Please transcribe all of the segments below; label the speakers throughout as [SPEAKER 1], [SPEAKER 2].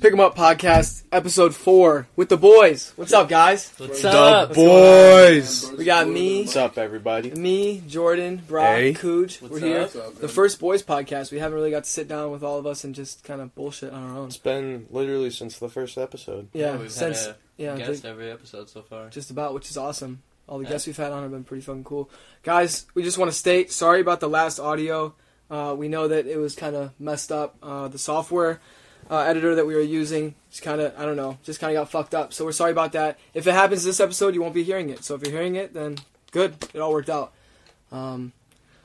[SPEAKER 1] Pick 'em up podcast episode four with the boys. What's up, guys?
[SPEAKER 2] What's
[SPEAKER 3] The
[SPEAKER 2] up?
[SPEAKER 3] boys.
[SPEAKER 1] We got me,
[SPEAKER 3] What's up, everybody?
[SPEAKER 1] me, Jordan, Brock,
[SPEAKER 3] Hey.
[SPEAKER 1] Cooge.
[SPEAKER 2] What's
[SPEAKER 1] We're here.
[SPEAKER 2] up?
[SPEAKER 1] The first boys podcast. We haven't really got to sit down with all of us and just kind of bullshit on our own.
[SPEAKER 3] It's been literally since the first episode.
[SPEAKER 1] Yeah,
[SPEAKER 2] we've
[SPEAKER 1] since
[SPEAKER 2] had
[SPEAKER 1] yeah,
[SPEAKER 2] a
[SPEAKER 1] the-
[SPEAKER 2] guest every episode so far.
[SPEAKER 1] just about, which is awesome. All the
[SPEAKER 2] Yeah.
[SPEAKER 1] guests we've had on have been pretty fucking cool. Guys, we just want to state sorry about the last audio. Uh, we know that it was kind of messed up. Uh, the software uh, editor that we were using just kind of, I don't know, just kind of got fucked up. So we're sorry about that. If it happens this episode, you won't be hearing it. So if you're hearing it, then good. It all worked out. Um,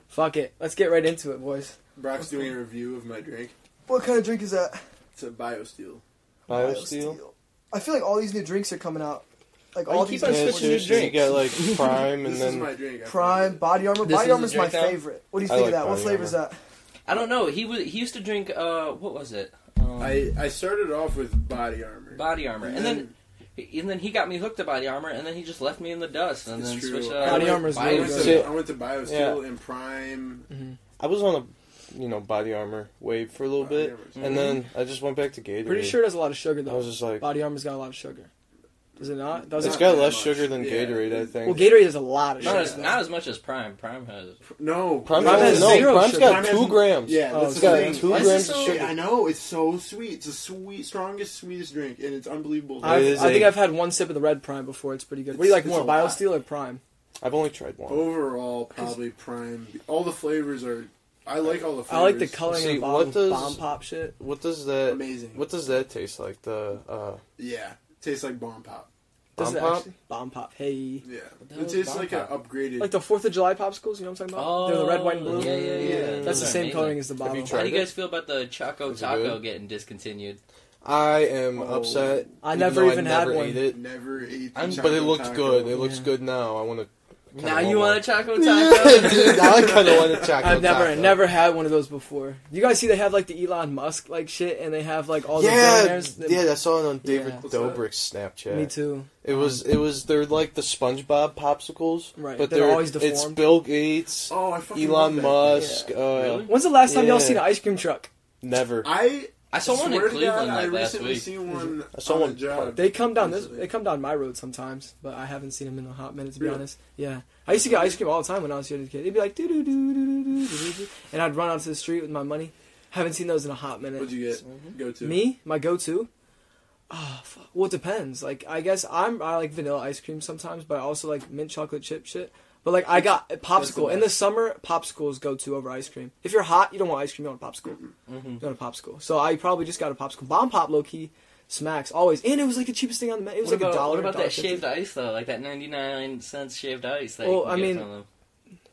[SPEAKER 1] fuck it. Let's get right into it, boys.
[SPEAKER 4] Brock's doing a review of my drink.
[SPEAKER 1] What kind of drink is that?
[SPEAKER 4] It's a BioSteel.
[SPEAKER 3] BioSteel.
[SPEAKER 1] I feel like all these new drinks are coming out. Like
[SPEAKER 2] Why all you keep these on
[SPEAKER 3] Yeah,
[SPEAKER 2] Switching your
[SPEAKER 3] seriously, you
[SPEAKER 2] drinks.
[SPEAKER 3] got like Prime and
[SPEAKER 4] This is
[SPEAKER 3] then
[SPEAKER 4] my drink. I
[SPEAKER 5] Prime
[SPEAKER 4] found
[SPEAKER 5] Body Armor.
[SPEAKER 2] This is
[SPEAKER 5] body
[SPEAKER 2] the
[SPEAKER 5] Armor is my
[SPEAKER 2] drink now?
[SPEAKER 5] favorite. What do you
[SPEAKER 3] I
[SPEAKER 5] think
[SPEAKER 3] like
[SPEAKER 5] of that? What
[SPEAKER 3] Body
[SPEAKER 5] flavor is that?
[SPEAKER 2] I don't know. He was he used to drink. Uh, what was it? Um,
[SPEAKER 4] it. I I started off with body armor.
[SPEAKER 2] body armor, and then and then he got me hooked to body armor, and then he just left me in the dust, and
[SPEAKER 4] It's
[SPEAKER 2] then
[SPEAKER 4] true.
[SPEAKER 2] switched.
[SPEAKER 4] Body
[SPEAKER 2] out.
[SPEAKER 1] Armor's
[SPEAKER 4] I
[SPEAKER 1] really
[SPEAKER 4] went
[SPEAKER 1] good.
[SPEAKER 4] to, I went to BioSteel and Prime.
[SPEAKER 3] I was on a you know body armor wave for a little
[SPEAKER 4] Body
[SPEAKER 3] bit,
[SPEAKER 4] Armor's
[SPEAKER 3] and then I just went back to Gatorade.
[SPEAKER 1] Pretty sure it has a lot of sugar
[SPEAKER 3] I
[SPEAKER 1] though.
[SPEAKER 3] was just like,
[SPEAKER 1] Body Armor's got a lot of sugar. Does it not? Does
[SPEAKER 3] it's
[SPEAKER 1] it?
[SPEAKER 4] good.
[SPEAKER 3] got
[SPEAKER 4] that
[SPEAKER 3] less
[SPEAKER 4] much.
[SPEAKER 3] sugar than
[SPEAKER 4] Yeah.
[SPEAKER 3] Gatorade, I think.
[SPEAKER 1] Well, Gatorade has a lot of
[SPEAKER 2] Not
[SPEAKER 1] sugar.
[SPEAKER 2] as,
[SPEAKER 1] though.
[SPEAKER 2] not as much as Prime. Prime has.
[SPEAKER 4] No,
[SPEAKER 3] Prime,
[SPEAKER 1] Prime has
[SPEAKER 3] has, no,
[SPEAKER 1] zero
[SPEAKER 3] Prime's
[SPEAKER 1] sugar.
[SPEAKER 3] got
[SPEAKER 4] Prime has-
[SPEAKER 3] two grams.
[SPEAKER 4] Yeah,
[SPEAKER 1] Oh,
[SPEAKER 4] that's
[SPEAKER 1] it's
[SPEAKER 4] the
[SPEAKER 1] got
[SPEAKER 4] thing.
[SPEAKER 3] two
[SPEAKER 4] Why is it
[SPEAKER 3] grams
[SPEAKER 4] so-
[SPEAKER 3] of sugar.
[SPEAKER 4] I know it's so sweet. It's the sweet, strongest, sweetest drink, and it's unbelievable.
[SPEAKER 3] It
[SPEAKER 1] I've,
[SPEAKER 3] is
[SPEAKER 1] I think
[SPEAKER 3] a-
[SPEAKER 1] I've had one sip of the red prime before. It's pretty good. What do you like
[SPEAKER 4] It's-
[SPEAKER 1] more,
[SPEAKER 4] it's a lot.
[SPEAKER 1] BioSteel or Prime?
[SPEAKER 3] I've only tried
[SPEAKER 4] Oh,
[SPEAKER 3] one.
[SPEAKER 4] Overall, probably Prime. All the flavors are. I like all the. flavors.
[SPEAKER 1] I like the coloring
[SPEAKER 3] See,
[SPEAKER 1] of the
[SPEAKER 3] what
[SPEAKER 1] bottle,
[SPEAKER 3] does-
[SPEAKER 1] bomb pop shit.
[SPEAKER 3] What does that?
[SPEAKER 4] Amazing.
[SPEAKER 3] What does that taste like? The uh,
[SPEAKER 4] Yeah, tastes like bomb pop.
[SPEAKER 1] Does
[SPEAKER 3] bomb
[SPEAKER 1] it
[SPEAKER 3] pop?
[SPEAKER 1] actually- bomb pop. Hey,
[SPEAKER 4] Yeah,
[SPEAKER 2] the hell
[SPEAKER 4] it
[SPEAKER 2] is
[SPEAKER 4] tastes
[SPEAKER 2] Bomb
[SPEAKER 4] like an
[SPEAKER 2] Pop?
[SPEAKER 4] upgraded.
[SPEAKER 1] like the Fourth of July popsicles. You know what I'm talking about?
[SPEAKER 2] Oh,
[SPEAKER 1] They're the red, white, and blue.
[SPEAKER 2] Yeah, yeah, yeah.
[SPEAKER 3] Yeah.
[SPEAKER 1] That's the
[SPEAKER 2] Those are
[SPEAKER 1] same
[SPEAKER 2] amazing.
[SPEAKER 1] coloring as the bottle.
[SPEAKER 3] you
[SPEAKER 2] How
[SPEAKER 3] tried-
[SPEAKER 2] do you
[SPEAKER 3] Tried it?
[SPEAKER 2] guys feel about the Choco
[SPEAKER 3] Is it
[SPEAKER 2] Taco
[SPEAKER 3] good?
[SPEAKER 2] getting discontinued?
[SPEAKER 3] I am
[SPEAKER 4] Oh.
[SPEAKER 3] upset.
[SPEAKER 1] I
[SPEAKER 3] even
[SPEAKER 1] never
[SPEAKER 3] though
[SPEAKER 1] even
[SPEAKER 3] never
[SPEAKER 1] had one.
[SPEAKER 3] ate it.
[SPEAKER 4] never ate. the
[SPEAKER 3] I'm- but
[SPEAKER 4] chocolate
[SPEAKER 3] it looked
[SPEAKER 4] taco.
[SPEAKER 3] good. It looks
[SPEAKER 1] Yeah.
[SPEAKER 3] good now. I want to.
[SPEAKER 2] now you want a Choco Taco?
[SPEAKER 3] Dude, now I kind of want a chocolate.
[SPEAKER 1] I've never,
[SPEAKER 3] taco.
[SPEAKER 1] never had one of those before. You guys see, they have like the Elon Musk like shit, and they have like all Oh, the
[SPEAKER 3] Yeah,
[SPEAKER 1] billionaires. that-
[SPEAKER 3] yeah, I saw it on David
[SPEAKER 1] Yeah.
[SPEAKER 4] What's that?
[SPEAKER 3] Dobrik's Snapchat.
[SPEAKER 1] Me too.
[SPEAKER 3] It was, it was. They're like the SpongeBob popsicles,
[SPEAKER 1] Right,
[SPEAKER 3] But
[SPEAKER 1] that are
[SPEAKER 3] they're
[SPEAKER 1] always
[SPEAKER 3] It's
[SPEAKER 1] deformed.
[SPEAKER 3] Bill Gates,
[SPEAKER 4] Oh, I fucking love
[SPEAKER 3] Elon
[SPEAKER 4] that.
[SPEAKER 3] Musk.
[SPEAKER 1] Yeah.
[SPEAKER 3] Uh,
[SPEAKER 2] Really?
[SPEAKER 1] When's the last time
[SPEAKER 3] Yeah.
[SPEAKER 1] y'all seen an ice cream truck?
[SPEAKER 3] Never.
[SPEAKER 4] I
[SPEAKER 2] I saw one in
[SPEAKER 4] swear to
[SPEAKER 2] Cleveland
[SPEAKER 4] God, I
[SPEAKER 2] like last
[SPEAKER 4] recently
[SPEAKER 2] week.
[SPEAKER 4] seen one.
[SPEAKER 3] I saw
[SPEAKER 4] on
[SPEAKER 3] one
[SPEAKER 4] a job.
[SPEAKER 1] They come down this.
[SPEAKER 4] Recently.
[SPEAKER 1] They come down my road sometimes, but I haven't seen them in a hot minute to be
[SPEAKER 4] Really?
[SPEAKER 1] honest. Yeah, I used to get ice cream all the time when I was a little kid. It'd be like doo doo doo doo doo doo doo, and I'd run out to the street with my money. Haven't seen those in a hot minute.
[SPEAKER 4] What'd you get? Go to
[SPEAKER 1] Me, my go-to. Ah, fuck. well, it depends. Like, I guess I'm I like vanilla ice cream sometimes, but I also like mint chocolate chip shit. But like, I got
[SPEAKER 4] the
[SPEAKER 1] popsicle
[SPEAKER 4] best.
[SPEAKER 1] in the summer. Popsicles go to over ice cream. If you're hot, you don't want ice cream. You want a popsicle.
[SPEAKER 2] Mm-hmm.
[SPEAKER 1] You want a popsicle. So I probably just got a popsicle. Bomb pop, low key, smacks always, and it was like the cheapest thing on the menu. It was
[SPEAKER 2] What
[SPEAKER 1] like
[SPEAKER 2] about,
[SPEAKER 1] a dollar.
[SPEAKER 2] what about that
[SPEAKER 1] $1.50.
[SPEAKER 2] shaved ice though? Like that ninety-nine cents shaved ice that
[SPEAKER 1] Well,
[SPEAKER 2] you can
[SPEAKER 1] I
[SPEAKER 2] get
[SPEAKER 1] mean,
[SPEAKER 2] from them.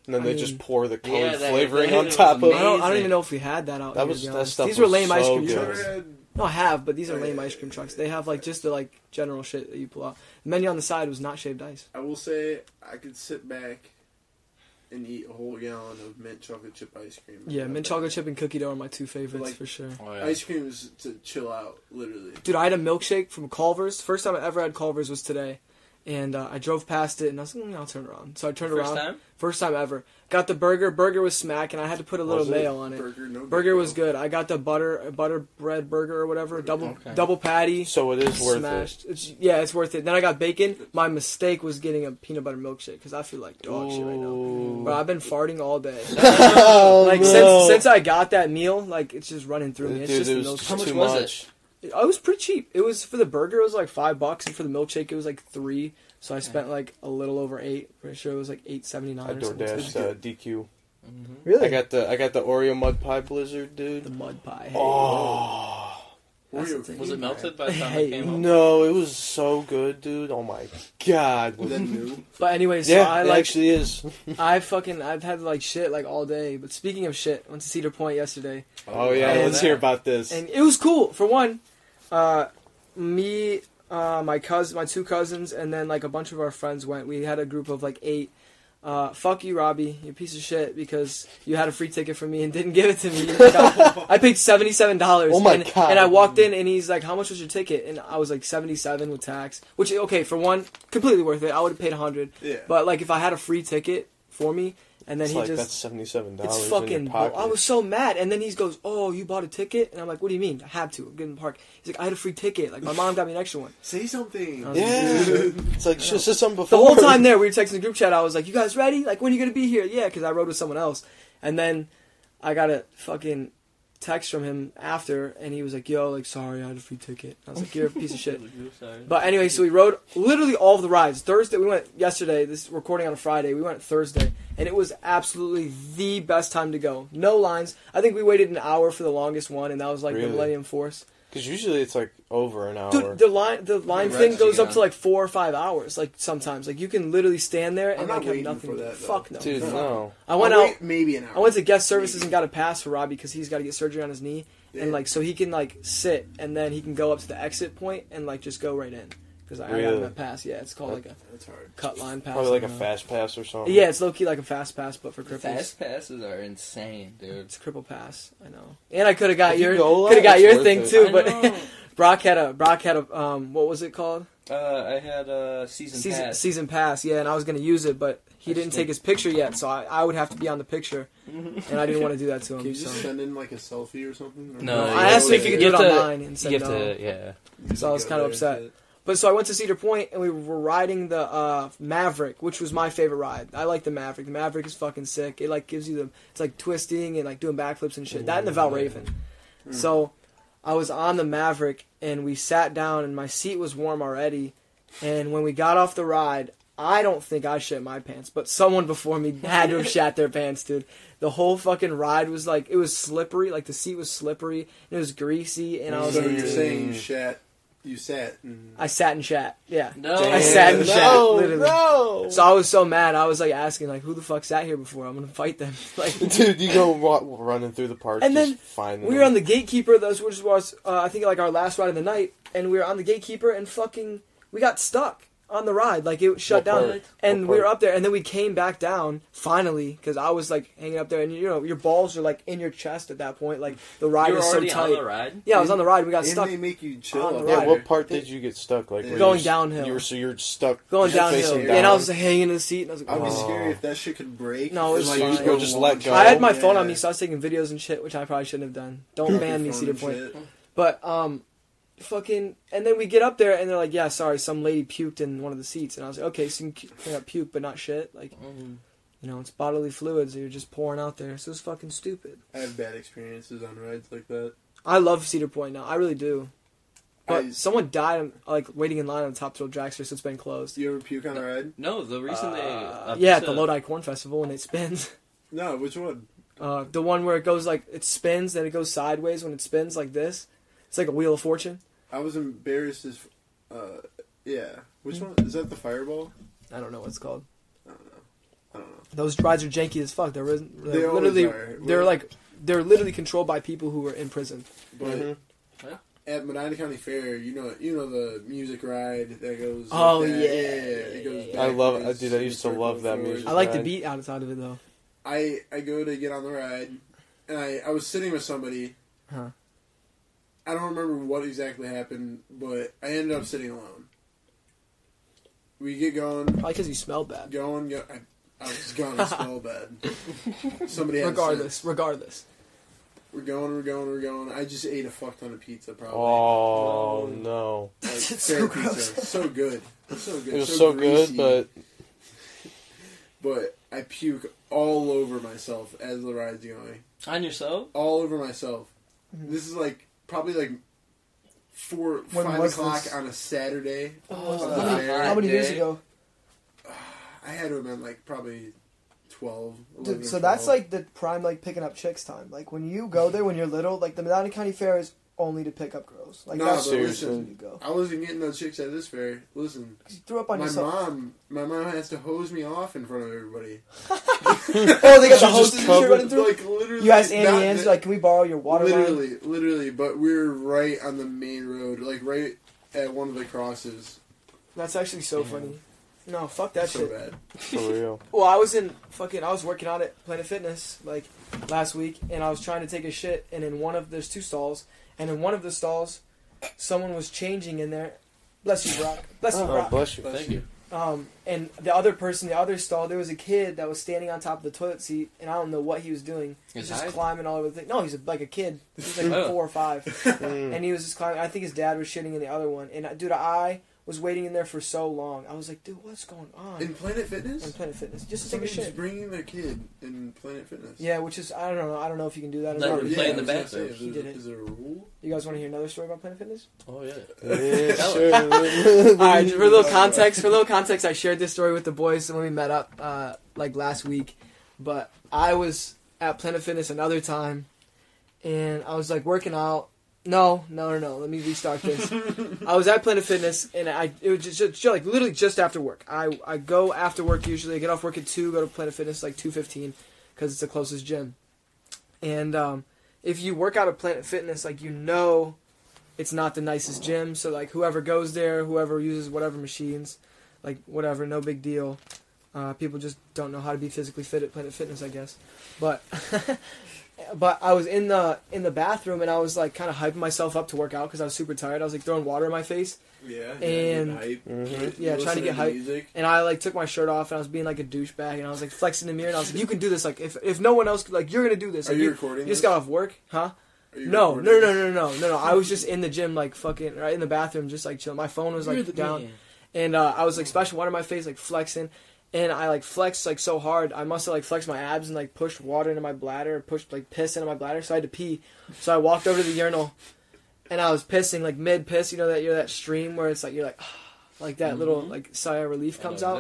[SPEAKER 3] and then
[SPEAKER 1] I
[SPEAKER 3] they
[SPEAKER 1] mean-
[SPEAKER 3] just pour the colored
[SPEAKER 2] Yeah, that-
[SPEAKER 3] flavoring
[SPEAKER 2] that
[SPEAKER 3] on
[SPEAKER 2] was
[SPEAKER 3] top of.
[SPEAKER 1] I don't, I don't
[SPEAKER 2] Amazing.
[SPEAKER 1] even know if we had that out.
[SPEAKER 3] That
[SPEAKER 1] here, to
[SPEAKER 3] was-
[SPEAKER 1] be
[SPEAKER 3] that
[SPEAKER 1] honest.
[SPEAKER 3] stuff
[SPEAKER 1] These were
[SPEAKER 3] was
[SPEAKER 1] lame ice
[SPEAKER 3] so
[SPEAKER 1] cream
[SPEAKER 3] good.
[SPEAKER 4] You
[SPEAKER 3] Yeah.
[SPEAKER 4] ever
[SPEAKER 1] trucks.
[SPEAKER 4] had
[SPEAKER 1] No, I have, but these are lame ice cream trucks. They have like just the like general shit that you pull out. The menu on the side was not shaved ice.
[SPEAKER 4] I will say I could sit back and eat a whole gallon of mint chocolate chip ice cream.
[SPEAKER 1] Yeah, mint
[SPEAKER 4] But
[SPEAKER 1] chocolate chip and cookie dough are my two favorites
[SPEAKER 4] Like-
[SPEAKER 1] for sure.
[SPEAKER 2] Oh, yeah.
[SPEAKER 4] Ice cream is to chill out, literally.
[SPEAKER 1] Dude, I had a milkshake from Culver's. First time I ever had Culver's was today, and uh, I drove past it and I was like, mm, I'll turn around. So I turned
[SPEAKER 2] First
[SPEAKER 1] around.
[SPEAKER 2] time?
[SPEAKER 1] First time ever. Got the burger. Burger was smack, and I had to put a little
[SPEAKER 3] Was it?
[SPEAKER 1] mayo on Oh, it. Burger,
[SPEAKER 4] Burger, no.
[SPEAKER 1] was good. I got the butter butter bread burger or whatever. Double
[SPEAKER 2] Okay.
[SPEAKER 1] double patty.
[SPEAKER 3] So it is worth
[SPEAKER 1] smashed. It's, yeah, it's worth it. Then I got bacon. My mistake was getting a peanut butter milkshake because I feel like
[SPEAKER 3] it.
[SPEAKER 1] dog shit right now.
[SPEAKER 3] Ooh.
[SPEAKER 1] But I've been farting all day.
[SPEAKER 3] Oh,
[SPEAKER 1] like
[SPEAKER 3] no.
[SPEAKER 1] since since I got that meal, like it's just running through me.
[SPEAKER 3] Dude,
[SPEAKER 1] It's just
[SPEAKER 3] it
[SPEAKER 1] the
[SPEAKER 3] was
[SPEAKER 1] milkshake.
[SPEAKER 2] How much
[SPEAKER 3] too
[SPEAKER 2] was it?
[SPEAKER 3] much.
[SPEAKER 1] It was pretty cheap. It was for the burger. It was like five bucks, and for the milkshake, it was like three. So I spent like a little over eight. Pretty sure it was like eight seventy
[SPEAKER 3] I
[SPEAKER 1] nine. or something.
[SPEAKER 3] DoorDashed uh, DQ.
[SPEAKER 2] Mm-hmm.
[SPEAKER 1] Really?
[SPEAKER 3] I got the I got the Oreo mud pie blizzard,
[SPEAKER 1] the
[SPEAKER 3] dude.
[SPEAKER 1] mud pie. Hey.
[SPEAKER 3] Oh.
[SPEAKER 1] That's
[SPEAKER 4] Oreo
[SPEAKER 1] the thing.
[SPEAKER 2] Was it
[SPEAKER 4] cream,
[SPEAKER 2] melted by the time
[SPEAKER 1] Hey,
[SPEAKER 2] it came out?
[SPEAKER 3] No, it was so good, dude. Oh my god.
[SPEAKER 4] right? Is that new?
[SPEAKER 1] But anyway, so
[SPEAKER 3] yeah,
[SPEAKER 1] I
[SPEAKER 3] it
[SPEAKER 1] like
[SPEAKER 3] actually is.
[SPEAKER 1] I fucking I've had like shit like all day. But speaking of shit, went to Cedar Point yesterday,
[SPEAKER 3] Oh yeah,
[SPEAKER 1] And-
[SPEAKER 3] let's hear about this.
[SPEAKER 1] and it was cool. For one, uh, me, uh, my cousin, my two cousins, and then like a bunch of our friends went. We had a group of like eight. Uh, fuck you, Robbie, you piece of shit, because you had a free ticket from me and didn't give it to me. I paid seventy seven dollars.
[SPEAKER 3] Oh my
[SPEAKER 1] and,
[SPEAKER 3] God.
[SPEAKER 1] And I walked in and he's like, "How much was your ticket?" And I was like, 77 with tax." Which okay, for one, completely worth it. I would have paid hundred.
[SPEAKER 4] Yeah.
[SPEAKER 1] But like, if I had a free ticket for me And then
[SPEAKER 3] it's
[SPEAKER 1] he
[SPEAKER 3] like
[SPEAKER 1] just
[SPEAKER 3] that's seventy seven dollars.
[SPEAKER 1] It's
[SPEAKER 3] in
[SPEAKER 1] fucking.
[SPEAKER 3] your
[SPEAKER 1] bull-
[SPEAKER 3] pocket.
[SPEAKER 1] I was so mad, and then he goes, "Oh, you bought a ticket?" And I'm like, "What do you mean? I had to. I'm getting the park." He's like, "I had a free ticket. Like my mom got me an extra one."
[SPEAKER 4] Say something.
[SPEAKER 1] Yeah.
[SPEAKER 3] Yeah, it's like shit. Said something
[SPEAKER 1] The
[SPEAKER 3] before.
[SPEAKER 1] whole time there, we were texting the group chat. I was like, "You guys ready? Like when are you gonna be here?" Yeah, because I rode with someone else, and then I got a fucking text from him after, and he was like, "Yo, like sorry, I had a free ticket." I was like, "You're a piece of shit." But anyway, so we rode literally all of the rides. Thursday, we went yesterday. This recording on a Friday. We went Thursday, and it was absolutely the best time to go. No lines. I think we waited an hour for the longest one, and that was like the
[SPEAKER 3] Really?
[SPEAKER 1] Millennium Force.
[SPEAKER 3] because usually it's like over an hour.
[SPEAKER 1] Dude, the line, the line
[SPEAKER 2] Right,
[SPEAKER 1] thing goes up
[SPEAKER 2] yeah.
[SPEAKER 1] to like four or five hours. Like sometimes, like you can literally stand there and
[SPEAKER 4] I'm not
[SPEAKER 1] like have
[SPEAKER 4] waiting
[SPEAKER 1] nothing.
[SPEAKER 4] for
[SPEAKER 1] to do.
[SPEAKER 4] that, though.
[SPEAKER 1] Fuck no.
[SPEAKER 3] Dude, no.
[SPEAKER 1] I went
[SPEAKER 4] I'll
[SPEAKER 1] out.
[SPEAKER 4] wait maybe an hour.
[SPEAKER 1] I went to guest services and got a pass for Robbie because he's got to get surgery on his knee,
[SPEAKER 4] Yeah.
[SPEAKER 1] and like so he can like sit and then he can go up to the exit point and like just go right in because I, I got him
[SPEAKER 3] Really?
[SPEAKER 1] a pass. Yeah, it's called like a
[SPEAKER 4] That's hard.
[SPEAKER 1] cut line pass.
[SPEAKER 3] Probably like a
[SPEAKER 1] Uh,
[SPEAKER 3] fast pass or something.
[SPEAKER 1] Yeah, it's low key like a fast pass, but for cripples.
[SPEAKER 2] Fast passes are insane, dude.
[SPEAKER 1] It's a cripple pass. I know. And I could have got
[SPEAKER 3] If you
[SPEAKER 1] your
[SPEAKER 3] go a lot,
[SPEAKER 1] could have got
[SPEAKER 3] it's
[SPEAKER 1] your
[SPEAKER 3] worth
[SPEAKER 1] thing
[SPEAKER 3] it.
[SPEAKER 1] too,
[SPEAKER 2] I
[SPEAKER 1] but
[SPEAKER 2] know.
[SPEAKER 1] Brock had a Brock had a um what was it called
[SPEAKER 2] uh, I had a season,
[SPEAKER 1] season
[SPEAKER 2] pass.
[SPEAKER 1] season pass? Yeah, and I was gonna use it, but he
[SPEAKER 2] I
[SPEAKER 1] didn't
[SPEAKER 2] just
[SPEAKER 1] take
[SPEAKER 2] think-
[SPEAKER 1] his picture yet, so I, I would have to be on the picture, and I didn't want to do that to
[SPEAKER 4] Can you
[SPEAKER 1] him.
[SPEAKER 4] just
[SPEAKER 1] So.
[SPEAKER 4] send in like a selfie or something? Or
[SPEAKER 1] No,
[SPEAKER 2] Uh, you
[SPEAKER 1] I
[SPEAKER 2] have
[SPEAKER 1] asked him if
[SPEAKER 2] to-
[SPEAKER 1] you could do it
[SPEAKER 2] have to-
[SPEAKER 1] online and said
[SPEAKER 2] you have
[SPEAKER 1] no.
[SPEAKER 2] to, yeah.
[SPEAKER 1] So I was kind of upset. But so I went to Cedar Point and we were riding the uh, Maverick, which was my favorite ride. I like the Maverick. The Maverick is fucking sick. It like gives you the it's like twisting and like doing backflips and shit. that and the Val Raven. So I was on the Maverick and we sat down and my seat was warm already. And when we got off the ride, I don't think I shit my pants, but someone before me had to have shat their pants, dude. The whole fucking ride was like it was slippery, like the seat was slippery and it was greasy and I was
[SPEAKER 4] So
[SPEAKER 1] like,
[SPEAKER 4] you're
[SPEAKER 1] dude,
[SPEAKER 4] saying you shat, you sat, and
[SPEAKER 1] I sat and shat. Yeah.
[SPEAKER 2] No,
[SPEAKER 1] I sat in
[SPEAKER 3] no,
[SPEAKER 1] the chat, literally.
[SPEAKER 3] no.
[SPEAKER 1] So I was so mad. I was like asking, like, who the fuck sat here before? I'm gonna fight them. Like,
[SPEAKER 3] Dude, you go wa- running through the park
[SPEAKER 1] And
[SPEAKER 3] and
[SPEAKER 1] then
[SPEAKER 3] then find
[SPEAKER 1] we were on the gatekeeper. That was which was uh, I think like our last ride of the night, and we were on the gatekeeper, and fucking we got stuck on the ride. Like it shut
[SPEAKER 3] What
[SPEAKER 1] down,
[SPEAKER 3] part?
[SPEAKER 1] and
[SPEAKER 3] What
[SPEAKER 1] we were
[SPEAKER 3] part?
[SPEAKER 1] up there, and then we came back down finally because I was like hanging up there, and you know your balls are like in your chest at that point. Like the ride
[SPEAKER 2] you were
[SPEAKER 1] was so
[SPEAKER 2] already on
[SPEAKER 1] tight.
[SPEAKER 2] the ride.
[SPEAKER 1] Yeah, I was on the ride. We got
[SPEAKER 4] and
[SPEAKER 1] stuck.
[SPEAKER 4] they make you
[SPEAKER 1] on
[SPEAKER 4] chill.
[SPEAKER 1] the
[SPEAKER 4] up
[SPEAKER 1] ride.
[SPEAKER 3] yeah.
[SPEAKER 4] there.
[SPEAKER 3] What part did you get stuck? Like
[SPEAKER 4] Yeah.
[SPEAKER 3] where
[SPEAKER 4] Going
[SPEAKER 3] you're s-
[SPEAKER 1] downhill.
[SPEAKER 3] You were so you're stuck
[SPEAKER 1] Going
[SPEAKER 3] you're
[SPEAKER 1] downhill,
[SPEAKER 3] facing
[SPEAKER 1] and I
[SPEAKER 3] down.
[SPEAKER 1] was hanging in the seat, and I was like,
[SPEAKER 4] I'd be
[SPEAKER 1] "Oh."
[SPEAKER 4] scared if that shit could break.
[SPEAKER 1] No, it was
[SPEAKER 4] and,
[SPEAKER 1] fine.
[SPEAKER 4] you
[SPEAKER 1] You'll
[SPEAKER 3] just let go.
[SPEAKER 1] I had my phone
[SPEAKER 4] Oh, Yeah.
[SPEAKER 1] on me, so I was taking videos and shit, which I probably shouldn't have done. Don't
[SPEAKER 4] Your
[SPEAKER 1] ban me,
[SPEAKER 4] phone
[SPEAKER 1] Cedar
[SPEAKER 4] and
[SPEAKER 1] Point.
[SPEAKER 4] shit.
[SPEAKER 1] But um, fucking, and then we get up there, and they're like, "Yeah, sorry, some lady puked in one of the seats," and I was like, "Okay, so you can clean up puke, but not shit. Like,
[SPEAKER 2] Mhm.
[SPEAKER 1] you know, it's bodily fluids that you're just pouring out there. So it's fucking stupid."
[SPEAKER 4] I have bad experiences on rides like that.
[SPEAKER 1] I love Cedar Point now. I really do. But
[SPEAKER 4] I-
[SPEAKER 1] someone died like waiting in line on the Top Thrill Dragster, so it's been closed.
[SPEAKER 4] Do you ever puke on a ride?
[SPEAKER 2] No, the reason they
[SPEAKER 1] Uh,
[SPEAKER 2] upped
[SPEAKER 1] yeah, at the
[SPEAKER 2] it-
[SPEAKER 1] Lodi Corn Festival when it spins.
[SPEAKER 4] No, which one?
[SPEAKER 1] Uh, the one where it goes like it spins, then it goes sideways when it spins like this. It's like a wheel of fortune.
[SPEAKER 4] I was embarrassed as. Uh, yeah. Which
[SPEAKER 1] Hmm.
[SPEAKER 4] one? Is that the fireball?
[SPEAKER 1] I don't know what it's called.
[SPEAKER 4] I don't know. I don't know.
[SPEAKER 1] Those rides are janky as fuck. They're, ris- they're
[SPEAKER 4] They always
[SPEAKER 1] literally
[SPEAKER 4] are.
[SPEAKER 1] they're like they're literally controlled by people who are in prison.
[SPEAKER 4] But
[SPEAKER 3] Mhm.
[SPEAKER 2] Huh?
[SPEAKER 4] at Medina County Fair, you know, you know the music ride that goes.
[SPEAKER 1] Oh,
[SPEAKER 4] like that.
[SPEAKER 1] yeah,
[SPEAKER 4] it
[SPEAKER 1] yeah,
[SPEAKER 4] goes
[SPEAKER 1] yeah.
[SPEAKER 3] I love-
[SPEAKER 4] backwards,
[SPEAKER 3] dude, I used to
[SPEAKER 4] circle
[SPEAKER 3] love that
[SPEAKER 4] forward.
[SPEAKER 3] music
[SPEAKER 1] I like the
[SPEAKER 3] Right.
[SPEAKER 1] beat out of- out of it though.
[SPEAKER 4] I I go to get on the ride, and I I was sitting with somebody.
[SPEAKER 1] Huh.
[SPEAKER 4] I don't remember what exactly happened, but I ended up sitting alone. We get going,
[SPEAKER 1] Probably because you smell bad.
[SPEAKER 4] going, go, I, I was gonna smell bad. Somebody had a
[SPEAKER 1] Regardless,
[SPEAKER 4] sense.
[SPEAKER 1] regardless.
[SPEAKER 4] we're going, we're going, we're going. I just ate a fuck ton of pizza, probably.
[SPEAKER 3] Oh no!
[SPEAKER 4] Like,
[SPEAKER 1] It's
[SPEAKER 4] fair
[SPEAKER 1] so gross.
[SPEAKER 4] Pizza. So good, so good.
[SPEAKER 3] It was so,
[SPEAKER 4] greasy.
[SPEAKER 3] good, but
[SPEAKER 4] but I puke all over myself as the ride's going.
[SPEAKER 2] on yourself.
[SPEAKER 4] all over myself. This is like probably like four
[SPEAKER 1] Mm-hmm. When
[SPEAKER 4] five
[SPEAKER 1] was
[SPEAKER 4] o'clock
[SPEAKER 1] this?
[SPEAKER 4] on a Saturday.
[SPEAKER 1] Oh,
[SPEAKER 4] how many-
[SPEAKER 2] how many years ago?
[SPEAKER 4] I had to have been like probably 12. 11
[SPEAKER 1] Dude,
[SPEAKER 4] or
[SPEAKER 1] so that's
[SPEAKER 4] 12.
[SPEAKER 1] like the prime like picking up chicks time. Like when you go there when you're little, like the Medina County Fair is only to pick up girls. Like
[SPEAKER 4] No,
[SPEAKER 1] that's
[SPEAKER 4] but
[SPEAKER 1] where
[SPEAKER 4] listen.
[SPEAKER 1] you go.
[SPEAKER 4] I wasn't getting those chicks at this fair. Listen,
[SPEAKER 1] 'Cause You threw up on
[SPEAKER 4] my
[SPEAKER 1] yourself.
[SPEAKER 4] mom, my mom has to hose me off in front of everybody.
[SPEAKER 1] Oh, they got the
[SPEAKER 3] She
[SPEAKER 1] hostess
[SPEAKER 3] just
[SPEAKER 1] and shit
[SPEAKER 3] covered-
[SPEAKER 1] running through.
[SPEAKER 4] Like literally,
[SPEAKER 1] You asked
[SPEAKER 4] not
[SPEAKER 1] Annie Ann's,
[SPEAKER 4] that-
[SPEAKER 1] you're like, can we borrow your water line?
[SPEAKER 4] literally, literally. But we're right on the main road, like right at one of the crosses.
[SPEAKER 1] That's actually so funny. No, fuck that
[SPEAKER 4] so
[SPEAKER 1] shit.
[SPEAKER 4] bad.
[SPEAKER 3] for real.
[SPEAKER 1] Well, I was in fucking. I was working out at Planet Fitness like last week, and I was trying to take a shit, and in one of there's two stalls, and in one of the stalls, someone was changing in there. Bless you, Brock. Bless you,
[SPEAKER 3] Oh,
[SPEAKER 1] Brock.
[SPEAKER 3] bless you.
[SPEAKER 4] Bless
[SPEAKER 2] Thank you.
[SPEAKER 1] Um, and the other person, the other stall, there was a kid that was standing on top of the toilet seat, and I don't know what he was doing. He
[SPEAKER 2] His
[SPEAKER 1] was just
[SPEAKER 2] eyes?
[SPEAKER 1] climbing all over the thing. No, he's a, like a kid. He's like
[SPEAKER 2] Oh.
[SPEAKER 1] four or five,
[SPEAKER 3] Mm.
[SPEAKER 1] and he was just climbing. I think his dad was shitting in the other one, and I- dude, I was waiting in there for so long. I was like, dude, what's going on?
[SPEAKER 4] In Planet
[SPEAKER 1] on
[SPEAKER 4] Fitness?
[SPEAKER 1] Planet Fitness, just to take a
[SPEAKER 4] Somebody's
[SPEAKER 1] shit.
[SPEAKER 4] bringing their kid in Planet Fitness.
[SPEAKER 1] Yeah, which is I don't know. I don't know if you can do that. or
[SPEAKER 2] Like,
[SPEAKER 1] not.
[SPEAKER 2] we play in the
[SPEAKER 4] I was
[SPEAKER 2] bathroom.
[SPEAKER 4] gonna say,
[SPEAKER 1] He
[SPEAKER 4] Is,
[SPEAKER 1] did
[SPEAKER 4] there-
[SPEAKER 1] it.
[SPEAKER 4] is there a rule?
[SPEAKER 1] You guys want to hear another story about Planet Fitness?
[SPEAKER 2] Oh yeah.
[SPEAKER 3] Yeah,
[SPEAKER 2] Tell
[SPEAKER 3] sure.
[SPEAKER 1] All right, for a little context, for a little context, I shared this story with the boys when we met up uh, like last week. But I was at Planet Fitness another time, and I was like working out. No, no, no, no. Let me restart this. I was at Planet Fitness, and I it was just, just like literally just after work. I I go after work usually. I get off work at two. Go to Planet Fitness like two fifteen because it's the closest gym. And um, if you work out at Planet Fitness, like you know it's not the nicest gym. So like whoever goes there, whoever uses whatever machines, like whatever, no big deal. Uh, people just don't know how to be physically fit at Planet Fitness, I guess. But but I was in the in the bathroom and I was like kind of hyping myself up to work out because I was super tired. I was like throwing water in my face
[SPEAKER 4] Yeah.
[SPEAKER 1] And-
[SPEAKER 2] Mm-hmm.
[SPEAKER 3] Mhm.
[SPEAKER 1] Yeah, trying to get hype.
[SPEAKER 4] Music.
[SPEAKER 1] and I like took my shirt off and I was being like a douchebag and I was like flexing the mirror and I was like, you can do this. Like if if no one else could, like you're gonna do this.
[SPEAKER 4] Are
[SPEAKER 1] Like,
[SPEAKER 4] you
[SPEAKER 1] you,
[SPEAKER 4] recording?
[SPEAKER 1] you just
[SPEAKER 4] this?
[SPEAKER 1] got off work, huh?
[SPEAKER 4] Are you
[SPEAKER 1] No, no,
[SPEAKER 4] recording
[SPEAKER 1] no, no, no, no, no. I was just in the gym, like fucking right in the bathroom, just like chilling. My phone was like down. and uh, I was like splashing water in my face, like flexing, and I like flexed like so hard, I must have like flexed my abs and like pushed water into my bladder, pushed like piss into my bladder, so I had to pee. So I walked over to the urinal, and I was pissing like mid piss, you know that you're that stream where it's like you're like, like that little like sigh of relief comes out.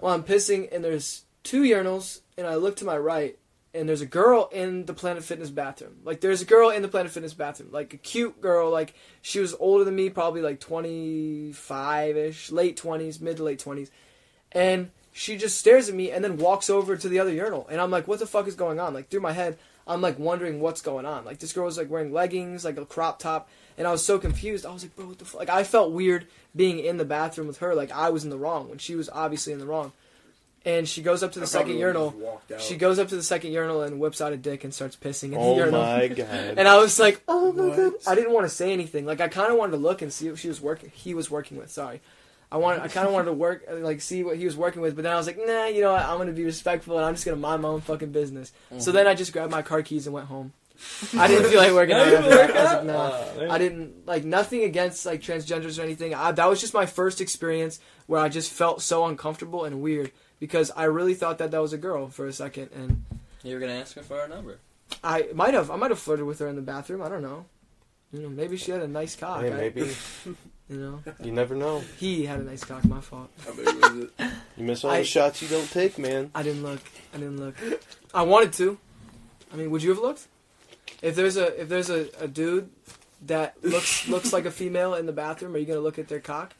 [SPEAKER 1] Well, I'm pissing, and there's two urinals, and I look to my right, and there's a girl in the Planet Fitness bathroom. Like, there's a girl in the Planet Fitness bathroom. Like, a cute girl. Like, she was older than me, probably like 25 ish, late 20s, mid to late 20s. And she just stares at me and then walks over to the other urinal. And I'm like, what the fuck is going on? Like, through my head, I'm like wondering what's going on. Like, this girl was like wearing leggings, like a crop top. And I was so confused. I was like, bro, what the fuck? Like, I felt weird being in the bathroom with her. Like, I was in the wrong when she was obviously in the wrong. And she goes up to the
[SPEAKER 4] I
[SPEAKER 1] second
[SPEAKER 4] probably would've
[SPEAKER 1] urinal.
[SPEAKER 4] just walked out.
[SPEAKER 1] She goes up to the second urinal and whips out a dick and starts pissing in the
[SPEAKER 3] Oh
[SPEAKER 1] urinal.
[SPEAKER 3] my god.
[SPEAKER 1] And I was like, oh my
[SPEAKER 4] What?
[SPEAKER 1] god. I didn't want to say anything. Like I kind of wanted to look and see what she was working. He was working with. Sorry. I wanted. I kind of wanted to work, like, see what he was working with. But then I was like, nah, you know, what? I'm gonna be respectful and I'm just gonna mind my own fucking business. So then I just grabbed my car keys and went home. I didn't feel like working out. after that. I was like, nah.
[SPEAKER 2] Uh,
[SPEAKER 1] I didn't like nothing against like transgenders or anything. I, that was just my first experience where I just felt so uncomfortable and weird because I really thought that that was a girl for a second, and
[SPEAKER 2] You were gonna ask her for our number.
[SPEAKER 1] I might have I might have flirted with her in the bathroom. I don't know. You know, maybe she had a nice cock.
[SPEAKER 3] Hey,
[SPEAKER 1] I-
[SPEAKER 3] maybe
[SPEAKER 1] You know,
[SPEAKER 3] you never know.
[SPEAKER 1] he had a nice cock. My fault.
[SPEAKER 4] How big was it?
[SPEAKER 3] You miss all
[SPEAKER 1] I-
[SPEAKER 3] the shots you don't take, man.
[SPEAKER 1] I didn't look. I didn't look. I wanted to. I mean, would you have looked? If there's a if there's a, a dude that looks looks like a female in the bathroom, are you gonna look at their cock?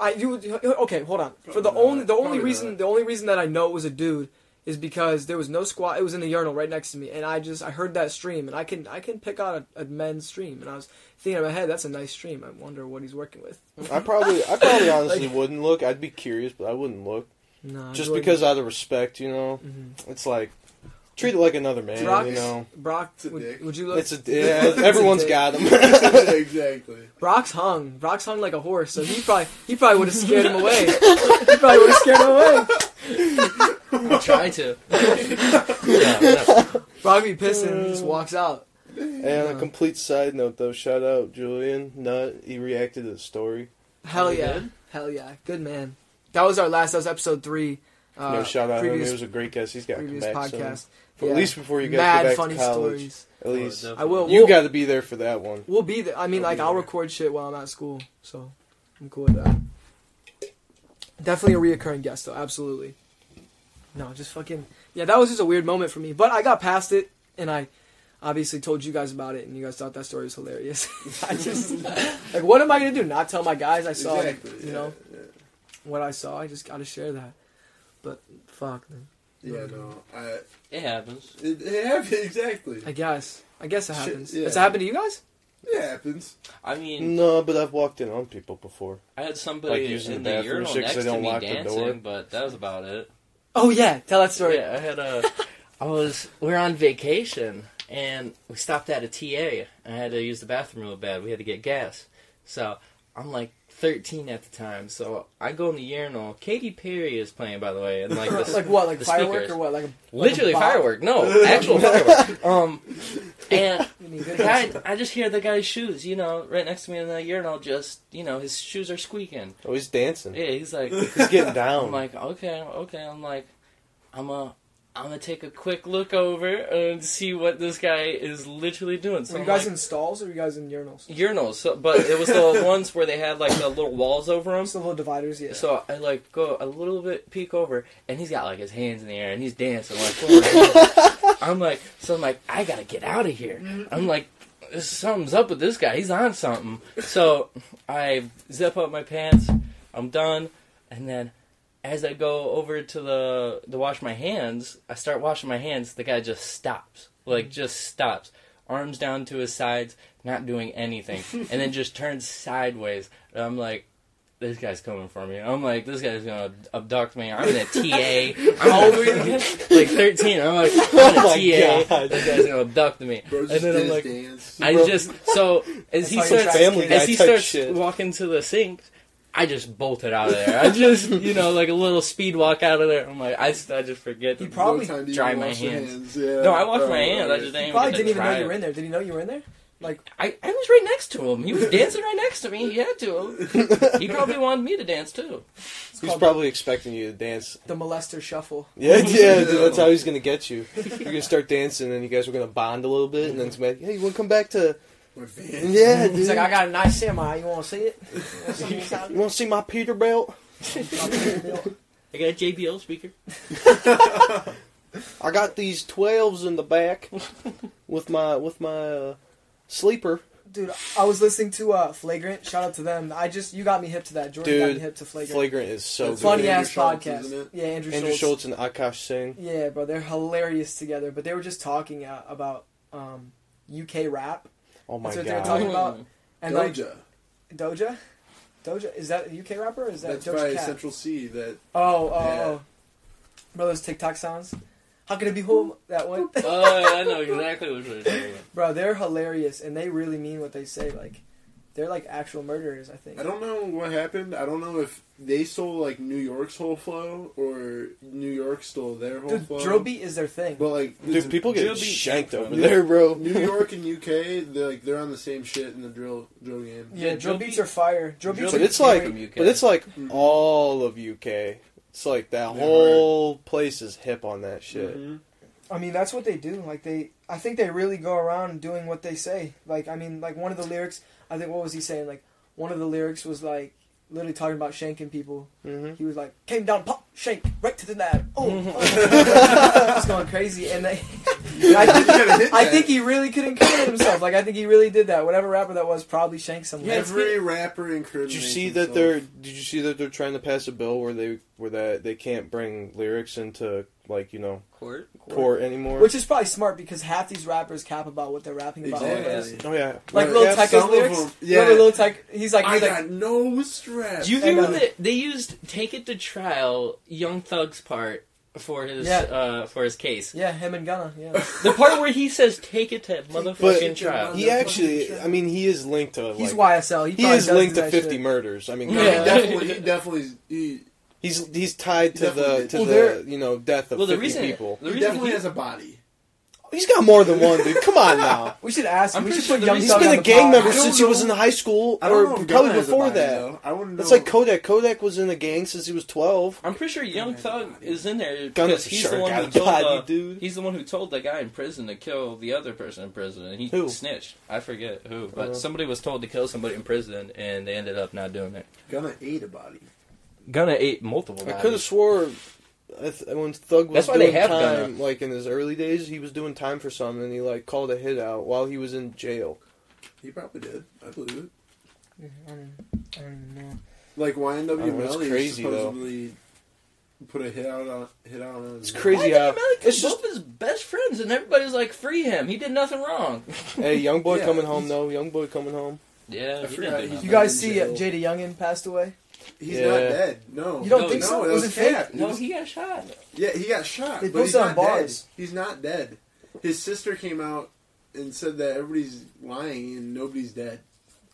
[SPEAKER 1] I you would- okay? Hold on. For the
[SPEAKER 4] Probably
[SPEAKER 1] only
[SPEAKER 4] not.
[SPEAKER 1] the only
[SPEAKER 4] Probably
[SPEAKER 1] reason
[SPEAKER 4] not.
[SPEAKER 1] the only reason that I know it was a dude is because there was no squat. It was in the urinal right next to me, and I just I heard that stream, and I can I can pick out a, a men's stream, and I was thinking in my head that's a nice stream. I wonder what he's working with.
[SPEAKER 3] I probably, I probably honestly wouldn't look. I'd be curious, but I wouldn't look
[SPEAKER 1] No, I
[SPEAKER 3] just
[SPEAKER 1] really-
[SPEAKER 3] because out of respect, you know.
[SPEAKER 1] Mhm.
[SPEAKER 3] It's like treat it like another man,
[SPEAKER 1] Brock,
[SPEAKER 3] you know.
[SPEAKER 1] Brock,
[SPEAKER 4] It's a
[SPEAKER 1] would,
[SPEAKER 4] dick.
[SPEAKER 1] would you look?
[SPEAKER 3] It's a yeah, everyone's
[SPEAKER 1] dick.
[SPEAKER 3] got him.
[SPEAKER 4] exactly.
[SPEAKER 1] Brock's hung. Brock's hung like a horse, so he probably he probably would have scared him away. he probably would have scared him away.
[SPEAKER 2] I tried to.
[SPEAKER 1] Brock be pissing and he
[SPEAKER 3] Uh,
[SPEAKER 1] just walks out.
[SPEAKER 3] And on a complete side note, though, shout out Julian Nut. He reacted to the story.
[SPEAKER 1] Hell
[SPEAKER 2] Really
[SPEAKER 1] yeah.
[SPEAKER 2] good?
[SPEAKER 1] Hell yeah. Good man. That was our last that was episode three. Uh,
[SPEAKER 3] no, shout out him.
[SPEAKER 1] previous
[SPEAKER 3] He was a great guest. He's got to come
[SPEAKER 1] previous
[SPEAKER 3] back
[SPEAKER 1] podcast.
[SPEAKER 3] soon. But
[SPEAKER 1] Yeah.
[SPEAKER 3] At least before you guys
[SPEAKER 1] Mad
[SPEAKER 3] go back
[SPEAKER 1] funny
[SPEAKER 3] to college.
[SPEAKER 1] stories.
[SPEAKER 3] At least
[SPEAKER 2] Oh,
[SPEAKER 1] I will
[SPEAKER 3] you
[SPEAKER 1] we'll,
[SPEAKER 3] got to be there for that one.
[SPEAKER 1] we'll be there. I mean
[SPEAKER 3] We'll
[SPEAKER 1] like
[SPEAKER 3] be
[SPEAKER 1] I'll
[SPEAKER 3] there.
[SPEAKER 1] record shit while I'm at school, so I'm cool with that. Definitely a reoccurring guest though, absolutely. No, just fucking yeah, that was just a weird moment for me. But I got past it and I obviously told you guys about it and you guys thought that story was hilarious. I just like what am I gonna do? Not tell my guys I saw
[SPEAKER 4] exactly.
[SPEAKER 1] you
[SPEAKER 4] yeah,
[SPEAKER 1] know
[SPEAKER 4] Yeah.
[SPEAKER 1] what I saw, I just gotta share that. But fuck man.
[SPEAKER 4] Yeah, no. I,
[SPEAKER 2] It happens.
[SPEAKER 4] it, it happens. Exactly.
[SPEAKER 1] I guess. I guess it
[SPEAKER 4] Shit,
[SPEAKER 1] happens.
[SPEAKER 4] yeah.
[SPEAKER 1] Has it happened to you guys?
[SPEAKER 4] It happens.
[SPEAKER 2] I
[SPEAKER 5] Mm.
[SPEAKER 2] mean,
[SPEAKER 3] No, but I've walked in on people before.
[SPEAKER 2] I had somebody
[SPEAKER 3] Like, using
[SPEAKER 2] in
[SPEAKER 3] the
[SPEAKER 2] the,
[SPEAKER 3] bathroom
[SPEAKER 2] urinal
[SPEAKER 3] shit
[SPEAKER 2] next
[SPEAKER 3] 'cause they
[SPEAKER 2] to
[SPEAKER 3] don't
[SPEAKER 2] me
[SPEAKER 3] lock the
[SPEAKER 2] dancing,
[SPEAKER 3] door.
[SPEAKER 2] but that was about it.
[SPEAKER 1] Oh yeah, tell that story.
[SPEAKER 5] Yeah, I had a. I was. We were on vacation and we stopped at a TA. I had to use the bathroom real bad. We had to get gas. So I'm like 13 at the time, so I go in the urinal. Katy Perry is playing, by the way, and like this,
[SPEAKER 1] like what? Like
[SPEAKER 5] the
[SPEAKER 1] firework
[SPEAKER 5] speakers.
[SPEAKER 1] or what? Like a like
[SPEAKER 5] literally
[SPEAKER 1] a bop?
[SPEAKER 5] firework. No, actual firework. Um, and
[SPEAKER 1] I mean, good
[SPEAKER 5] I, I just hear the guy's shoes, you know, right next to me in the urinal. Just you know, his shoes are squeaking.
[SPEAKER 3] Oh, he's dancing.
[SPEAKER 5] Yeah, he's like,
[SPEAKER 3] He's getting
[SPEAKER 5] I'm
[SPEAKER 3] down.
[SPEAKER 5] like, okay, okay. I'm like, I'm a. I'm gonna take a quick look over and see what this guy is literally doing. So
[SPEAKER 1] Were you
[SPEAKER 5] I'm
[SPEAKER 1] guys
[SPEAKER 5] like-
[SPEAKER 1] in stalls or were you guys in urinals?
[SPEAKER 5] urinals, so, but it was the ones where they had like the little walls over them.
[SPEAKER 1] Just the little dividers, yeah.
[SPEAKER 5] So I like go a little bit peek over, and he's got like his hands in the air and he's dancing like. throwing hands. I'm like, so I'm like, I gotta get out of here.
[SPEAKER 1] Mm-hmm.
[SPEAKER 5] I'm like, "There's- something's up with this guy. He's on something. So I zip up my pants. I'm done, and then. As I go over to the to wash my hands, I start washing my hands. The guy just stops, like
[SPEAKER 3] Mm-hmm.
[SPEAKER 5] just stops, arms down to his sides, not doing anything, and then just turns sideways. And I'm like, this guy's coming for me. I'm like, this guy's gonna abduct me. I'm in a TA. I'm over like 13. I'm like, I'm in a
[SPEAKER 3] Oh my
[SPEAKER 5] TA.
[SPEAKER 3] God.
[SPEAKER 5] This guy's gonna abduct me.
[SPEAKER 4] Bro,
[SPEAKER 5] and
[SPEAKER 4] just
[SPEAKER 5] then
[SPEAKER 4] did
[SPEAKER 5] I'm
[SPEAKER 4] his
[SPEAKER 5] like,
[SPEAKER 4] dance.
[SPEAKER 5] I
[SPEAKER 3] Bro.
[SPEAKER 5] just so as
[SPEAKER 1] That's
[SPEAKER 5] he
[SPEAKER 1] like
[SPEAKER 5] starts
[SPEAKER 1] Family
[SPEAKER 5] as
[SPEAKER 3] Guy
[SPEAKER 5] he
[SPEAKER 3] type
[SPEAKER 5] starts
[SPEAKER 3] shit.
[SPEAKER 5] walking to the sink, I just bolted out of there. I just you know like a little speed walk out of there. I'm like, I, s- I just forget.
[SPEAKER 1] He
[SPEAKER 5] to-
[SPEAKER 1] probably
[SPEAKER 4] No time to
[SPEAKER 5] dry
[SPEAKER 4] even
[SPEAKER 5] my
[SPEAKER 4] wash your
[SPEAKER 5] hands.
[SPEAKER 4] Yeah,
[SPEAKER 5] no, I washed
[SPEAKER 4] bro,
[SPEAKER 5] my hands. I
[SPEAKER 4] yeah.
[SPEAKER 5] just
[SPEAKER 1] He
[SPEAKER 5] didn't
[SPEAKER 1] probably
[SPEAKER 5] even
[SPEAKER 1] didn't even
[SPEAKER 5] try
[SPEAKER 1] know you
[SPEAKER 5] it.
[SPEAKER 1] were in there. Did he know you were in there? Like,
[SPEAKER 5] I, I was right next to him. He was dancing right next to me. He had to. He probably wanted me to dance too.
[SPEAKER 1] it's
[SPEAKER 3] He's
[SPEAKER 1] called
[SPEAKER 3] probably expecting you to dance.
[SPEAKER 1] the molester shuffle.
[SPEAKER 3] Yeah, yeah, dude, that's how he's gonna get you. You're gonna start dancing, and you guys were gonna bond a little bit, and then it's like, hey, you wanna come back to?
[SPEAKER 4] My van.
[SPEAKER 3] Yeah, dude.
[SPEAKER 1] He's like, I got a nice semi. You want to see it?
[SPEAKER 3] you wanna see my Peterbilt?
[SPEAKER 5] I got a JBL speaker.
[SPEAKER 3] I got these twelves in the back with my with my uh, sleeper.
[SPEAKER 1] Dude, I was listening to uh, Flagrant. Shout out to them. I just you got me hip to that. Jordan got
[SPEAKER 3] Dude,
[SPEAKER 1] me hip to Flagrant.
[SPEAKER 3] Flagrant is so
[SPEAKER 4] That's
[SPEAKER 3] good.
[SPEAKER 1] Funny ass
[SPEAKER 4] Andrew Schultz,
[SPEAKER 1] podcast.
[SPEAKER 4] isn't it?
[SPEAKER 1] Yeah, Andrew,
[SPEAKER 3] Andrew
[SPEAKER 1] Schultz.
[SPEAKER 3] Schultz and Akash Singh.
[SPEAKER 1] Yeah, bro, they're hilarious together. But they were just talking uh, about um, UK rap
[SPEAKER 3] Oh my
[SPEAKER 1] That's what they were
[SPEAKER 3] god.
[SPEAKER 1] talking about. and like
[SPEAKER 4] Doja.
[SPEAKER 1] Doja. Doja is that a UK rapper? Or is that
[SPEAKER 4] That's by
[SPEAKER 1] Doja Cat?
[SPEAKER 4] Central C. That
[SPEAKER 1] Oh, oh,
[SPEAKER 4] Yeah.
[SPEAKER 1] oh. Bro, those TikTok sounds. How could it be home? That one.
[SPEAKER 5] Oh, I know exactly what you're talking about.
[SPEAKER 1] Bro, they're hilarious and they really mean what they say. Like, they're like actual murderers, I think.
[SPEAKER 4] I don't know what happened. I don't know if they stole like New York's whole flow or New York stole their whole
[SPEAKER 1] Dude,
[SPEAKER 4] flow.
[SPEAKER 1] drill beat is their thing.
[SPEAKER 4] But like, it's-
[SPEAKER 3] Dude, people get
[SPEAKER 5] Jubby-
[SPEAKER 3] shanked over
[SPEAKER 4] New-
[SPEAKER 3] there, bro.
[SPEAKER 4] New York and UK, they're like they're on the same shit in the drill drill game.
[SPEAKER 1] yeah,
[SPEAKER 5] yeah,
[SPEAKER 1] drill
[SPEAKER 5] drill
[SPEAKER 1] beats
[SPEAKER 5] beat-
[SPEAKER 1] are fire. Drill
[SPEAKER 5] drill
[SPEAKER 1] beats
[SPEAKER 3] But
[SPEAKER 1] are
[SPEAKER 5] beat-
[SPEAKER 3] it's like,
[SPEAKER 5] From UK.
[SPEAKER 3] but it's like
[SPEAKER 4] Mm.
[SPEAKER 3] all of UK. It's like that
[SPEAKER 4] Yeah.
[SPEAKER 3] whole place is hip on that shit.
[SPEAKER 4] Mhm.
[SPEAKER 1] I mean, that's what they do. Like they, I think they really go around doing what they say. Like I mean, like one of the lyrics, I think what was he saying? Like one of the lyrics was like literally talking about shanking people.
[SPEAKER 3] Mhm.
[SPEAKER 1] He was like, came down, pop, shank, right to the lab. Oh, oh. it's going crazy. And they, I
[SPEAKER 4] You
[SPEAKER 1] think,
[SPEAKER 4] gotta hit
[SPEAKER 1] I
[SPEAKER 4] that.
[SPEAKER 1] think he really couldn't control himself. Like I think he really did that. Whatever rapper that was, probably shanked someone.
[SPEAKER 5] Yeah, it's
[SPEAKER 4] every rapper in
[SPEAKER 3] Did you see that they're? Did you see that they're trying to pass a bill where they where that they can't bring lyrics into like you know
[SPEAKER 5] Court.
[SPEAKER 3] court anymore?
[SPEAKER 1] Which is probably smart because half these rappers cap about what they're rapping about.
[SPEAKER 4] Exactly.
[SPEAKER 3] oh yeah,
[SPEAKER 1] Like
[SPEAKER 4] Yeah,
[SPEAKER 1] Lil
[SPEAKER 4] yeah,
[SPEAKER 1] Tecca's
[SPEAKER 4] some of
[SPEAKER 1] lyrics.
[SPEAKER 4] them.
[SPEAKER 1] Yeah.
[SPEAKER 4] Yeah.
[SPEAKER 1] Remember Lil Tec? He's like,
[SPEAKER 4] I
[SPEAKER 1] he's
[SPEAKER 4] got
[SPEAKER 1] like,
[SPEAKER 4] no strap.
[SPEAKER 5] Do you
[SPEAKER 1] And,
[SPEAKER 5] hear
[SPEAKER 1] uh,
[SPEAKER 5] that they used "Take It to Trial" Young Thug's part for his
[SPEAKER 1] Yeah.
[SPEAKER 5] uh, for his case?
[SPEAKER 1] yeah, him and Gunna. Yeah.
[SPEAKER 5] The part where he says "Take it to
[SPEAKER 3] But-
[SPEAKER 5] motherfucking trial."
[SPEAKER 3] he actually. I mean, he is linked to. Like,
[SPEAKER 1] He's YSL. He,
[SPEAKER 3] He
[SPEAKER 1] probably
[SPEAKER 3] is
[SPEAKER 1] does
[SPEAKER 3] linked
[SPEAKER 1] do
[SPEAKER 3] to
[SPEAKER 1] that
[SPEAKER 3] fifty
[SPEAKER 1] shit.
[SPEAKER 3] murders. I mean,
[SPEAKER 4] No,
[SPEAKER 5] Yeah.
[SPEAKER 4] he definitely, he definitely, he,
[SPEAKER 3] he's he's tied to the
[SPEAKER 4] Definitely.
[SPEAKER 3] to
[SPEAKER 1] Well,
[SPEAKER 3] the
[SPEAKER 1] there-
[SPEAKER 3] you know death of
[SPEAKER 5] Well, the
[SPEAKER 3] fifty
[SPEAKER 5] reason
[SPEAKER 3] people.
[SPEAKER 5] the
[SPEAKER 4] he
[SPEAKER 5] reason
[SPEAKER 4] definitely
[SPEAKER 5] he-
[SPEAKER 4] has a body.
[SPEAKER 3] He's got more than one, dude. Come on now.
[SPEAKER 1] We should ask.
[SPEAKER 5] I'm
[SPEAKER 1] we
[SPEAKER 5] pretty
[SPEAKER 1] should
[SPEAKER 5] sure
[SPEAKER 1] put
[SPEAKER 5] the
[SPEAKER 1] Young
[SPEAKER 5] reason-
[SPEAKER 3] He's
[SPEAKER 1] Thug
[SPEAKER 3] been
[SPEAKER 1] on
[SPEAKER 3] a
[SPEAKER 1] the
[SPEAKER 3] gang
[SPEAKER 1] pod.
[SPEAKER 3] member
[SPEAKER 4] I don't
[SPEAKER 3] since he was
[SPEAKER 4] know.
[SPEAKER 3] in high school,
[SPEAKER 4] I don't know
[SPEAKER 3] or
[SPEAKER 4] if
[SPEAKER 3] probably
[SPEAKER 4] Gunna has a
[SPEAKER 3] before
[SPEAKER 4] body,
[SPEAKER 3] that.
[SPEAKER 4] though. I wouldn't know.
[SPEAKER 3] That's like Kodak. Kodak was in a gang since he was twelve.
[SPEAKER 5] I'm pretty sure Young Thug is in there
[SPEAKER 3] Gunna
[SPEAKER 5] because
[SPEAKER 3] for
[SPEAKER 5] he's
[SPEAKER 3] sure
[SPEAKER 5] the one
[SPEAKER 3] got
[SPEAKER 5] who
[SPEAKER 3] a
[SPEAKER 5] told
[SPEAKER 3] body,
[SPEAKER 5] the,
[SPEAKER 3] dude.
[SPEAKER 5] he's the one who told the guy in prison to kill the other person in prison, and he
[SPEAKER 3] Who?
[SPEAKER 5] snitched. I forget who, but
[SPEAKER 3] Uh-huh.
[SPEAKER 5] somebody was told to kill somebody in prison, and they ended up not doing it.
[SPEAKER 4] Gunna ate a body.
[SPEAKER 5] Gunna ate multiple.
[SPEAKER 3] I
[SPEAKER 5] bodies.
[SPEAKER 3] could have swore I th- when Thug was
[SPEAKER 5] That's why
[SPEAKER 3] doing
[SPEAKER 5] they have
[SPEAKER 3] time,
[SPEAKER 5] Gunna.
[SPEAKER 3] like in his early days, he was doing time for something, and he like called a hit out while he was in jail.
[SPEAKER 4] He probably did. I believe it.
[SPEAKER 1] I don't- I don't know.
[SPEAKER 4] Like
[SPEAKER 3] Oh,
[SPEAKER 4] YNW
[SPEAKER 3] that's
[SPEAKER 4] Melly
[SPEAKER 3] crazy, though.
[SPEAKER 4] supposedly put a hit out on hit out on.
[SPEAKER 3] It's
[SPEAKER 4] his-
[SPEAKER 5] Why
[SPEAKER 3] crazy
[SPEAKER 5] did
[SPEAKER 3] how
[SPEAKER 5] Malik
[SPEAKER 3] it's
[SPEAKER 5] both
[SPEAKER 3] just.
[SPEAKER 5] his best friends, and everybody's like, "Free him! He did nothing wrong."
[SPEAKER 3] hey, young boy
[SPEAKER 4] Yeah,
[SPEAKER 3] coming home
[SPEAKER 4] he's-
[SPEAKER 3] though. Young boy coming home.
[SPEAKER 5] Yeah,
[SPEAKER 4] I
[SPEAKER 5] he didn't
[SPEAKER 4] forgot
[SPEAKER 5] do
[SPEAKER 4] he-
[SPEAKER 5] nothing.
[SPEAKER 1] You
[SPEAKER 4] I'm
[SPEAKER 1] guys
[SPEAKER 4] in
[SPEAKER 1] see uh,
[SPEAKER 4] jail.
[SPEAKER 1] Jada Youngin passed away?
[SPEAKER 4] He's
[SPEAKER 3] Yeah.
[SPEAKER 4] not dead. No.
[SPEAKER 1] You don't
[SPEAKER 5] No,
[SPEAKER 1] think
[SPEAKER 5] no,
[SPEAKER 1] so?
[SPEAKER 4] it
[SPEAKER 1] was it
[SPEAKER 4] was
[SPEAKER 1] fake?
[SPEAKER 4] cat.
[SPEAKER 5] no, he got shot.
[SPEAKER 4] Yeah, he got shot.
[SPEAKER 1] They
[SPEAKER 4] but he's
[SPEAKER 1] posted on
[SPEAKER 4] not
[SPEAKER 1] bars.
[SPEAKER 4] dead. He's not dead. His sister came out and said that everybody's lying and nobody's dead.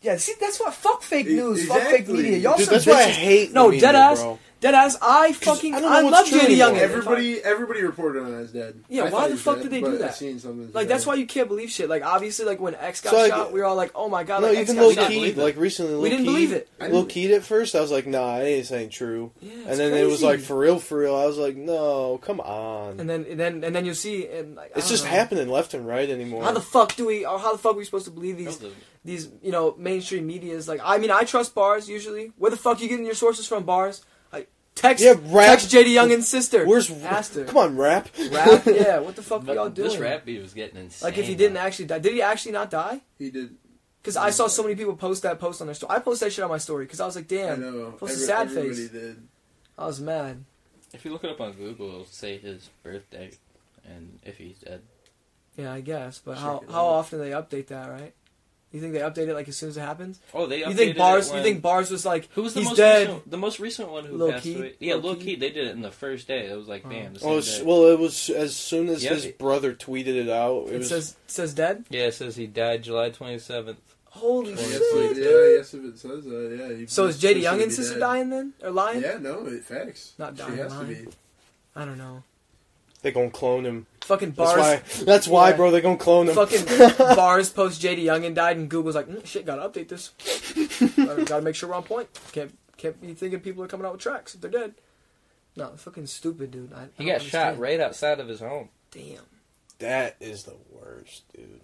[SPEAKER 1] Yeah, see, that's what fuck fake
[SPEAKER 4] E-
[SPEAKER 1] news, fuck fake
[SPEAKER 4] exactly.
[SPEAKER 1] media. Y'all
[SPEAKER 3] Dude,
[SPEAKER 1] some
[SPEAKER 3] that's why I
[SPEAKER 1] bitches.
[SPEAKER 3] hate.
[SPEAKER 1] No,
[SPEAKER 3] the media,
[SPEAKER 1] dead ass.
[SPEAKER 3] bro.
[SPEAKER 1] Dead ass. I fucking
[SPEAKER 3] I
[SPEAKER 1] I,
[SPEAKER 3] don't know what's
[SPEAKER 1] love
[SPEAKER 3] true
[SPEAKER 1] Danny
[SPEAKER 3] anymore.
[SPEAKER 1] Young.
[SPEAKER 4] Everybody, everybody reported on as dead.
[SPEAKER 1] Yeah,
[SPEAKER 4] I
[SPEAKER 1] why
[SPEAKER 4] thought
[SPEAKER 1] the
[SPEAKER 4] he was
[SPEAKER 1] fuck
[SPEAKER 4] dead,
[SPEAKER 1] did they
[SPEAKER 4] but
[SPEAKER 1] do
[SPEAKER 4] I've
[SPEAKER 1] that?
[SPEAKER 4] seen something
[SPEAKER 1] Like that's
[SPEAKER 4] dead.
[SPEAKER 1] why you can't believe shit. Like obviously, like when X got
[SPEAKER 3] So, like,
[SPEAKER 1] shot, we were all like, "Oh my god!"
[SPEAKER 3] No,
[SPEAKER 1] like,
[SPEAKER 3] even
[SPEAKER 1] X got
[SPEAKER 3] low
[SPEAKER 1] shot.
[SPEAKER 3] key,
[SPEAKER 2] believe it.
[SPEAKER 3] like recently,
[SPEAKER 1] We didn't
[SPEAKER 3] low-key-
[SPEAKER 1] believe it.
[SPEAKER 4] I
[SPEAKER 3] Low
[SPEAKER 4] didn't-
[SPEAKER 3] key at first, I was like, "Nah, this ain't true."
[SPEAKER 1] Yeah, it's
[SPEAKER 3] and then it was
[SPEAKER 1] crazy.
[SPEAKER 3] like, "For real, for real." I was like, "No, come on."
[SPEAKER 1] and then and then and then you see, and like, I
[SPEAKER 3] it's
[SPEAKER 1] don't
[SPEAKER 3] just
[SPEAKER 1] know.
[SPEAKER 3] happening left and right anymore.
[SPEAKER 1] How the fuck do we? Or how the fuck are we supposed to believe these these you know mainstream media's? Like, I mean, I trust bars usually. Where the fuck you getting your sources from? Bars? Like, text
[SPEAKER 3] Yeah, rap.
[SPEAKER 1] text JD Young and sister.
[SPEAKER 3] Where's
[SPEAKER 1] Asked her.
[SPEAKER 3] Come on, rap.
[SPEAKER 1] Rap? Yeah. What the fuck are y'all
[SPEAKER 2] But
[SPEAKER 1] doing?
[SPEAKER 2] this rap beat was getting insane.
[SPEAKER 1] like, if he didn't actually die, did he actually not die?
[SPEAKER 4] he did.
[SPEAKER 1] Because I saw so many people post that post on their story. I posted that shit on my story because I was like,
[SPEAKER 4] I
[SPEAKER 1] damn,
[SPEAKER 4] know.
[SPEAKER 1] Post a
[SPEAKER 4] Every-
[SPEAKER 1] sad
[SPEAKER 4] everybody
[SPEAKER 1] face.
[SPEAKER 4] did.
[SPEAKER 1] I was mad.
[SPEAKER 2] If you look it up on Google, it'll say his birthday, and if he's dead.
[SPEAKER 1] Yeah, I guess. But
[SPEAKER 4] Check
[SPEAKER 1] how
[SPEAKER 4] it
[SPEAKER 1] how
[SPEAKER 4] out.
[SPEAKER 1] often they update that, right? You think they update it like as soon as it happens?
[SPEAKER 2] Oh, they.
[SPEAKER 1] you
[SPEAKER 2] updated
[SPEAKER 1] think
[SPEAKER 2] it
[SPEAKER 1] bars? You
[SPEAKER 2] when-
[SPEAKER 1] think bars was like
[SPEAKER 2] Who was the
[SPEAKER 1] he's
[SPEAKER 2] most
[SPEAKER 1] dead?
[SPEAKER 2] recent? The most recent one who
[SPEAKER 1] Lil
[SPEAKER 2] passed
[SPEAKER 1] Key?
[SPEAKER 2] away. Yeah,
[SPEAKER 1] Lil
[SPEAKER 2] Lil
[SPEAKER 1] Key?
[SPEAKER 2] Key. They did it in the first day. It was like,
[SPEAKER 1] Oh.
[SPEAKER 2] bam. The same
[SPEAKER 3] Oh,
[SPEAKER 2] day.
[SPEAKER 3] s well, it was as soon as
[SPEAKER 2] Yeah.
[SPEAKER 3] his brother tweeted it out. It,
[SPEAKER 1] It
[SPEAKER 3] was
[SPEAKER 1] says says dead.
[SPEAKER 2] yeah, it says he died July twenty seventh.
[SPEAKER 1] Holy
[SPEAKER 4] Well, yes,
[SPEAKER 1] shit!
[SPEAKER 4] it-
[SPEAKER 1] dude.
[SPEAKER 4] yeah, yes, if it says that, yeah. you-
[SPEAKER 1] So is
[SPEAKER 4] you're
[SPEAKER 1] JD
[SPEAKER 4] supposed
[SPEAKER 1] Young
[SPEAKER 4] to
[SPEAKER 1] and
[SPEAKER 4] be
[SPEAKER 1] sister
[SPEAKER 4] dead.
[SPEAKER 1] dying then or lying?
[SPEAKER 4] Yeah, no, it facts.
[SPEAKER 1] Not
[SPEAKER 4] She
[SPEAKER 1] dying,
[SPEAKER 4] has to
[SPEAKER 1] lying.
[SPEAKER 4] be.
[SPEAKER 1] I don't know.
[SPEAKER 3] they gonna clone him.
[SPEAKER 1] Fucking
[SPEAKER 3] That's
[SPEAKER 1] bars.
[SPEAKER 3] why. That's why,
[SPEAKER 1] Yeah.
[SPEAKER 3] bro. They gonna clone him.
[SPEAKER 1] Fucking bars post JD Young and died, and Google's like, mm, shit, gotta update this. gotta, gotta make sure we're on point. Can't can't be thinking people are coming out with tracks if they're dead. No, fucking stupid, dude. I,
[SPEAKER 5] He got shot right outside of his home.
[SPEAKER 1] Damn.
[SPEAKER 3] that is the worst, dude.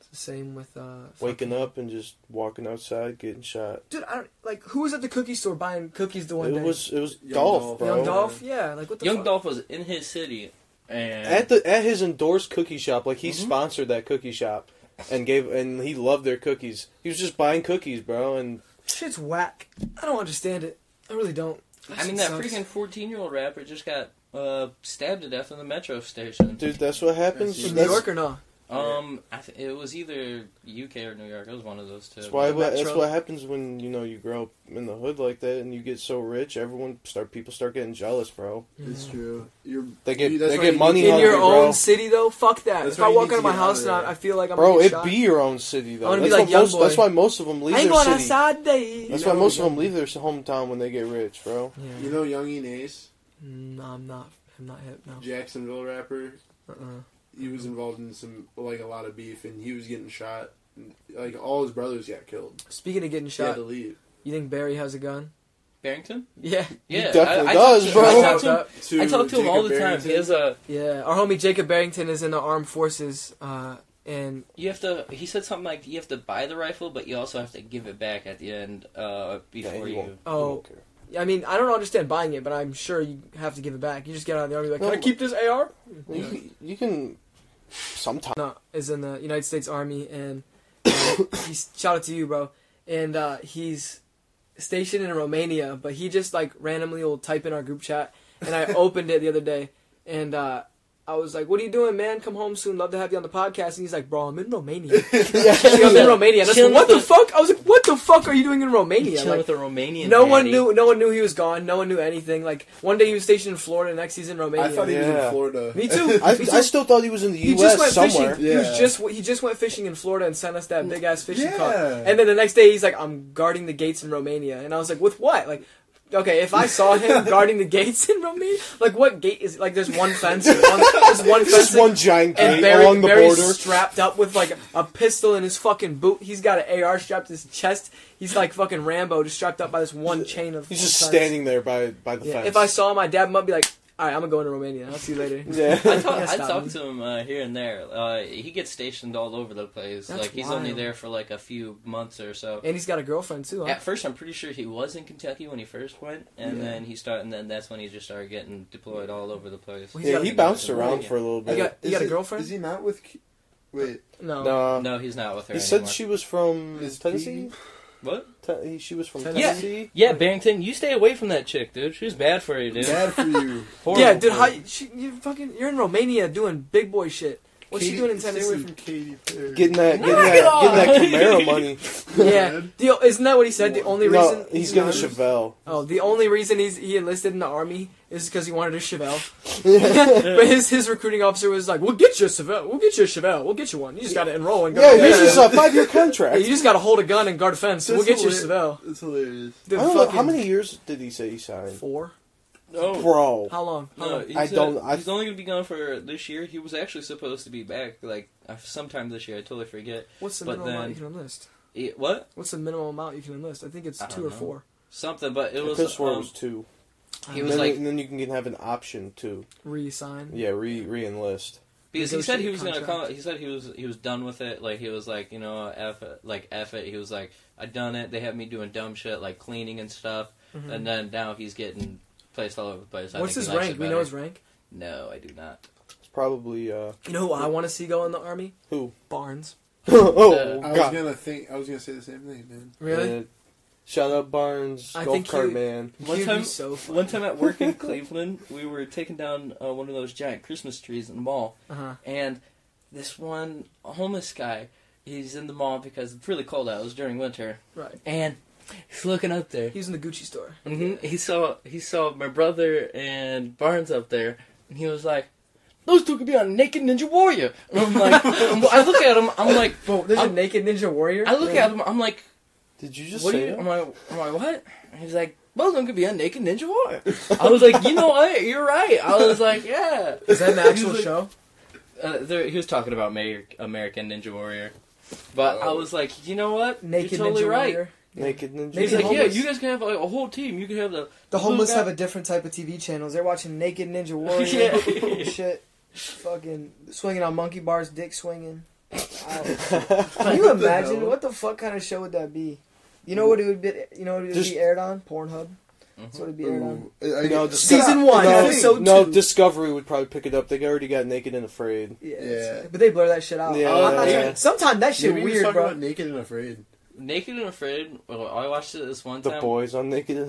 [SPEAKER 1] It's the same with uh.
[SPEAKER 3] Waking up and just walking outside, getting shot.
[SPEAKER 1] Dude, I don't like who was at the cookie store buying cookies the one
[SPEAKER 3] it
[SPEAKER 1] day.
[SPEAKER 3] was it was
[SPEAKER 4] Young
[SPEAKER 3] Dolph,
[SPEAKER 4] Dolph.
[SPEAKER 3] bro.
[SPEAKER 1] Young Dolph, yeah. Like what the
[SPEAKER 2] Young
[SPEAKER 1] fuck?
[SPEAKER 2] Dolph was in his city, and
[SPEAKER 3] at the at his endorsed cookie shop. Like he
[SPEAKER 2] Mhm.
[SPEAKER 3] sponsored that cookie shop, and gave and he loved their cookies. He was just buying cookies, bro. And
[SPEAKER 1] Shit's whack. I don't understand it. I really don't.
[SPEAKER 2] I mean
[SPEAKER 1] shit
[SPEAKER 2] that
[SPEAKER 1] sucks.
[SPEAKER 2] freaking fourteen year old rapper just got uh, stabbed to death in the metro station.
[SPEAKER 3] dude, that's what happens.
[SPEAKER 4] That's
[SPEAKER 1] in New
[SPEAKER 3] That's-
[SPEAKER 1] York or no?
[SPEAKER 2] Um, I th- it was either UK or New York. It was one of those two.
[SPEAKER 3] That's why.
[SPEAKER 1] Metro.
[SPEAKER 3] That's what happens when you know you grow up in the hood like that, and you get so rich. Everyone start people start getting jealous, bro.
[SPEAKER 4] It's true. You're,
[SPEAKER 3] They get
[SPEAKER 4] you- that's
[SPEAKER 3] they
[SPEAKER 4] why
[SPEAKER 3] get
[SPEAKER 4] you
[SPEAKER 3] money
[SPEAKER 4] need to-
[SPEAKER 1] in
[SPEAKER 4] hungry,
[SPEAKER 1] your
[SPEAKER 3] bro.
[SPEAKER 1] own city though. Fuck that.
[SPEAKER 4] That's
[SPEAKER 1] if
[SPEAKER 4] why
[SPEAKER 1] I
[SPEAKER 4] you
[SPEAKER 1] walk
[SPEAKER 4] need
[SPEAKER 1] out
[SPEAKER 4] to
[SPEAKER 1] of my
[SPEAKER 4] get
[SPEAKER 1] house
[SPEAKER 4] out of
[SPEAKER 1] now,
[SPEAKER 4] there.
[SPEAKER 1] I feel like I'm
[SPEAKER 3] Bro,
[SPEAKER 1] gonna
[SPEAKER 3] it
[SPEAKER 1] get shot.
[SPEAKER 3] be your own city though.
[SPEAKER 1] I wanna be
[SPEAKER 3] That's,
[SPEAKER 1] like
[SPEAKER 3] why most,
[SPEAKER 1] Youngboy.
[SPEAKER 3] that's why most of them leave
[SPEAKER 1] I ain't
[SPEAKER 3] their
[SPEAKER 1] going
[SPEAKER 3] city.
[SPEAKER 1] outside day.
[SPEAKER 3] That's
[SPEAKER 4] You
[SPEAKER 3] why
[SPEAKER 4] know,
[SPEAKER 3] most of
[SPEAKER 4] Young-
[SPEAKER 3] them leave their hometown when they get rich, bro.
[SPEAKER 1] Yeah.
[SPEAKER 4] You know, Young and Ace,
[SPEAKER 1] no, I'm not. I'm not hip. No.
[SPEAKER 4] Jacksonville rapper.
[SPEAKER 1] Uh-uh.
[SPEAKER 4] He was involved in some like a lot of beef, and he was getting shot. Like all his brothers got killed.
[SPEAKER 1] Speaking of getting
[SPEAKER 4] He had
[SPEAKER 1] shot,
[SPEAKER 4] to leave.
[SPEAKER 1] you think Barry has a gun?
[SPEAKER 2] Barrington.
[SPEAKER 1] Yeah.
[SPEAKER 2] Yeah,
[SPEAKER 3] definitely
[SPEAKER 2] I, I
[SPEAKER 3] does,
[SPEAKER 2] talk to- I
[SPEAKER 3] bro.
[SPEAKER 1] Yeah.
[SPEAKER 2] talk to him, I talk to him all the
[SPEAKER 4] Jacob
[SPEAKER 2] time. He
[SPEAKER 4] Barrington.
[SPEAKER 2] has a.
[SPEAKER 1] Yeah. Our homie Jacob Barrington is in the armed forces, uh, and
[SPEAKER 2] You have to. He said something like you have to buy the rifle, but you also have to give it back at the end uh,
[SPEAKER 3] Yeah,
[SPEAKER 2] before
[SPEAKER 3] he
[SPEAKER 2] you.
[SPEAKER 3] won't- he
[SPEAKER 1] Oh.
[SPEAKER 3] won't care.
[SPEAKER 1] I mean, I don't understand buying it, but I'm sure you have to give it back. You just get out of the army like, can
[SPEAKER 3] No,
[SPEAKER 1] I keep this AR?
[SPEAKER 3] You, can- you can sometimes.
[SPEAKER 1] No, is in the United States Army, and uh, he's shout out to you, bro. And uh, he's stationed in Romania, but he just like randomly will type in our group chat, and I opened it the other day, and uh, I was like, "What are you doing, man? Come home soon. Love to have you on the podcast." And he's like, "Bro, I'm in Romania. Like, I'm in Romania." And I was like,
[SPEAKER 5] Chilling
[SPEAKER 1] "What
[SPEAKER 5] with
[SPEAKER 1] the fuck?" I was like, "What the fuck are you doing in Romania?"
[SPEAKER 5] Chilling
[SPEAKER 1] Like,
[SPEAKER 5] with a Romanian.
[SPEAKER 1] no one
[SPEAKER 5] baddie.
[SPEAKER 1] knew. No one knew he was gone. No one knew anything. Like one day he was stationed in Florida, next he's in Romania.
[SPEAKER 4] I thought he was
[SPEAKER 3] Yeah.
[SPEAKER 4] in Florida.
[SPEAKER 1] Me too.
[SPEAKER 3] I,
[SPEAKER 1] Me too.
[SPEAKER 3] I still thought he was in the
[SPEAKER 1] He
[SPEAKER 3] U.S.
[SPEAKER 1] just went
[SPEAKER 3] somewhere.
[SPEAKER 1] fishing. He was
[SPEAKER 4] Yeah.
[SPEAKER 1] just he just went fishing in Florida and sent us that big ass fishing
[SPEAKER 4] Yeah.
[SPEAKER 1] cart. And then the next day he's like, "I'm guarding the gates in Romania," and I was like, "With what?" Like, okay, if I saw him guarding the gates in Romania, like what gate is like? There's one fence, and one, there's one
[SPEAKER 3] It's just
[SPEAKER 1] fence,
[SPEAKER 3] one giant gate
[SPEAKER 1] and Barry,
[SPEAKER 3] along the
[SPEAKER 1] Barry's
[SPEAKER 3] border.
[SPEAKER 1] strapped up with like a pistol in his fucking boot. He's got an AR strapped to his chest. He's like fucking Rambo, just strapped up by this one chain of.
[SPEAKER 3] He's just
[SPEAKER 1] fence.
[SPEAKER 3] standing there by by the
[SPEAKER 1] Yeah.
[SPEAKER 3] fence.
[SPEAKER 1] If I saw my dad, might be like, "All right, I'm gonna go into Romania. I'll see you later."
[SPEAKER 3] yeah.
[SPEAKER 2] I talk,
[SPEAKER 1] Yes,
[SPEAKER 2] I
[SPEAKER 1] Tom.
[SPEAKER 2] talk to him uh, here and there. Uh, he gets stationed all over the place.
[SPEAKER 1] That's
[SPEAKER 2] like he's only
[SPEAKER 1] wild.
[SPEAKER 2] there for like a few months or so.
[SPEAKER 1] And he's got a girlfriend too. Huh?
[SPEAKER 2] At first, I'm pretty sure he was in Kentucky when he first went, and
[SPEAKER 1] Yeah.
[SPEAKER 2] then he started, and then that's when he just started getting deployed all over the place.
[SPEAKER 1] Well, he's
[SPEAKER 3] yeah,
[SPEAKER 1] got
[SPEAKER 3] he
[SPEAKER 1] a-
[SPEAKER 3] bounced around for a little
[SPEAKER 1] He
[SPEAKER 3] bit.
[SPEAKER 1] got, he
[SPEAKER 4] Is
[SPEAKER 1] got a
[SPEAKER 4] it-
[SPEAKER 1] girlfriend.
[SPEAKER 4] Is he not with? K- Wait,
[SPEAKER 3] Nah.
[SPEAKER 2] No, he's not with her.
[SPEAKER 3] uh, He
[SPEAKER 2] anymore.
[SPEAKER 3] said she was from
[SPEAKER 4] Is
[SPEAKER 3] Tennessee.
[SPEAKER 2] What?
[SPEAKER 3] Te- he- she was from
[SPEAKER 1] Tennessee?
[SPEAKER 3] Tennessee.
[SPEAKER 5] Yeah, Barrington, you stay away from that chick, dude. She was bad for you, dude.
[SPEAKER 4] bad for you.
[SPEAKER 5] Horrible
[SPEAKER 1] Yeah, dude,
[SPEAKER 5] for
[SPEAKER 1] how
[SPEAKER 5] you.
[SPEAKER 1] she, you fucking you're in Romania doing big boy shit. What's she
[SPEAKER 4] Katy-
[SPEAKER 1] doing in
[SPEAKER 4] Stay away
[SPEAKER 1] Tennessee?
[SPEAKER 4] from Katy Perry.
[SPEAKER 3] Getting that, getting
[SPEAKER 5] Knock it
[SPEAKER 3] that,
[SPEAKER 5] off!
[SPEAKER 3] getting that Camaro money.
[SPEAKER 1] yeah, the, isn't that what he said? The only
[SPEAKER 3] no,
[SPEAKER 1] reason
[SPEAKER 3] he's gonna
[SPEAKER 1] not-
[SPEAKER 3] Chevelle.
[SPEAKER 1] oh, the only reason he's he enlisted in the army is because he wanted a Chevelle. but his his recruiting officer was like, "We'll get you a Chevelle. We'll get you a Chevelle. We'll get you one. You just got to enroll and go.
[SPEAKER 3] Yeah,
[SPEAKER 1] to
[SPEAKER 3] this
[SPEAKER 1] the-
[SPEAKER 3] is a five year
[SPEAKER 1] Yeah,
[SPEAKER 3] contract.
[SPEAKER 1] you just got to hold a gun and guard a fence. We'll get you a Chevelle."
[SPEAKER 6] It's hilarious.
[SPEAKER 1] The
[SPEAKER 3] I don't know
[SPEAKER 1] fucking
[SPEAKER 3] how many years did he say he signed?
[SPEAKER 1] four?
[SPEAKER 2] Oh,
[SPEAKER 7] No.
[SPEAKER 3] Bro,
[SPEAKER 1] How long? How
[SPEAKER 5] No,
[SPEAKER 1] long?
[SPEAKER 5] he
[SPEAKER 3] I
[SPEAKER 5] said
[SPEAKER 3] don't- I-
[SPEAKER 5] He's only gonna be gone for this year. He was actually supposed to be back like uh, sometime this year. I totally forget.
[SPEAKER 1] What's the
[SPEAKER 5] but
[SPEAKER 1] minimum amount
[SPEAKER 5] then-
[SPEAKER 1] you can enlist?
[SPEAKER 5] It, what?
[SPEAKER 1] What's the minimum amount you can enlist? I think it's
[SPEAKER 5] I
[SPEAKER 1] two
[SPEAKER 5] don't
[SPEAKER 1] or
[SPEAKER 5] know.
[SPEAKER 1] four.
[SPEAKER 5] Something, but it
[SPEAKER 3] If
[SPEAKER 5] was.
[SPEAKER 3] this one
[SPEAKER 5] um,
[SPEAKER 3] was two.
[SPEAKER 5] he
[SPEAKER 3] And
[SPEAKER 5] was
[SPEAKER 3] then,
[SPEAKER 5] like
[SPEAKER 3] and then you can have an option to
[SPEAKER 1] Re-sign.
[SPEAKER 3] yeah re re enlist.
[SPEAKER 5] because he said he
[SPEAKER 1] negotiate
[SPEAKER 5] was gonna
[SPEAKER 1] contract.
[SPEAKER 5] come. He said he was he was done with it. Like he was like you know f it, like f it. He was like I done it. They had me doing dumb shit like cleaning and stuff.
[SPEAKER 1] Mhm.
[SPEAKER 5] And then now he's getting placed all over the place. I
[SPEAKER 1] What's
[SPEAKER 5] think
[SPEAKER 1] his
[SPEAKER 5] he likes
[SPEAKER 1] rank?
[SPEAKER 5] it
[SPEAKER 1] We
[SPEAKER 5] better.
[SPEAKER 1] know his rank.
[SPEAKER 5] No, I do not.
[SPEAKER 3] It's probably uh
[SPEAKER 1] You know who I want to see go in the army?
[SPEAKER 3] who?
[SPEAKER 1] Barnes.
[SPEAKER 3] oh
[SPEAKER 7] Uh,
[SPEAKER 4] I was
[SPEAKER 3] God!
[SPEAKER 4] gonna think. I was gonna say the same thing, man.
[SPEAKER 1] Really?
[SPEAKER 3] Uh, shout out Barnes,
[SPEAKER 1] I
[SPEAKER 3] golf
[SPEAKER 1] think
[SPEAKER 3] cart
[SPEAKER 1] you-
[SPEAKER 3] man.
[SPEAKER 1] He'd
[SPEAKER 5] One
[SPEAKER 1] be
[SPEAKER 5] time-
[SPEAKER 1] so fun.
[SPEAKER 5] One time at work in Cleveland, we were taking down uh, one of those giant Christmas trees in the mall,
[SPEAKER 1] Uh-huh.
[SPEAKER 5] and this one homeless guy, he's in the mall because it's really cold out. It was during winter,
[SPEAKER 1] Right.
[SPEAKER 5] and he's looking up there.
[SPEAKER 1] He was in the Gucci store.
[SPEAKER 5] hmm He saw he saw my brother and Barnes up there, and he was like. Those two could be on Naked Ninja Warrior. And I'm like, I look at him. I'm like,
[SPEAKER 1] Bro, there's a
[SPEAKER 5] I'm-
[SPEAKER 1] naked ninja warrior.
[SPEAKER 5] I look at him. I'm like,
[SPEAKER 3] Did you just
[SPEAKER 5] what
[SPEAKER 3] say
[SPEAKER 5] do you?
[SPEAKER 3] that?
[SPEAKER 5] I'm like, I'm like, what? And he's like, both of them could be a naked ninja warrior. I was like, you know what? You're right. I was like, yeah.
[SPEAKER 1] Is that an actual
[SPEAKER 5] He's like-
[SPEAKER 1] show?
[SPEAKER 5] Uh, there, he was talking about Mayor, American Ninja Warrior, but I was like, you know what?
[SPEAKER 1] Naked
[SPEAKER 5] You're totally
[SPEAKER 1] ninja
[SPEAKER 5] right.
[SPEAKER 1] warrior.
[SPEAKER 3] Naked ninja.
[SPEAKER 1] Maybe
[SPEAKER 5] He's like, yeah,
[SPEAKER 1] homeless.
[SPEAKER 5] you guys can have like, a whole team. You can have the
[SPEAKER 1] The
[SPEAKER 5] little
[SPEAKER 1] homeless
[SPEAKER 5] guy-
[SPEAKER 1] have a different type of TV channels. They're watching Naked Ninja Warrior.
[SPEAKER 5] Yeah.
[SPEAKER 1] Shit. Fucking swinging on monkey bars, dick swinging. Ow. Can you imagine? What the fuck kind of show would that be? You know what it would be? You know what it would
[SPEAKER 3] Just-
[SPEAKER 1] be aired on? Pornhub. That's
[SPEAKER 5] Mm-hmm.
[SPEAKER 1] what it would be aired on.
[SPEAKER 6] Ooh, I, I,
[SPEAKER 3] No,
[SPEAKER 6] just,
[SPEAKER 3] Discovery-
[SPEAKER 1] Season one,
[SPEAKER 3] no,
[SPEAKER 1] episode
[SPEAKER 3] no,
[SPEAKER 1] two.
[SPEAKER 3] Discovery would probably pick it up. They already got Naked and Afraid.
[SPEAKER 1] Yeah.
[SPEAKER 6] Yeah.
[SPEAKER 1] But they blur that shit out.
[SPEAKER 3] Yeah,
[SPEAKER 1] I'm not
[SPEAKER 3] yeah.
[SPEAKER 1] trying- Sometimes that shit
[SPEAKER 4] Maybe he was
[SPEAKER 1] weird,
[SPEAKER 4] talking
[SPEAKER 1] bro.
[SPEAKER 4] about naked and afraid.
[SPEAKER 5] Naked and Afraid. Well, I watched it this one
[SPEAKER 3] The
[SPEAKER 5] time.
[SPEAKER 3] boys on Naked and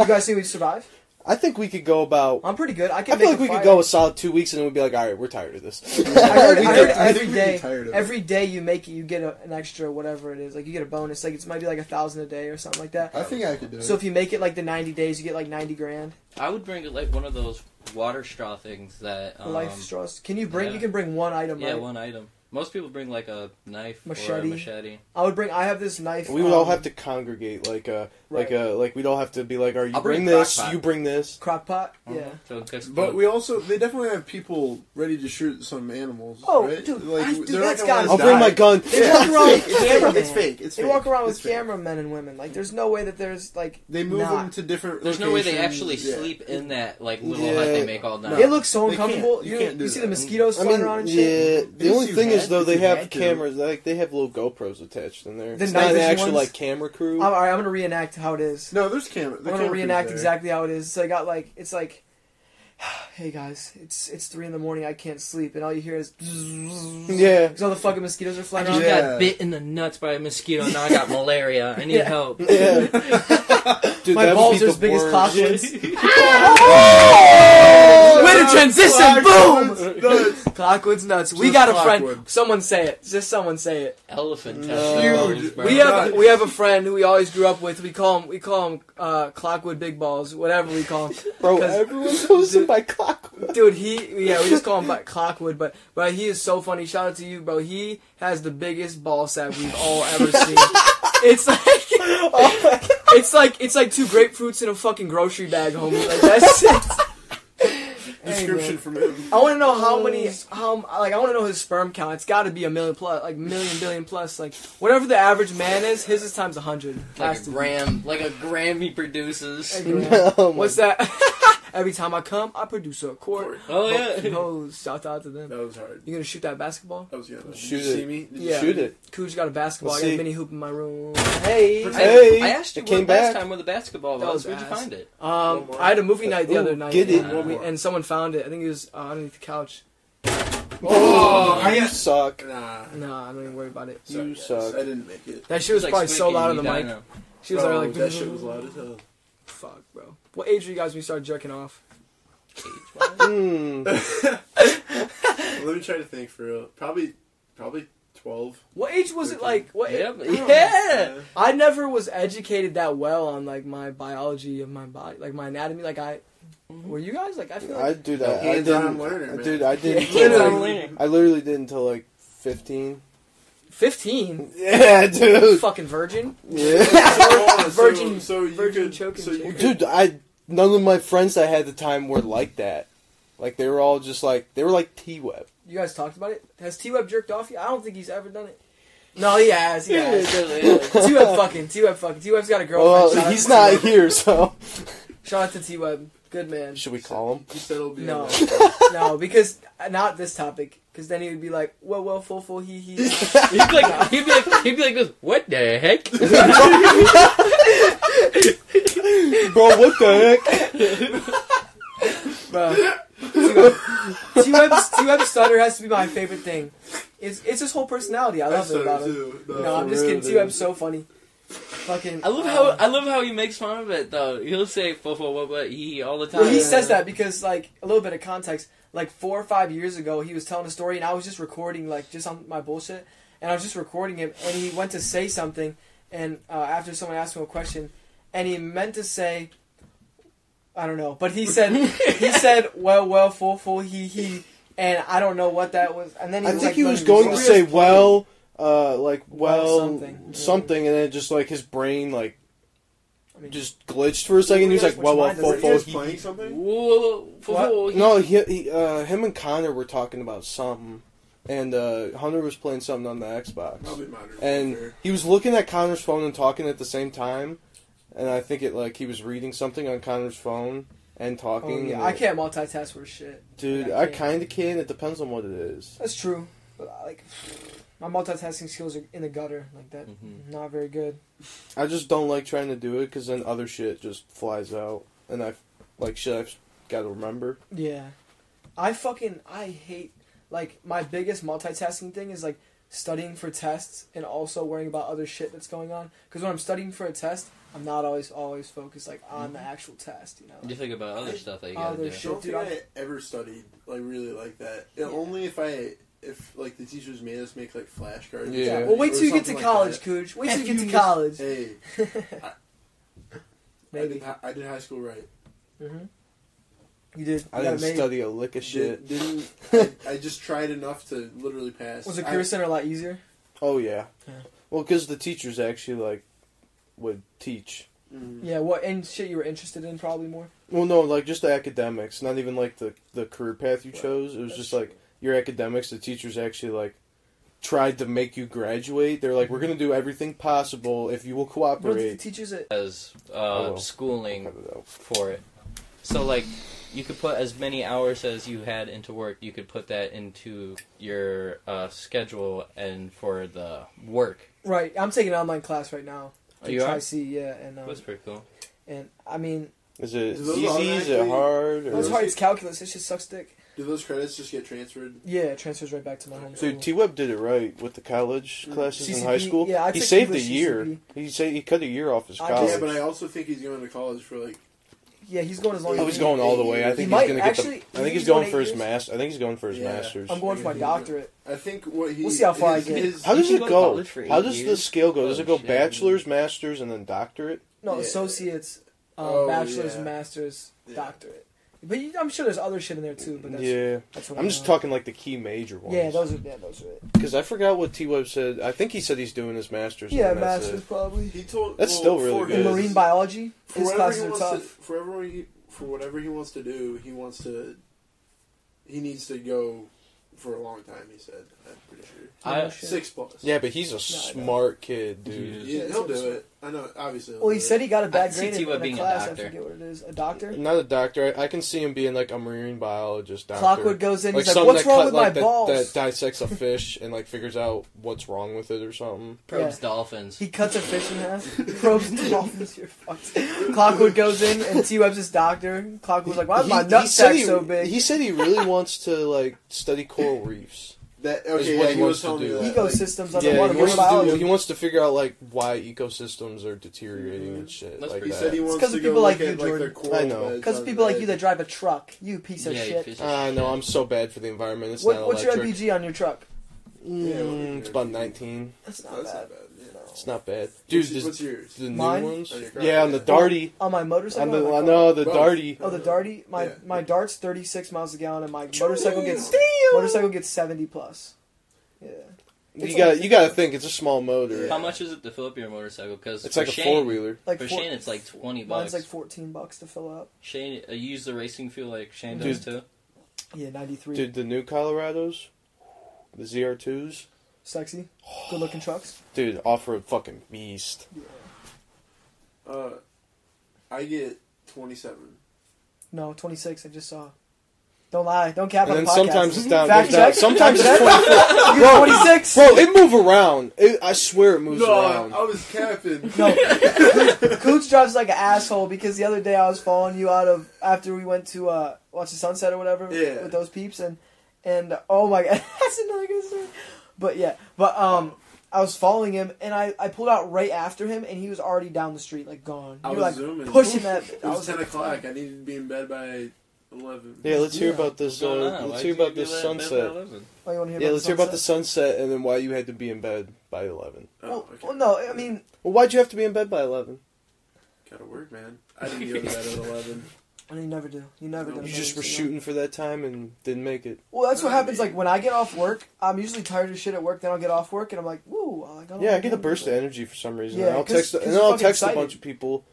[SPEAKER 1] you guys see we survive?
[SPEAKER 3] I think we could go about.
[SPEAKER 1] I'm pretty good. I can
[SPEAKER 3] I feel
[SPEAKER 1] make
[SPEAKER 3] like we
[SPEAKER 1] a fire.
[SPEAKER 3] could go a solid two weeks and then we'd be like, all right, we're tired of this.
[SPEAKER 1] I heard,
[SPEAKER 6] We
[SPEAKER 1] I heard
[SPEAKER 6] could- I
[SPEAKER 1] every
[SPEAKER 6] think we could be
[SPEAKER 1] day,
[SPEAKER 6] tired of it.
[SPEAKER 1] every day you make it, you get a, an extra whatever it is. Like you get a bonus. Like it's might be like a thousand a day or something like that.
[SPEAKER 6] I think I could do it.
[SPEAKER 1] So if you make it like the 90 days, you get like 90 grand.
[SPEAKER 5] I would bring like one of those water straw things that um,
[SPEAKER 1] Life straws. Can you bring?
[SPEAKER 5] yeah.
[SPEAKER 1] You can bring one item.
[SPEAKER 5] Yeah,
[SPEAKER 1] right?
[SPEAKER 5] one item. Most people bring like a knife or
[SPEAKER 1] Machete.
[SPEAKER 5] a machete.
[SPEAKER 1] I would bring. I have this knife.
[SPEAKER 3] We would all
[SPEAKER 1] um,
[SPEAKER 3] have to congregate, like uh, like
[SPEAKER 1] right.
[SPEAKER 3] uh, like we'd all have to be like, "Are you
[SPEAKER 5] I'll bring
[SPEAKER 3] bring
[SPEAKER 5] a
[SPEAKER 3] this?
[SPEAKER 5] crock pot."
[SPEAKER 3] You bring this?"
[SPEAKER 1] crock pot. Yeah.
[SPEAKER 5] So it cooks
[SPEAKER 4] But
[SPEAKER 5] both.
[SPEAKER 4] we also they definitely have people ready to shoot some animals.
[SPEAKER 1] Oh,
[SPEAKER 4] right?
[SPEAKER 1] dude,
[SPEAKER 4] like,
[SPEAKER 1] I- dude,
[SPEAKER 4] they're
[SPEAKER 1] that's
[SPEAKER 4] not gonna let
[SPEAKER 3] I'll
[SPEAKER 1] gotta It's
[SPEAKER 4] us
[SPEAKER 3] bring
[SPEAKER 4] die.
[SPEAKER 3] my gun.
[SPEAKER 1] They walk around with
[SPEAKER 6] It's fake.
[SPEAKER 1] cameramen.
[SPEAKER 6] It's fake. It's
[SPEAKER 1] They
[SPEAKER 6] fake.
[SPEAKER 1] walk around
[SPEAKER 6] It's
[SPEAKER 1] with
[SPEAKER 6] fake.
[SPEAKER 1] cameramen and women. Like there's no way that there's like
[SPEAKER 4] They move
[SPEAKER 1] not.
[SPEAKER 4] them to different.
[SPEAKER 5] There's no way they
[SPEAKER 4] locations.
[SPEAKER 5] actually
[SPEAKER 4] Yeah.
[SPEAKER 5] sleep in that like little
[SPEAKER 3] Yeah.
[SPEAKER 5] hut they make all night.
[SPEAKER 1] It looks so
[SPEAKER 4] They can't.
[SPEAKER 1] uncomfortable.
[SPEAKER 4] You
[SPEAKER 1] You,
[SPEAKER 4] can't do
[SPEAKER 1] you see the
[SPEAKER 4] that.
[SPEAKER 1] mosquitoes
[SPEAKER 3] I
[SPEAKER 1] flying
[SPEAKER 3] mean,
[SPEAKER 1] around and shit.
[SPEAKER 3] yeah.
[SPEAKER 6] If
[SPEAKER 3] The only
[SPEAKER 6] you
[SPEAKER 3] thing
[SPEAKER 6] had-
[SPEAKER 3] is though,
[SPEAKER 6] if
[SPEAKER 3] they
[SPEAKER 6] you
[SPEAKER 3] have
[SPEAKER 6] had to.
[SPEAKER 3] cameras. Like they have little GoPros attached in there.
[SPEAKER 1] The
[SPEAKER 3] it's not an
[SPEAKER 1] night vision
[SPEAKER 3] actual
[SPEAKER 1] ones?
[SPEAKER 3] like camera crew.
[SPEAKER 1] I'm, all right, I'm gonna reenact how it is.
[SPEAKER 4] No, there's camera.
[SPEAKER 1] I'm gonna reenact exactly how it is. So I got like it's like, hey guys, it's it's three in the morning. I can't sleep, and all you hear is
[SPEAKER 3] Yeah.
[SPEAKER 1] because all the fucking mosquitoes are
[SPEAKER 5] I
[SPEAKER 1] flying
[SPEAKER 5] just
[SPEAKER 1] around.
[SPEAKER 6] Yeah.
[SPEAKER 5] got bit in the nuts by a mosquito. Now I got malaria. I need
[SPEAKER 1] Yeah.
[SPEAKER 5] help.
[SPEAKER 3] Yeah. Dude,
[SPEAKER 1] My
[SPEAKER 3] that would
[SPEAKER 1] balls
[SPEAKER 3] be
[SPEAKER 1] are
[SPEAKER 3] the
[SPEAKER 1] as big as
[SPEAKER 3] worst.
[SPEAKER 1] cocklets.
[SPEAKER 3] Oh!
[SPEAKER 4] Way to
[SPEAKER 1] transition!
[SPEAKER 4] Nuts.
[SPEAKER 1] Clockwood's nuts. We
[SPEAKER 4] Just
[SPEAKER 1] got a friend.
[SPEAKER 4] Clockwood.
[SPEAKER 1] Someone say it. Just someone say it.
[SPEAKER 5] Elephant
[SPEAKER 3] No.
[SPEAKER 5] testicles, bro.
[SPEAKER 1] We have we have a friend who we always grew up with. We call him we call him uh, Clockwood Big Balls, whatever we call him.
[SPEAKER 3] Bro,
[SPEAKER 1] 'Cause-
[SPEAKER 3] everyone's hosted by clockwork.
[SPEAKER 1] Dude, he yeah we just call him by Clockwood, but but he is so funny. Shout out to you, bro. He has the biggest ball sack we've all ever seen. It's like.
[SPEAKER 4] Oh
[SPEAKER 1] It's like it's like two grapefruits in a fucking grocery bag, homie. Like that's it.
[SPEAKER 4] Description from him.
[SPEAKER 1] I want to know how many how like I want to know his sperm count. It's got to be a million plus, like million billion plus, like whatever the average man is. His is times a hundred.
[SPEAKER 5] like
[SPEAKER 1] Has
[SPEAKER 5] a
[SPEAKER 1] to be.
[SPEAKER 5] gram, like a gram he produces.
[SPEAKER 1] Hey, gram.
[SPEAKER 3] Oh my
[SPEAKER 1] What's that? Every time I come, I produce a quart. Ho-
[SPEAKER 5] Oh yeah.
[SPEAKER 1] Hoes, shout out to them.
[SPEAKER 4] That was hard.
[SPEAKER 1] You gonna shoot that basketball?
[SPEAKER 4] That was good.
[SPEAKER 3] Shoot
[SPEAKER 4] Did you see
[SPEAKER 3] it.
[SPEAKER 4] me? Did you
[SPEAKER 1] Yeah.
[SPEAKER 3] Shoot it.
[SPEAKER 1] Coos got a basketball.
[SPEAKER 3] Let's
[SPEAKER 1] I got
[SPEAKER 3] see.
[SPEAKER 1] a mini hoop in my room. Hey.
[SPEAKER 5] I-
[SPEAKER 3] Hey,
[SPEAKER 5] I, asked you
[SPEAKER 3] it
[SPEAKER 5] what
[SPEAKER 3] came
[SPEAKER 5] last
[SPEAKER 3] back.
[SPEAKER 5] time where the basketball
[SPEAKER 1] That
[SPEAKER 5] was.
[SPEAKER 1] was
[SPEAKER 5] Where'd you
[SPEAKER 1] ass.
[SPEAKER 5] find it?
[SPEAKER 1] Um, I had a movie night the
[SPEAKER 3] Ooh,
[SPEAKER 1] other night.
[SPEAKER 3] get it.
[SPEAKER 1] and we- and someone found it. I think it was uh, underneath the couch.
[SPEAKER 4] Oh, I
[SPEAKER 3] You
[SPEAKER 4] got-
[SPEAKER 3] suck.
[SPEAKER 4] Nah.
[SPEAKER 1] Nah, I don't even worry about it.
[SPEAKER 3] You
[SPEAKER 4] guys.
[SPEAKER 3] suck.
[SPEAKER 4] I didn't make it.
[SPEAKER 1] That shit was
[SPEAKER 5] Like
[SPEAKER 1] probably so
[SPEAKER 5] squeaky,
[SPEAKER 1] loud on
[SPEAKER 5] you
[SPEAKER 1] the mic.
[SPEAKER 5] dino.
[SPEAKER 1] She was
[SPEAKER 4] Bro,
[SPEAKER 1] like,
[SPEAKER 4] that shit was loud as hell.
[SPEAKER 1] Fuck, bro. What age were you guys when you started jerking off?
[SPEAKER 3] Hmm.
[SPEAKER 4] Let me try to think for real. Probably, probably twelve.
[SPEAKER 1] What age was it
[SPEAKER 4] Jerking.
[SPEAKER 1] like? What?
[SPEAKER 5] Yep.
[SPEAKER 1] Yeah. I never was educated that well on like my biology of my body, like my anatomy. Like I, Were you guys like? I feel
[SPEAKER 3] I
[SPEAKER 1] like
[SPEAKER 3] do that. I
[SPEAKER 4] Hands on
[SPEAKER 3] didn't,
[SPEAKER 4] learning, man.
[SPEAKER 3] dude. I didn't.
[SPEAKER 1] Yeah,
[SPEAKER 3] till,
[SPEAKER 1] hands-on
[SPEAKER 3] like-
[SPEAKER 2] learning.
[SPEAKER 3] I literally didn't until like fifteen.
[SPEAKER 1] fifteen.
[SPEAKER 3] Yeah, dude.
[SPEAKER 1] Fucking virgin.
[SPEAKER 3] Yeah,
[SPEAKER 4] Oh, so-
[SPEAKER 1] Virgin-
[SPEAKER 4] so you
[SPEAKER 1] virgin
[SPEAKER 4] could-
[SPEAKER 1] choking
[SPEAKER 4] so you
[SPEAKER 1] chick.
[SPEAKER 4] could-
[SPEAKER 3] dude. I none of my friends I had at the time were like that. Like they were all just like they were like T Web.
[SPEAKER 1] You guys talked about it. Has T Web jerked off? yet? I don't think he's ever done it. No, he has. He has. T Web fucking. T Web fucking. T Web's got a girlfriend.
[SPEAKER 3] Well,
[SPEAKER 1] Shout out
[SPEAKER 3] he's
[SPEAKER 1] to
[SPEAKER 3] not
[SPEAKER 1] T-Web.
[SPEAKER 3] here, so
[SPEAKER 1] Shout out to T Web. Good man.
[SPEAKER 3] should we call him?
[SPEAKER 4] You said it'll be
[SPEAKER 1] No,
[SPEAKER 4] no.
[SPEAKER 1] no, because uh, not this topic. Because then he would be like, well, well, full, full, he, he.
[SPEAKER 5] He'd be like, he'd be like, he'd be like this. What the heck?
[SPEAKER 3] Bro, what the heck?
[SPEAKER 1] Bro. T Web's T Web's stutter has to be my favorite thing. It's it's his whole personality. I love it about him.
[SPEAKER 4] too.
[SPEAKER 1] No, I'm just
[SPEAKER 3] real,
[SPEAKER 1] kidding. T
[SPEAKER 3] dude.
[SPEAKER 1] Web's so funny. Fucking.
[SPEAKER 5] I love how I love how he makes fun of it though. He'll say fo fo wa wa he all the time.
[SPEAKER 1] Well, he says that because like a little bit of context. Like four or five years ago, he was telling a story, and I was just recording like just on my bullshit, and I was just recording him, and he went to say something, and uh, after someone asked him a question, and he meant to say. I don't know, but he said he said well well full full he he and I don't know what that was and then he
[SPEAKER 3] I
[SPEAKER 1] was,
[SPEAKER 3] think
[SPEAKER 1] like,
[SPEAKER 3] he
[SPEAKER 1] letting
[SPEAKER 3] was
[SPEAKER 1] me
[SPEAKER 3] going to
[SPEAKER 1] talk.
[SPEAKER 3] say well, uh, like well
[SPEAKER 1] something.
[SPEAKER 3] something, and then just like his brain like
[SPEAKER 1] I mean,
[SPEAKER 3] just glitched for a second. He was like well, well,
[SPEAKER 1] Which reminds us-
[SPEAKER 3] fo fo.
[SPEAKER 1] Is
[SPEAKER 3] he-
[SPEAKER 4] playing something?
[SPEAKER 5] Whoa, fo fo he
[SPEAKER 3] No, he, he uh, him and Connor were talking about something, and uh, Hunter was playing something on the Xbox,
[SPEAKER 4] Probably modern.
[SPEAKER 3] and
[SPEAKER 4] Warfare.
[SPEAKER 3] he was looking at Connor's phone and talking at the same time, and I think it like he was reading something on Connor's phone and
[SPEAKER 1] oh,
[SPEAKER 3] talking.
[SPEAKER 1] yeah,
[SPEAKER 3] and
[SPEAKER 1] I
[SPEAKER 3] it-
[SPEAKER 1] can't multitask for shit.
[SPEAKER 3] Dude,
[SPEAKER 1] I
[SPEAKER 3] I
[SPEAKER 1] can't.
[SPEAKER 3] kind of can. It depends on what it is.
[SPEAKER 1] That's true. But I, like my multitasking skills are in the gutter like that.
[SPEAKER 5] Mhm.
[SPEAKER 1] Not very good.
[SPEAKER 3] I just don't like trying to do it because then other shit just flies out, and I like shit I've got to remember.
[SPEAKER 1] Yeah. I fucking I hate like my biggest multitasking thing is like studying for tests and also worrying about other shit that's going on cuz when I'm studying for a test, I'm not always always focused like on
[SPEAKER 5] Mm-hmm.
[SPEAKER 1] the actual test, you know.
[SPEAKER 5] You
[SPEAKER 1] Like,
[SPEAKER 5] think about other stuff that you
[SPEAKER 1] Other
[SPEAKER 5] gotta do.
[SPEAKER 1] shit.
[SPEAKER 4] I don't
[SPEAKER 1] Dude,
[SPEAKER 4] think
[SPEAKER 1] I'm-
[SPEAKER 4] I ever studied like really like that. It- Only if I if like the teachers made us make like flashcards. or
[SPEAKER 3] Yeah.
[SPEAKER 1] yeah.
[SPEAKER 4] something,
[SPEAKER 1] Well, wait
[SPEAKER 4] or
[SPEAKER 1] till you get to
[SPEAKER 4] something like
[SPEAKER 1] college,
[SPEAKER 4] that.
[SPEAKER 1] Cooch. Wait till you
[SPEAKER 4] If
[SPEAKER 1] get to
[SPEAKER 4] miss-
[SPEAKER 1] college.
[SPEAKER 4] Hey, I,
[SPEAKER 1] Maybe.
[SPEAKER 4] did, hi- I did high school right.
[SPEAKER 1] Mhm. You did.
[SPEAKER 3] I
[SPEAKER 1] Yeah,
[SPEAKER 3] didn't
[SPEAKER 1] maybe.
[SPEAKER 3] study a lick of shit.
[SPEAKER 4] Did, not I, I just tried enough to literally pass.
[SPEAKER 1] Was the
[SPEAKER 4] I-
[SPEAKER 1] career center a lot easier?
[SPEAKER 3] Oh yeah.
[SPEAKER 1] Yeah.
[SPEAKER 3] Well, because the teachers actually like would teach.
[SPEAKER 4] Mm.
[SPEAKER 1] Yeah, what and shit you were interested in probably more.
[SPEAKER 3] Well, no, like just the academics, not even like the the career path you
[SPEAKER 1] Right.
[SPEAKER 3] chose. It was
[SPEAKER 1] That's
[SPEAKER 3] just like your academics. The teachers actually like tried to make you graduate. They're like, we're gonna do everything possible if you will
[SPEAKER 1] What did the
[SPEAKER 3] cooperate.
[SPEAKER 1] teachers at
[SPEAKER 5] As uh,
[SPEAKER 3] Oh.
[SPEAKER 5] schooling
[SPEAKER 3] Cut it out.
[SPEAKER 5] for it. So like you could put as many hours as you had into work, you could put that into your uh, schedule and for the work.
[SPEAKER 1] Right, I'm taking an online class right now.
[SPEAKER 5] Oh, you
[SPEAKER 1] Try
[SPEAKER 5] are?
[SPEAKER 1] C, yeah, and um,
[SPEAKER 5] That's pretty cool.
[SPEAKER 1] and I mean,
[SPEAKER 3] Is it
[SPEAKER 4] Is those
[SPEAKER 3] easy? Is it
[SPEAKER 4] automatically-
[SPEAKER 3] hard?
[SPEAKER 1] it's
[SPEAKER 4] Those
[SPEAKER 3] Or...
[SPEAKER 1] hard. It's calculus. It just sucks dick.
[SPEAKER 4] Do those credits just get transferred?
[SPEAKER 1] Yeah, it transfers right back to my home.
[SPEAKER 3] So
[SPEAKER 1] school.
[SPEAKER 3] T Web did it right with the college
[SPEAKER 1] Mm-hmm.
[SPEAKER 4] Mm.
[SPEAKER 3] classes in
[SPEAKER 1] CCP,
[SPEAKER 3] high school.
[SPEAKER 1] yeah, I
[SPEAKER 3] he
[SPEAKER 1] took
[SPEAKER 3] saved
[SPEAKER 1] English
[SPEAKER 3] a year.
[SPEAKER 1] CCP.
[SPEAKER 3] He sa- he cut a year off his
[SPEAKER 1] I
[SPEAKER 3] college.
[SPEAKER 4] Yeah, but I also think he's going to college for like.
[SPEAKER 1] yeah, he's going as long
[SPEAKER 3] Oh,
[SPEAKER 1] as
[SPEAKER 3] he's
[SPEAKER 1] he-
[SPEAKER 3] going all the way. I
[SPEAKER 4] He
[SPEAKER 3] think
[SPEAKER 1] might
[SPEAKER 3] he's gonna get
[SPEAKER 1] actually-
[SPEAKER 3] the. I think he's,
[SPEAKER 1] he's
[SPEAKER 3] going
[SPEAKER 1] going
[SPEAKER 3] for
[SPEAKER 1] eight
[SPEAKER 3] his
[SPEAKER 1] years?
[SPEAKER 3] mas. I think he's going for his
[SPEAKER 4] Yeah.
[SPEAKER 3] masters.
[SPEAKER 1] I'm going for my
[SPEAKER 4] Yeah.
[SPEAKER 1] doctorate.
[SPEAKER 4] I think what he.
[SPEAKER 1] We'll see how far I
[SPEAKER 4] his-
[SPEAKER 1] get.
[SPEAKER 4] his-
[SPEAKER 3] How does
[SPEAKER 5] He can
[SPEAKER 3] it
[SPEAKER 5] go to
[SPEAKER 3] go?
[SPEAKER 5] college for
[SPEAKER 3] How
[SPEAKER 5] eight
[SPEAKER 3] does the
[SPEAKER 5] years.
[SPEAKER 3] scale go? Does
[SPEAKER 5] Oh,
[SPEAKER 3] it go
[SPEAKER 5] shit.
[SPEAKER 3] bachelor's, masters, and then doctorate?
[SPEAKER 1] No,
[SPEAKER 4] Yeah.
[SPEAKER 1] associates, um,
[SPEAKER 4] Oh,
[SPEAKER 1] bachelor's,
[SPEAKER 4] yeah.
[SPEAKER 1] master's,
[SPEAKER 4] Yeah.
[SPEAKER 1] doctorate. But you, I'm sure there's other shit in there too. But that's,
[SPEAKER 3] yeah,
[SPEAKER 1] that's what
[SPEAKER 3] I'm just
[SPEAKER 1] know.
[SPEAKER 3] talking like the key major ones.
[SPEAKER 1] Yeah, those are yeah, those are it.
[SPEAKER 3] because I forgot what T Web said. I think he said he's doing his masters.
[SPEAKER 1] Yeah,
[SPEAKER 3] and that's
[SPEAKER 1] master's
[SPEAKER 3] it.
[SPEAKER 1] probably.
[SPEAKER 4] He told.
[SPEAKER 3] That's
[SPEAKER 4] well,
[SPEAKER 3] still really
[SPEAKER 4] for
[SPEAKER 3] good.
[SPEAKER 1] In
[SPEAKER 4] his-
[SPEAKER 1] marine biology,
[SPEAKER 4] For
[SPEAKER 1] his
[SPEAKER 4] whatever he
[SPEAKER 1] classes are
[SPEAKER 4] wants
[SPEAKER 1] tough.
[SPEAKER 4] To, for whatever he, for whatever he wants to do, he wants to. He needs to go for a long time. He said, "I'm pretty sure
[SPEAKER 1] Yeah,
[SPEAKER 5] I-
[SPEAKER 1] shit.
[SPEAKER 4] six plus."
[SPEAKER 3] Yeah, but he's a
[SPEAKER 1] I know.
[SPEAKER 3] smart kid, dude.
[SPEAKER 5] He
[SPEAKER 4] yeah,
[SPEAKER 1] Yeah,
[SPEAKER 4] he'll
[SPEAKER 1] that's
[SPEAKER 4] do
[SPEAKER 1] what-
[SPEAKER 4] it. I know, obviously. he'll
[SPEAKER 1] Well, he
[SPEAKER 4] do it.
[SPEAKER 1] said he got a
[SPEAKER 5] I
[SPEAKER 1] bad
[SPEAKER 5] see
[SPEAKER 1] grade in
[SPEAKER 5] T-Web
[SPEAKER 1] in a
[SPEAKER 5] being a
[SPEAKER 1] class. I
[SPEAKER 5] doctor.
[SPEAKER 1] forget what it is. A doctor.
[SPEAKER 3] Not a doctor. I, I can see him being like a marine biologist. Doctor.
[SPEAKER 1] Clockwood goes in.
[SPEAKER 3] like
[SPEAKER 1] he's like,
[SPEAKER 3] something
[SPEAKER 1] "What's
[SPEAKER 3] that
[SPEAKER 1] wrong
[SPEAKER 3] cut,
[SPEAKER 1] with
[SPEAKER 3] like,
[SPEAKER 1] my
[SPEAKER 3] that,
[SPEAKER 1] balls?"
[SPEAKER 3] that dissects a fish and like figures out what's wrong with it or something.
[SPEAKER 5] Probes dolphins.
[SPEAKER 1] He cuts a fish in half, probes the dolphins. You're fucked. Clockwood goes in, and T Web's his doctor. Clockwood's like, why is my nut
[SPEAKER 3] said
[SPEAKER 1] sack
[SPEAKER 3] he,
[SPEAKER 1] so big?
[SPEAKER 3] He said he really wants to like study coral reefs.
[SPEAKER 4] that.
[SPEAKER 3] is
[SPEAKER 4] Okay,
[SPEAKER 3] what
[SPEAKER 4] yeah,
[SPEAKER 3] he
[SPEAKER 4] he,
[SPEAKER 3] wants
[SPEAKER 4] was
[SPEAKER 3] to
[SPEAKER 4] telling me
[SPEAKER 3] do.
[SPEAKER 4] that. like,
[SPEAKER 1] Ecosystems
[SPEAKER 3] yeah,
[SPEAKER 1] underwater. Marine
[SPEAKER 3] he wants, to do,
[SPEAKER 1] biology.
[SPEAKER 3] he wants to figure out like why ecosystems are deteriorating and shit
[SPEAKER 5] That's
[SPEAKER 3] like
[SPEAKER 5] pretty
[SPEAKER 3] that.
[SPEAKER 4] he said he wants
[SPEAKER 1] because
[SPEAKER 4] to
[SPEAKER 1] of
[SPEAKER 4] go
[SPEAKER 1] people
[SPEAKER 4] look
[SPEAKER 1] like you,
[SPEAKER 4] at like their
[SPEAKER 1] Jordan.
[SPEAKER 4] coral
[SPEAKER 3] I know.
[SPEAKER 4] beds
[SPEAKER 1] Because
[SPEAKER 4] on
[SPEAKER 1] people like you
[SPEAKER 4] the-
[SPEAKER 1] that drive a truck, you piece of
[SPEAKER 5] yeah, you
[SPEAKER 1] shit.
[SPEAKER 5] piece of
[SPEAKER 3] I know. I'm
[SPEAKER 5] shit.
[SPEAKER 3] so bad for the environment. It's
[SPEAKER 1] What,
[SPEAKER 3] not
[SPEAKER 1] what's your
[SPEAKER 3] electric.
[SPEAKER 1] MPG on your truck?
[SPEAKER 3] Mm, it's about 19.
[SPEAKER 1] That's not
[SPEAKER 4] That's
[SPEAKER 1] bad.
[SPEAKER 4] not bad. Yeah.
[SPEAKER 3] It's not bad, dude.
[SPEAKER 4] what's,
[SPEAKER 3] this-
[SPEAKER 4] what's yours?
[SPEAKER 3] the new
[SPEAKER 8] Mine?
[SPEAKER 3] ones?
[SPEAKER 4] Oh, your car,
[SPEAKER 3] Yeah, on the darty.
[SPEAKER 8] On my
[SPEAKER 3] On
[SPEAKER 8] motorcycle?
[SPEAKER 3] the
[SPEAKER 8] or my car?
[SPEAKER 3] no, the
[SPEAKER 4] Both.
[SPEAKER 3] darty.
[SPEAKER 8] Oh, the darty. My
[SPEAKER 4] Yeah.
[SPEAKER 8] my dart's thirty six miles a gallon, and my motorcycle gets motorcycle gets seventy plus. Yeah, It's
[SPEAKER 3] You got
[SPEAKER 8] like-
[SPEAKER 3] to you got to think it's a small motor.
[SPEAKER 5] How much is it to fill up your motorcycle? Because
[SPEAKER 3] It's like a four wheeler.
[SPEAKER 8] like
[SPEAKER 5] For
[SPEAKER 8] four-
[SPEAKER 5] Shane, it's like twenty
[SPEAKER 8] mine's
[SPEAKER 5] bucks.
[SPEAKER 8] like fourteen bucks to fill up.
[SPEAKER 5] Shane, uh, you use the racing fuel like Shane
[SPEAKER 3] Dude.
[SPEAKER 5] does too.
[SPEAKER 8] Yeah, ninety three.
[SPEAKER 3] Dude, the new Colorados, the ZR2s,
[SPEAKER 8] Sexy, good looking trucks.
[SPEAKER 3] dude, off road fucking beast.
[SPEAKER 4] Uh, I get twenty seven.
[SPEAKER 8] No, twenty six. I just saw. Don't lie. Don't cap
[SPEAKER 3] And
[SPEAKER 8] on
[SPEAKER 3] then
[SPEAKER 8] the podcast.
[SPEAKER 3] sometimes it's down,
[SPEAKER 8] Fact
[SPEAKER 3] goes down.
[SPEAKER 8] check?
[SPEAKER 3] sometimes it's
[SPEAKER 8] Fact
[SPEAKER 3] twenty four.
[SPEAKER 8] twenty six.
[SPEAKER 3] Bro, it move around. It, I swear it moves
[SPEAKER 4] No,
[SPEAKER 3] around.
[SPEAKER 4] I was capping.
[SPEAKER 8] No, Cooch drives like an asshole because the other day I was following you out of after we went to uh, watch the sunset or whatever
[SPEAKER 4] Yeah.
[SPEAKER 8] with those peeps and and oh my god, that's another good story. But yeah, but um, I was following him and I I pulled out right after him and he was already down the street like gone.
[SPEAKER 4] I
[SPEAKER 8] You
[SPEAKER 4] was
[SPEAKER 8] were like
[SPEAKER 4] zooming.
[SPEAKER 8] pushing that.
[SPEAKER 4] It
[SPEAKER 8] I
[SPEAKER 4] was
[SPEAKER 8] was
[SPEAKER 4] ten
[SPEAKER 8] like,
[SPEAKER 4] o'clock. I needed to be in bed by eleven.
[SPEAKER 3] yeah, let's hear
[SPEAKER 8] Yeah.
[SPEAKER 3] about this.
[SPEAKER 5] Going
[SPEAKER 3] Uh,
[SPEAKER 5] on?
[SPEAKER 3] let's
[SPEAKER 5] Why'd
[SPEAKER 3] hear
[SPEAKER 5] you
[SPEAKER 3] about
[SPEAKER 5] do
[SPEAKER 3] this
[SPEAKER 5] that at
[SPEAKER 3] sunset.
[SPEAKER 5] 11?
[SPEAKER 8] oh, you want to hear?
[SPEAKER 3] Yeah,
[SPEAKER 8] about
[SPEAKER 3] let's
[SPEAKER 8] the
[SPEAKER 3] hear about the
[SPEAKER 8] sunset?
[SPEAKER 3] sunset and then why you had to be in bed by eleven.
[SPEAKER 4] Oh,
[SPEAKER 8] Well,
[SPEAKER 4] okay.
[SPEAKER 8] well, no, I mean
[SPEAKER 3] Well, why'd you have to be in bed by eleven?
[SPEAKER 4] gotta work, man. I didn't go to bed at eleven.
[SPEAKER 8] I mean, you never do. You never
[SPEAKER 4] You
[SPEAKER 8] do.
[SPEAKER 3] You
[SPEAKER 4] Yeah,
[SPEAKER 3] just
[SPEAKER 8] know?
[SPEAKER 3] were shooting for that time and didn't make it.
[SPEAKER 8] Well, that's what
[SPEAKER 4] I
[SPEAKER 8] happens.
[SPEAKER 4] mean-
[SPEAKER 8] Like when I get off work, I'm usually tired of shit at work. Then I'll get off work and I'm like, woo. I
[SPEAKER 1] Oh,
[SPEAKER 8] got
[SPEAKER 3] Yeah,
[SPEAKER 8] off
[SPEAKER 3] I get a
[SPEAKER 8] work.
[SPEAKER 3] burst of energy for some reason.
[SPEAKER 8] Yeah,
[SPEAKER 3] and I'll
[SPEAKER 8] 'cause-
[SPEAKER 3] text
[SPEAKER 8] 'cause
[SPEAKER 3] and
[SPEAKER 8] you're
[SPEAKER 3] I'll
[SPEAKER 8] fucking
[SPEAKER 3] text a
[SPEAKER 8] excited.
[SPEAKER 3] bunch of people.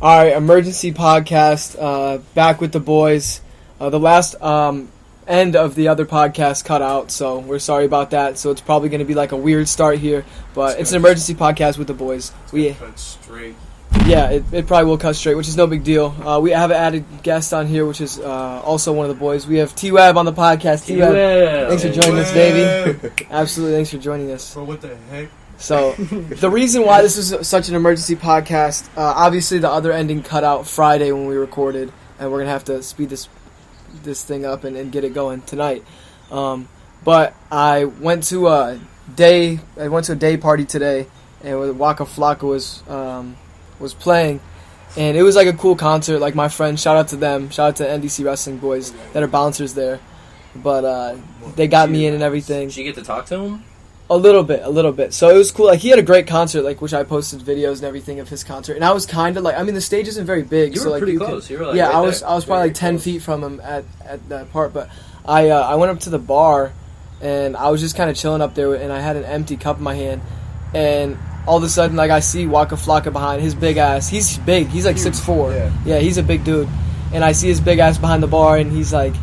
[SPEAKER 1] All right, emergency podcast. Uh, back with the boys. Uh, the last um, end of the other podcast cut out, so we're sorry about that. So it's probably going to be like a weird start here, but it's an emergency podcast with the boys. We
[SPEAKER 4] Cut straight.
[SPEAKER 1] yeah, it, it probably will cut straight, which is no big deal. Uh, we have an added guest on here, which is uh, also one of the boys. We have T Web on the podcast. T Web, thanks for joining us, baby. Absolutely, thanks for joining us.
[SPEAKER 9] Bro, what the heck?
[SPEAKER 1] So, the reason why this is such an emergency podcast, uh, obviously the other ending cut out Friday when we recorded, and we're gonna have to speed this this thing up and, and get it going tonight. Um, but I went to a day, I went to a day party today, and Waka Flocka was um, was playing, and it was like a cool concert. Like my friends, shout out to them, shout out to NDC Wrestling Boys that are bouncers there. But uh, they got me in and everything.
[SPEAKER 5] Did you get to talk to him?
[SPEAKER 1] A little bit, a little bit. So it was cool. Like he had a great concert, like which I posted videos and everything of his concert. And I was kind of like, I mean, the stage isn't very big.
[SPEAKER 5] You
[SPEAKER 1] so,
[SPEAKER 5] were
[SPEAKER 1] like,
[SPEAKER 5] pretty
[SPEAKER 1] you could-
[SPEAKER 5] close. you were like
[SPEAKER 1] yeah,
[SPEAKER 5] right
[SPEAKER 1] I was
[SPEAKER 5] there.
[SPEAKER 1] I was probably
[SPEAKER 5] Very
[SPEAKER 1] like ten
[SPEAKER 5] close.
[SPEAKER 1] feet from him at, at that part. But I uh, I went up to the bar and I was just kind of chilling up there, and I had an empty cup in my hand, and all of a sudden like I see Waka Flocka behind his big ass. He's big. He's like six four.
[SPEAKER 3] yeah.
[SPEAKER 1] Yeah. he's a big dude, and I see his big ass behind the bar, and he's like,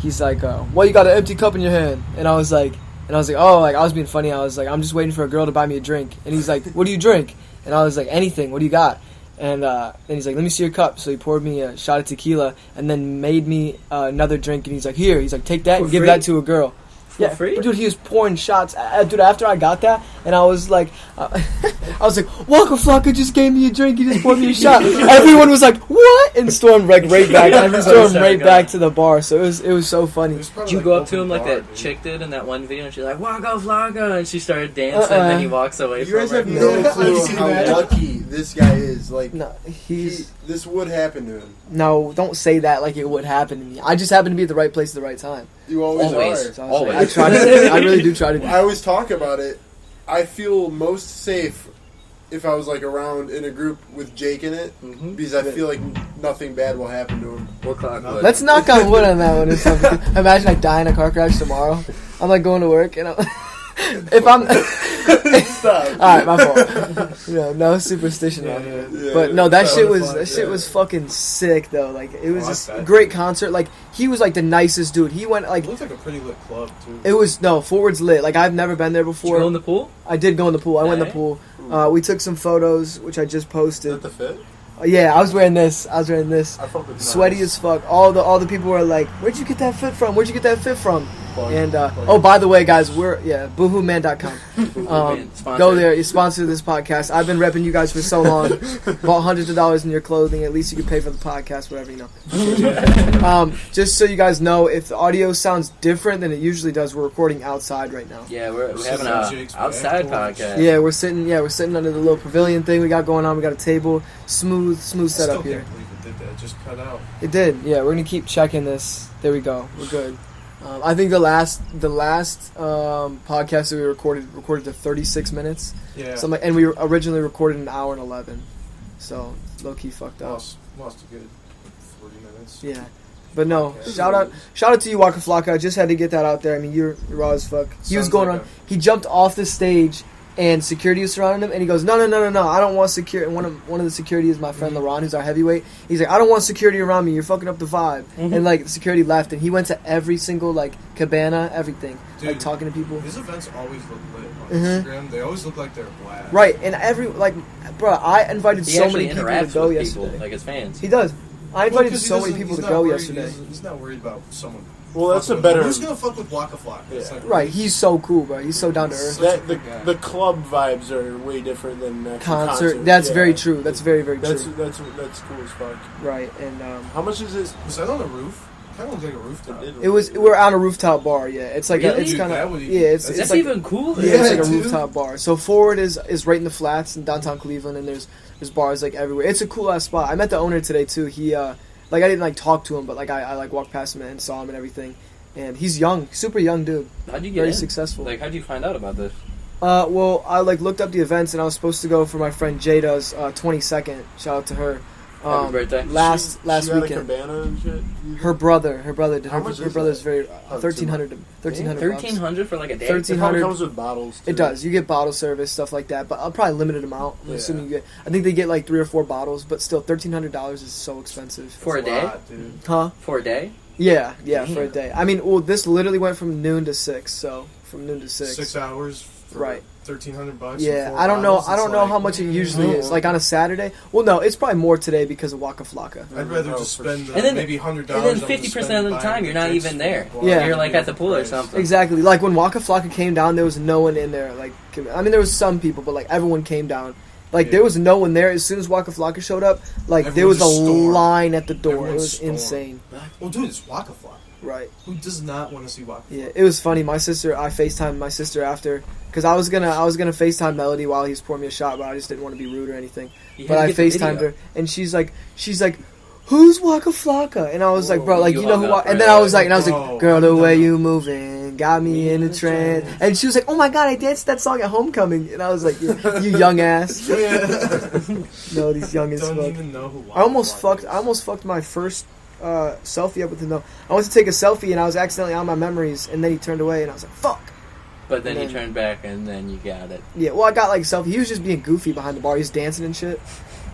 [SPEAKER 1] he's like, uh, "Why you got an empty cup in your hand?" And I was like. And I was like, oh, like I was being funny. I was like, I'm just waiting for a girl to buy me a drink. And he's like, what do you drink? And I was like, anything. What do you got? And uh, then he's like, let me see your cup. So he poured me a shot of tequila and then made me uh, another drink. And he's like, here. He's like, take that
[SPEAKER 5] For
[SPEAKER 1] and give
[SPEAKER 5] free?
[SPEAKER 1] that to a girl. yeah,
[SPEAKER 5] free?
[SPEAKER 1] dude. He was pouring shots, uh, dude. After I got that, and I was like, uh, I was like, Waka Flocka just gave me a drink. He just poured me a shot. Everyone was like, what? And stormed right, right back.
[SPEAKER 5] Everybody
[SPEAKER 1] stormed
[SPEAKER 5] started
[SPEAKER 1] right
[SPEAKER 5] going.
[SPEAKER 1] back to the bar. So it was, it was so funny.
[SPEAKER 4] There's probably,
[SPEAKER 5] Did you go up to
[SPEAKER 4] open
[SPEAKER 5] him like
[SPEAKER 4] bar,
[SPEAKER 5] that
[SPEAKER 4] dude.
[SPEAKER 5] chick did in that one video, and she's like "Waka Flocka," and she started dancing, and
[SPEAKER 1] Uh-uh.
[SPEAKER 5] then he walks away.
[SPEAKER 9] You
[SPEAKER 5] from
[SPEAKER 9] guys
[SPEAKER 5] her.
[SPEAKER 9] have
[SPEAKER 4] No
[SPEAKER 9] Yeah,
[SPEAKER 4] clue
[SPEAKER 9] I've seen
[SPEAKER 4] how
[SPEAKER 9] that.
[SPEAKER 4] lucky this guy is. Like
[SPEAKER 1] No,
[SPEAKER 4] he,
[SPEAKER 1] he's
[SPEAKER 4] this would happen to him.
[SPEAKER 1] no. Don't say that like it would happen to me. I just happened to be at the right place at the right time.
[SPEAKER 4] You always,
[SPEAKER 5] Always.
[SPEAKER 4] are.
[SPEAKER 1] So I, was like, I
[SPEAKER 5] Always.
[SPEAKER 1] try to. I really do try to. do
[SPEAKER 4] I always talk about it. I feel most safe if I was like around in a group with Jake in it
[SPEAKER 9] Mm-hmm.
[SPEAKER 5] Mhm.
[SPEAKER 4] because I feel like nothing bad will happen to him.
[SPEAKER 5] What clock? was it?
[SPEAKER 1] Let's knock on wood on that one. Or something. Imagine I die in a car crash tomorrow. I'm like going to work and I'm. if I'm.
[SPEAKER 4] Stop.
[SPEAKER 1] Alright, my fault. You know, no superstition out here.
[SPEAKER 4] Yeah,
[SPEAKER 1] but no, that
[SPEAKER 4] that
[SPEAKER 1] shit
[SPEAKER 4] was
[SPEAKER 1] was
[SPEAKER 4] fun,
[SPEAKER 1] that shit
[SPEAKER 4] yeah.
[SPEAKER 1] was fucking sick though. Like it was
[SPEAKER 9] Oh, I
[SPEAKER 1] just a
[SPEAKER 9] bet.
[SPEAKER 1] great concert. Like he was like the nicest dude. He went like
[SPEAKER 9] It looks like a pretty lit club too.
[SPEAKER 1] it was no forwards lit. Like I've never been there
[SPEAKER 5] Did you
[SPEAKER 1] before.
[SPEAKER 5] go in the pool?
[SPEAKER 1] I did go in the pool. I went in the
[SPEAKER 5] Alright.
[SPEAKER 1] pool. Uh, we took some photos, which I just
[SPEAKER 4] Is
[SPEAKER 1] posted.
[SPEAKER 4] that the fit?
[SPEAKER 1] Uh, yeah, I was wearing this. I was wearing this.
[SPEAKER 4] I fuck with
[SPEAKER 1] sweaty as fuck. All the all the people were like, "Where'd you get that fit from? Where'd you get that fit from?" And uh, oh, by the way, guys, we're yeah, boohooman.com. Um,
[SPEAKER 5] Man, sponsor.
[SPEAKER 1] go there. You sponsor this podcast. I've been repping you guys for so long. Bought hundreds of dollars in your clothing. At least you can pay for the podcast, whatever you know. um, just so you guys know, if the audio sounds different than it usually does, we're recording outside right now.
[SPEAKER 5] Yeah, we're, we're
[SPEAKER 9] This
[SPEAKER 5] having
[SPEAKER 9] is
[SPEAKER 5] a
[SPEAKER 9] Jake's
[SPEAKER 5] outside
[SPEAKER 9] back door.
[SPEAKER 5] podcast.
[SPEAKER 1] Yeah, we're sitting. Yeah, we're sitting under the little pavilion thing we got going on. We got a table, smooth, smooth
[SPEAKER 9] I still
[SPEAKER 1] setup
[SPEAKER 9] can't
[SPEAKER 1] here.
[SPEAKER 9] believe it did that. It Just cut out.
[SPEAKER 1] It did. Yeah, we're gonna keep checking this. There we go. We're good. Um, I think the last the last um, podcast that we recorded recorded to 36 minutes.
[SPEAKER 9] Yeah.
[SPEAKER 1] So and we originally recorded an hour and 11. So low key fucked up.
[SPEAKER 9] lost, lost a good 40 minutes.
[SPEAKER 1] Yeah. But no,
[SPEAKER 9] Okay.
[SPEAKER 1] shout out, shout out to you, Waka Flocka. I just had to get that out there. I mean, you're, you're raw as fuck. He was
[SPEAKER 9] Sounds
[SPEAKER 1] going
[SPEAKER 9] like
[SPEAKER 1] on. He jumped off the stage, and security was surrounding him. And he goes, "No, no, no, no, no! I don't want security." And one of one of the security is my friend
[SPEAKER 5] Mm-hmm.
[SPEAKER 1] LaRon, who's our heavyweight. He's like, "I don't want security around me. You're fucking up the vibe."
[SPEAKER 5] Mm-hmm.
[SPEAKER 1] And like, the security left, and he went to every single like cabana, everything, like
[SPEAKER 9] Dude.
[SPEAKER 1] talking to people.
[SPEAKER 9] His events always look lit
[SPEAKER 3] Mm-hmm.
[SPEAKER 9] on
[SPEAKER 1] Mhm.
[SPEAKER 9] Instagram. They always look like they're a blast.
[SPEAKER 1] Right, and every like, bro, I invited
[SPEAKER 5] He
[SPEAKER 1] so
[SPEAKER 5] actually
[SPEAKER 1] many people
[SPEAKER 5] interacts
[SPEAKER 1] to go
[SPEAKER 5] with
[SPEAKER 1] yesterday.
[SPEAKER 5] people, like his fans.
[SPEAKER 1] he does. I
[SPEAKER 9] Well, 'cause
[SPEAKER 1] invited
[SPEAKER 9] he
[SPEAKER 1] so many
[SPEAKER 9] doesn't-
[SPEAKER 1] people
[SPEAKER 9] he's
[SPEAKER 1] to
[SPEAKER 9] not
[SPEAKER 1] go
[SPEAKER 9] worried-
[SPEAKER 1] yesterday.
[SPEAKER 9] He's, he's not worried about someone.
[SPEAKER 10] Well, that's a
[SPEAKER 9] fucking with
[SPEAKER 10] better-
[SPEAKER 9] him. Who's gonna fuck with Waka Flocka? It's
[SPEAKER 10] Yeah.
[SPEAKER 9] like-
[SPEAKER 1] Right, he's so cool, bro. He's so down to earth.
[SPEAKER 10] That, the,
[SPEAKER 9] Yeah.
[SPEAKER 10] the club vibes are way different than the actual
[SPEAKER 1] concert. That's
[SPEAKER 10] yeah.
[SPEAKER 1] very true. That's very very
[SPEAKER 10] That's
[SPEAKER 1] true.
[SPEAKER 10] that's that's cool as fuck.
[SPEAKER 1] Right, and um,
[SPEAKER 10] How much is this?
[SPEAKER 9] Was that on a roof? Kind of looked like a rooftop.
[SPEAKER 10] It
[SPEAKER 1] it was we're on a rooftop bar. Yeah, it's like a,
[SPEAKER 5] Really?
[SPEAKER 1] it's
[SPEAKER 9] Dude,
[SPEAKER 1] kind
[SPEAKER 9] that would
[SPEAKER 1] of
[SPEAKER 9] be-
[SPEAKER 1] yeah, it's,
[SPEAKER 5] That's
[SPEAKER 1] it's like,
[SPEAKER 5] even cooler.
[SPEAKER 1] yeah, it's
[SPEAKER 9] Yeah,
[SPEAKER 1] like a
[SPEAKER 9] dude.
[SPEAKER 1] rooftop bar. So forward is is right in the flats in downtown Cleveland, and there's there's bars like everywhere. It's a cool ass spot. I met the owner today too. He uh, like I didn't like talk to him, but like I, I like walked past him and saw him and everything. And he's young, super young dude,
[SPEAKER 5] How'd you get
[SPEAKER 1] very
[SPEAKER 5] in?
[SPEAKER 1] successful.
[SPEAKER 5] Like, how'd you find out about this?
[SPEAKER 1] Uh, well, I like looked up the events, and I was supposed to go for my friend Jada's uh, 22nd. Shout out to her. Um,
[SPEAKER 5] Happy birthday.
[SPEAKER 1] Last
[SPEAKER 10] She-
[SPEAKER 1] last
[SPEAKER 10] she had
[SPEAKER 1] weekend.
[SPEAKER 10] a cabana and shit.
[SPEAKER 1] Her brother, her brother did.
[SPEAKER 10] How
[SPEAKER 1] Her,
[SPEAKER 10] much
[SPEAKER 1] her
[SPEAKER 10] is
[SPEAKER 1] brother's
[SPEAKER 10] that?
[SPEAKER 1] very
[SPEAKER 10] Oh, it's
[SPEAKER 1] thirteen hundred thirteen hundred.
[SPEAKER 5] Thirteen hundred for like a day.
[SPEAKER 1] Thirteen-
[SPEAKER 10] It probably
[SPEAKER 1] 100
[SPEAKER 10] comes with bottles. Too.
[SPEAKER 1] It does. You get bottle service stuff like that, but uh, probably limited amount. I'm
[SPEAKER 9] Yeah.
[SPEAKER 1] assuming you get. I think they get like three or four bottles, but still, thirteen hundred dollars is so expensive.
[SPEAKER 5] for a
[SPEAKER 9] That's
[SPEAKER 5] day.
[SPEAKER 9] lot, dude.
[SPEAKER 1] Huh?
[SPEAKER 5] For a day.
[SPEAKER 1] Yeah, yeah, for a
[SPEAKER 5] Damn.
[SPEAKER 1] day. I mean, well, this literally went from noon to six. So from noon to six.
[SPEAKER 9] Six. hours for
[SPEAKER 1] Right.
[SPEAKER 9] thirteen hundred bucks.
[SPEAKER 1] Yeah,
[SPEAKER 9] and four
[SPEAKER 1] I don't know.
[SPEAKER 9] bottles,
[SPEAKER 1] I
[SPEAKER 9] it's
[SPEAKER 1] don't know
[SPEAKER 9] like,
[SPEAKER 1] how much it usually
[SPEAKER 9] mm,
[SPEAKER 1] is. Like on a Saturday. Well, no, it's probably more today because of Waka Flocka.
[SPEAKER 9] I'd rather
[SPEAKER 10] No,
[SPEAKER 9] just
[SPEAKER 10] for
[SPEAKER 9] spend the,
[SPEAKER 5] And then-
[SPEAKER 9] maybe hundred
[SPEAKER 5] and
[SPEAKER 9] dollars.
[SPEAKER 5] then 50% of the time you're not even there.
[SPEAKER 1] Yeah.
[SPEAKER 5] You're like at the pool or something.
[SPEAKER 1] Exactly. Like when Waka Flocka came down, there was no one in there. Like I mean, there was some people, but like everyone came down. Like
[SPEAKER 9] Yeah.
[SPEAKER 1] there was no one there. As soon as Waka Flocka showed up, like there
[SPEAKER 9] Everyone
[SPEAKER 1] was a
[SPEAKER 9] just stormed.
[SPEAKER 1] line at the door.
[SPEAKER 9] Everyone
[SPEAKER 1] it was
[SPEAKER 9] stormed.
[SPEAKER 1] insane.
[SPEAKER 9] Well, dude, it's Waka Flocka.
[SPEAKER 1] Right.
[SPEAKER 9] Who does not want to see Waka?
[SPEAKER 1] Yeah. It was funny. My sister, I Facetime my sister after because I was gonna I was gonna Facetime Melody while he was pouring me a shot, but I just didn't want to be rude or anything.
[SPEAKER 5] You
[SPEAKER 1] but
[SPEAKER 5] had
[SPEAKER 1] I
[SPEAKER 5] to get the
[SPEAKER 1] FaceTimed
[SPEAKER 5] video.
[SPEAKER 1] her, and she's like, she's like, "Who's Waka Flocka?" And I was like, "Bro, like
[SPEAKER 5] Oh, You
[SPEAKER 1] you know
[SPEAKER 5] hung
[SPEAKER 1] who?" I,
[SPEAKER 5] up
[SPEAKER 1] and
[SPEAKER 5] right
[SPEAKER 1] then I
[SPEAKER 5] away.
[SPEAKER 1] was like, and I was
[SPEAKER 9] Bro,
[SPEAKER 1] like, "Girl, the
[SPEAKER 9] Oh, no.
[SPEAKER 1] way you moving got me in a trance." And she was like, "Oh my god, I danced that song at homecoming," and I was like, "You, you young ass, no, these young as
[SPEAKER 9] Don't
[SPEAKER 1] fuck."
[SPEAKER 9] even know who. Waka
[SPEAKER 1] I almost
[SPEAKER 9] Flocka
[SPEAKER 1] fucked.
[SPEAKER 9] Is.
[SPEAKER 1] I almost fucked my first uh, selfie up with him though. I went to take a selfie and I was accidentally on my memories, and then he turned away, and I was like, "Fuck."
[SPEAKER 5] But then you
[SPEAKER 1] Man.
[SPEAKER 5] turn back and then you got it.
[SPEAKER 1] Yeah, well, I got like selfie. He was just being goofy behind the bar. He was dancing and shit.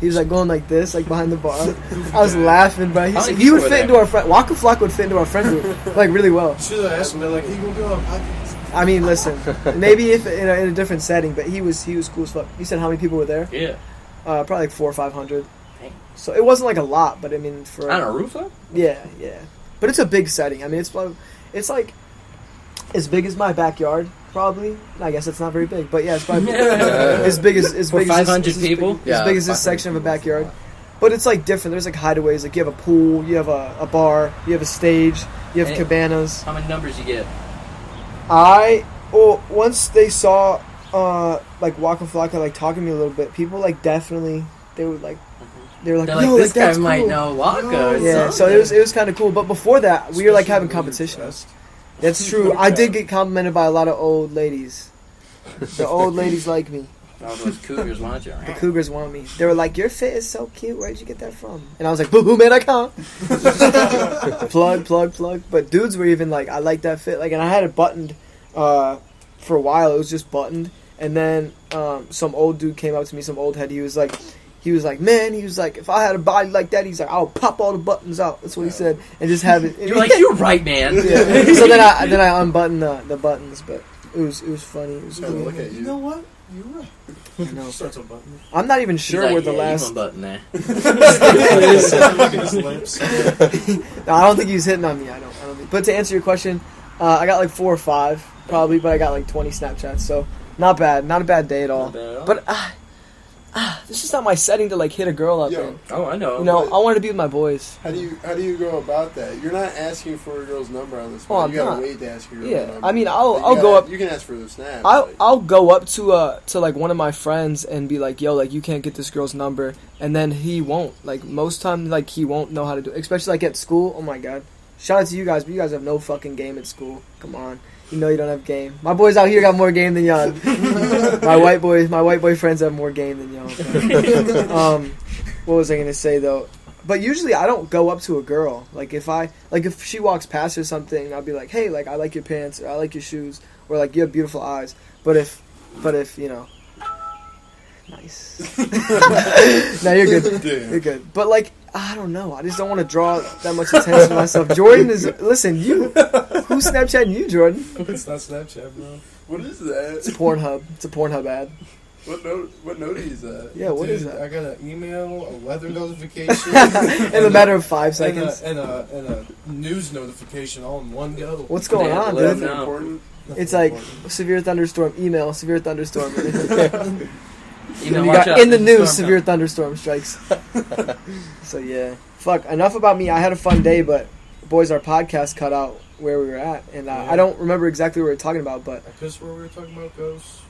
[SPEAKER 1] He was like going like this, like behind the bar. I was laughing, but
[SPEAKER 5] How
[SPEAKER 1] he's,
[SPEAKER 5] many
[SPEAKER 1] he would
[SPEAKER 5] people
[SPEAKER 1] fit
[SPEAKER 5] were
[SPEAKER 1] into
[SPEAKER 5] there?
[SPEAKER 1] our friend. Waka Flock would fit into our friend group like really well.
[SPEAKER 9] Should have asked me like, "Hey, you gonna go on a podcast?"
[SPEAKER 1] I mean, listen, maybe if in a, in a different setting, but he was he was cool as fuck. You said how many people were there?
[SPEAKER 5] Yeah.
[SPEAKER 1] Uh, probably like four or five hundred.
[SPEAKER 5] Dang.
[SPEAKER 1] So it wasn't like a lot, but I mean, for
[SPEAKER 5] On a roof though?
[SPEAKER 1] yeah, yeah, but it's a big setting. I mean, it's prob- it's like as big as my backyard, probably. I guess it's not very big, but yeah, it's probably as big as as
[SPEAKER 5] For
[SPEAKER 1] big as this-
[SPEAKER 5] 500
[SPEAKER 1] as big-
[SPEAKER 5] people?
[SPEAKER 1] as big as this section of a backyard. But it's like different. There's like hideaways. Like you have a pool, you have a, a bar, you have a stage, you have
[SPEAKER 5] And-
[SPEAKER 1] cabanas.
[SPEAKER 5] How many numbers you get?
[SPEAKER 1] I well once they saw uh like Waka Flocka like talking to me a little bit, people like definitely they would like they were like,
[SPEAKER 5] They're like,
[SPEAKER 1] no,
[SPEAKER 5] this
[SPEAKER 1] like,
[SPEAKER 5] guy
[SPEAKER 1] that's
[SPEAKER 5] might
[SPEAKER 1] cool."
[SPEAKER 5] know Waka. or
[SPEAKER 1] Yeah, so it was it was kind of cool. But before that, we were like having competition. That's true. I did get complimented by a lot of old ladies. The old ladies like me.
[SPEAKER 5] something. All those cougars want you.
[SPEAKER 1] The Cougars want me. They were like, "Your fit is so cute. Where'd you get that from?" And I was like, "Boo hoo, man, I can't." plug, plug, plug. But dudes were even like, "I like that fit." Like, and I had it buttoned uh, for a while. It was just buttoned, and then um, some old dude came up to me, some old head. He was like, he was like, "Man," he was like, "If I had a body like that, he's like, I'll pop all the buttons out." That's what he said, and just have it.
[SPEAKER 5] You're like, you're right, man.
[SPEAKER 1] yeah. So then I then I unbuttoned the, the buttons, but it was it was funny. It was
[SPEAKER 4] Just
[SPEAKER 1] cool.
[SPEAKER 4] look at
[SPEAKER 9] You
[SPEAKER 4] you.
[SPEAKER 9] know what? You're right.
[SPEAKER 1] I know.
[SPEAKER 9] Starts a button.
[SPEAKER 1] I'm not even
[SPEAKER 5] She's
[SPEAKER 1] sure
[SPEAKER 5] like,
[SPEAKER 1] where the
[SPEAKER 5] yeah, you
[SPEAKER 1] last
[SPEAKER 5] gonna button there.
[SPEAKER 9] Look at his lips.
[SPEAKER 1] No, I don't think he's hitting on me. I don't. I don't think. But to answer your question, uh, I got like four or five probably, but I got like twenty Snapchats, so not bad. Not a bad day at all.
[SPEAKER 5] But
[SPEAKER 1] But uh, uh, this is not my setting to like hit a girl up.
[SPEAKER 4] Yo.
[SPEAKER 1] in.
[SPEAKER 5] oh, I know.
[SPEAKER 1] You know, I wanted to be with my boys.
[SPEAKER 4] How do you how do you go about that? You're not asking for a girl's number on this.
[SPEAKER 1] Oh, I'm
[SPEAKER 4] you gotta
[SPEAKER 1] not.
[SPEAKER 4] wait to ask your girl's
[SPEAKER 1] Yeah,
[SPEAKER 4] number.
[SPEAKER 1] I mean, I'll
[SPEAKER 4] Like, you
[SPEAKER 1] I'll go
[SPEAKER 4] gotta-
[SPEAKER 1] up.
[SPEAKER 4] You can ask for the snap.
[SPEAKER 1] I'll
[SPEAKER 4] like-
[SPEAKER 1] I'll go up to uh to like one of my friends and be like, yo, like you can't get this girl's number, and then he won't. Like most time, like he won't know how to do. It. Especially like at school. Oh my god, Shout out to you guys, but you guys have no fucking game at school. Come on. You know you don't have game. My boys out here got more game than y'all. my white boys, my white boy friends have more game than y'all. um, what was I gonna say though? But usually I don't go up to a girl. Like if I like if she walks past or something, I'll be like, hey, like I like your pants or I like your shoes or like you have beautiful eyes. But if, but if you know, nice. no, you're good. You're good. But like, I don't know. I just don't want to draw that much attention to myself. Jordan is listen. You who Snapchatting you, Jordan?
[SPEAKER 3] It's not Snapchat, bro.
[SPEAKER 4] What
[SPEAKER 1] It's
[SPEAKER 4] is
[SPEAKER 1] a
[SPEAKER 4] that?
[SPEAKER 1] Pornhub. It's a Pornhub ad.
[SPEAKER 4] What note? What note is that?
[SPEAKER 1] Yeah, what
[SPEAKER 3] Dude,
[SPEAKER 1] is that?
[SPEAKER 3] I got an email, a weather notification,
[SPEAKER 1] In a matter of five
[SPEAKER 3] and
[SPEAKER 1] seconds.
[SPEAKER 3] a, and, a, and a news notification all in one go.
[SPEAKER 1] What's going
[SPEAKER 5] Yeah,
[SPEAKER 1] on, dude?
[SPEAKER 5] let him know.
[SPEAKER 4] Important.
[SPEAKER 3] Nothing
[SPEAKER 1] It's like
[SPEAKER 3] important.
[SPEAKER 1] severe thunderstorm email, severe thunderstorm.
[SPEAKER 5] You know,
[SPEAKER 1] You
[SPEAKER 5] watch
[SPEAKER 1] got-
[SPEAKER 5] out.
[SPEAKER 1] in the news,
[SPEAKER 5] Storm
[SPEAKER 1] severe thunderstorm strikes. so yeah, fuck. Enough about me. I had a fun day, but boys, our podcast cut out where we were at, and uh,
[SPEAKER 3] Yeah.
[SPEAKER 1] I don't remember exactly what we were talking about. But
[SPEAKER 3] Is this where we were talking about ghosts?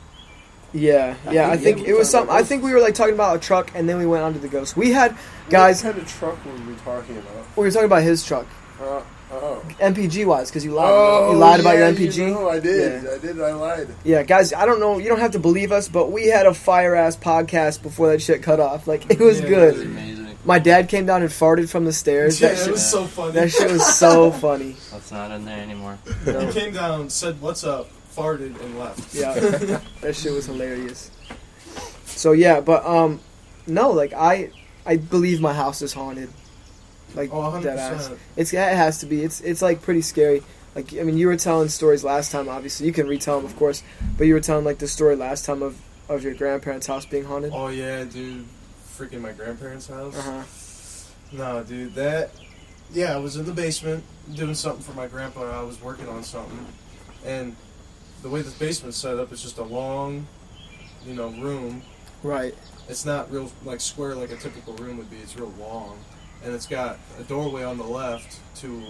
[SPEAKER 1] yeah, yeah, I think
[SPEAKER 4] we
[SPEAKER 1] it
[SPEAKER 4] were
[SPEAKER 1] was
[SPEAKER 4] talking
[SPEAKER 1] something.
[SPEAKER 4] about
[SPEAKER 1] I
[SPEAKER 4] ghosts.
[SPEAKER 1] think we were like talking about a truck, and then we went onto the ghost. We had guys.
[SPEAKER 4] What kind of truck were we talking about?
[SPEAKER 1] We were talking about his truck,
[SPEAKER 4] Uh, oh.
[SPEAKER 1] MPG wise, because you lied. you lied about your
[SPEAKER 4] yeah,
[SPEAKER 1] MPG.
[SPEAKER 4] You know, I did.
[SPEAKER 1] Yeah.
[SPEAKER 4] I did. I lied.
[SPEAKER 1] Yeah, guys, I don't know. You don't have to believe us, but we had a fire ass podcast before that shit cut off. Like it was
[SPEAKER 3] Yeah,
[SPEAKER 1] good.
[SPEAKER 3] it was
[SPEAKER 5] amazing.
[SPEAKER 1] My dad came down and farted from the stairs.
[SPEAKER 3] yeah,
[SPEAKER 1] that,
[SPEAKER 3] it
[SPEAKER 1] shit,
[SPEAKER 3] was so funny.
[SPEAKER 1] that shit was so funny.
[SPEAKER 5] That's not in there anymore.
[SPEAKER 3] He
[SPEAKER 1] No,
[SPEAKER 3] came down, said, "What's up?" farted, and left.
[SPEAKER 1] yeah, that shit was hilarious. So yeah, but um, no, like I, I believe my house is haunted. Like
[SPEAKER 3] Oh, 100
[SPEAKER 1] dead ass.
[SPEAKER 3] percent.
[SPEAKER 1] It's it has to be. It's it's like pretty scary. Like I mean, you were telling stories last time. Obviously, you can retell them, of course. But you were telling like the story last time of of your grandparents' house being haunted.
[SPEAKER 3] Oh yeah, dude. Freaking my grandparents' house.
[SPEAKER 1] Uh-huh.
[SPEAKER 3] No, dude, that. Yeah, I was in the basement doing something for my grandpa. I was working on something, and the way this basement's set up, it's just a long, you know, room.
[SPEAKER 1] Right.
[SPEAKER 3] It's not real like square like a typical room would be. It's real long, and it's got a doorway on the left to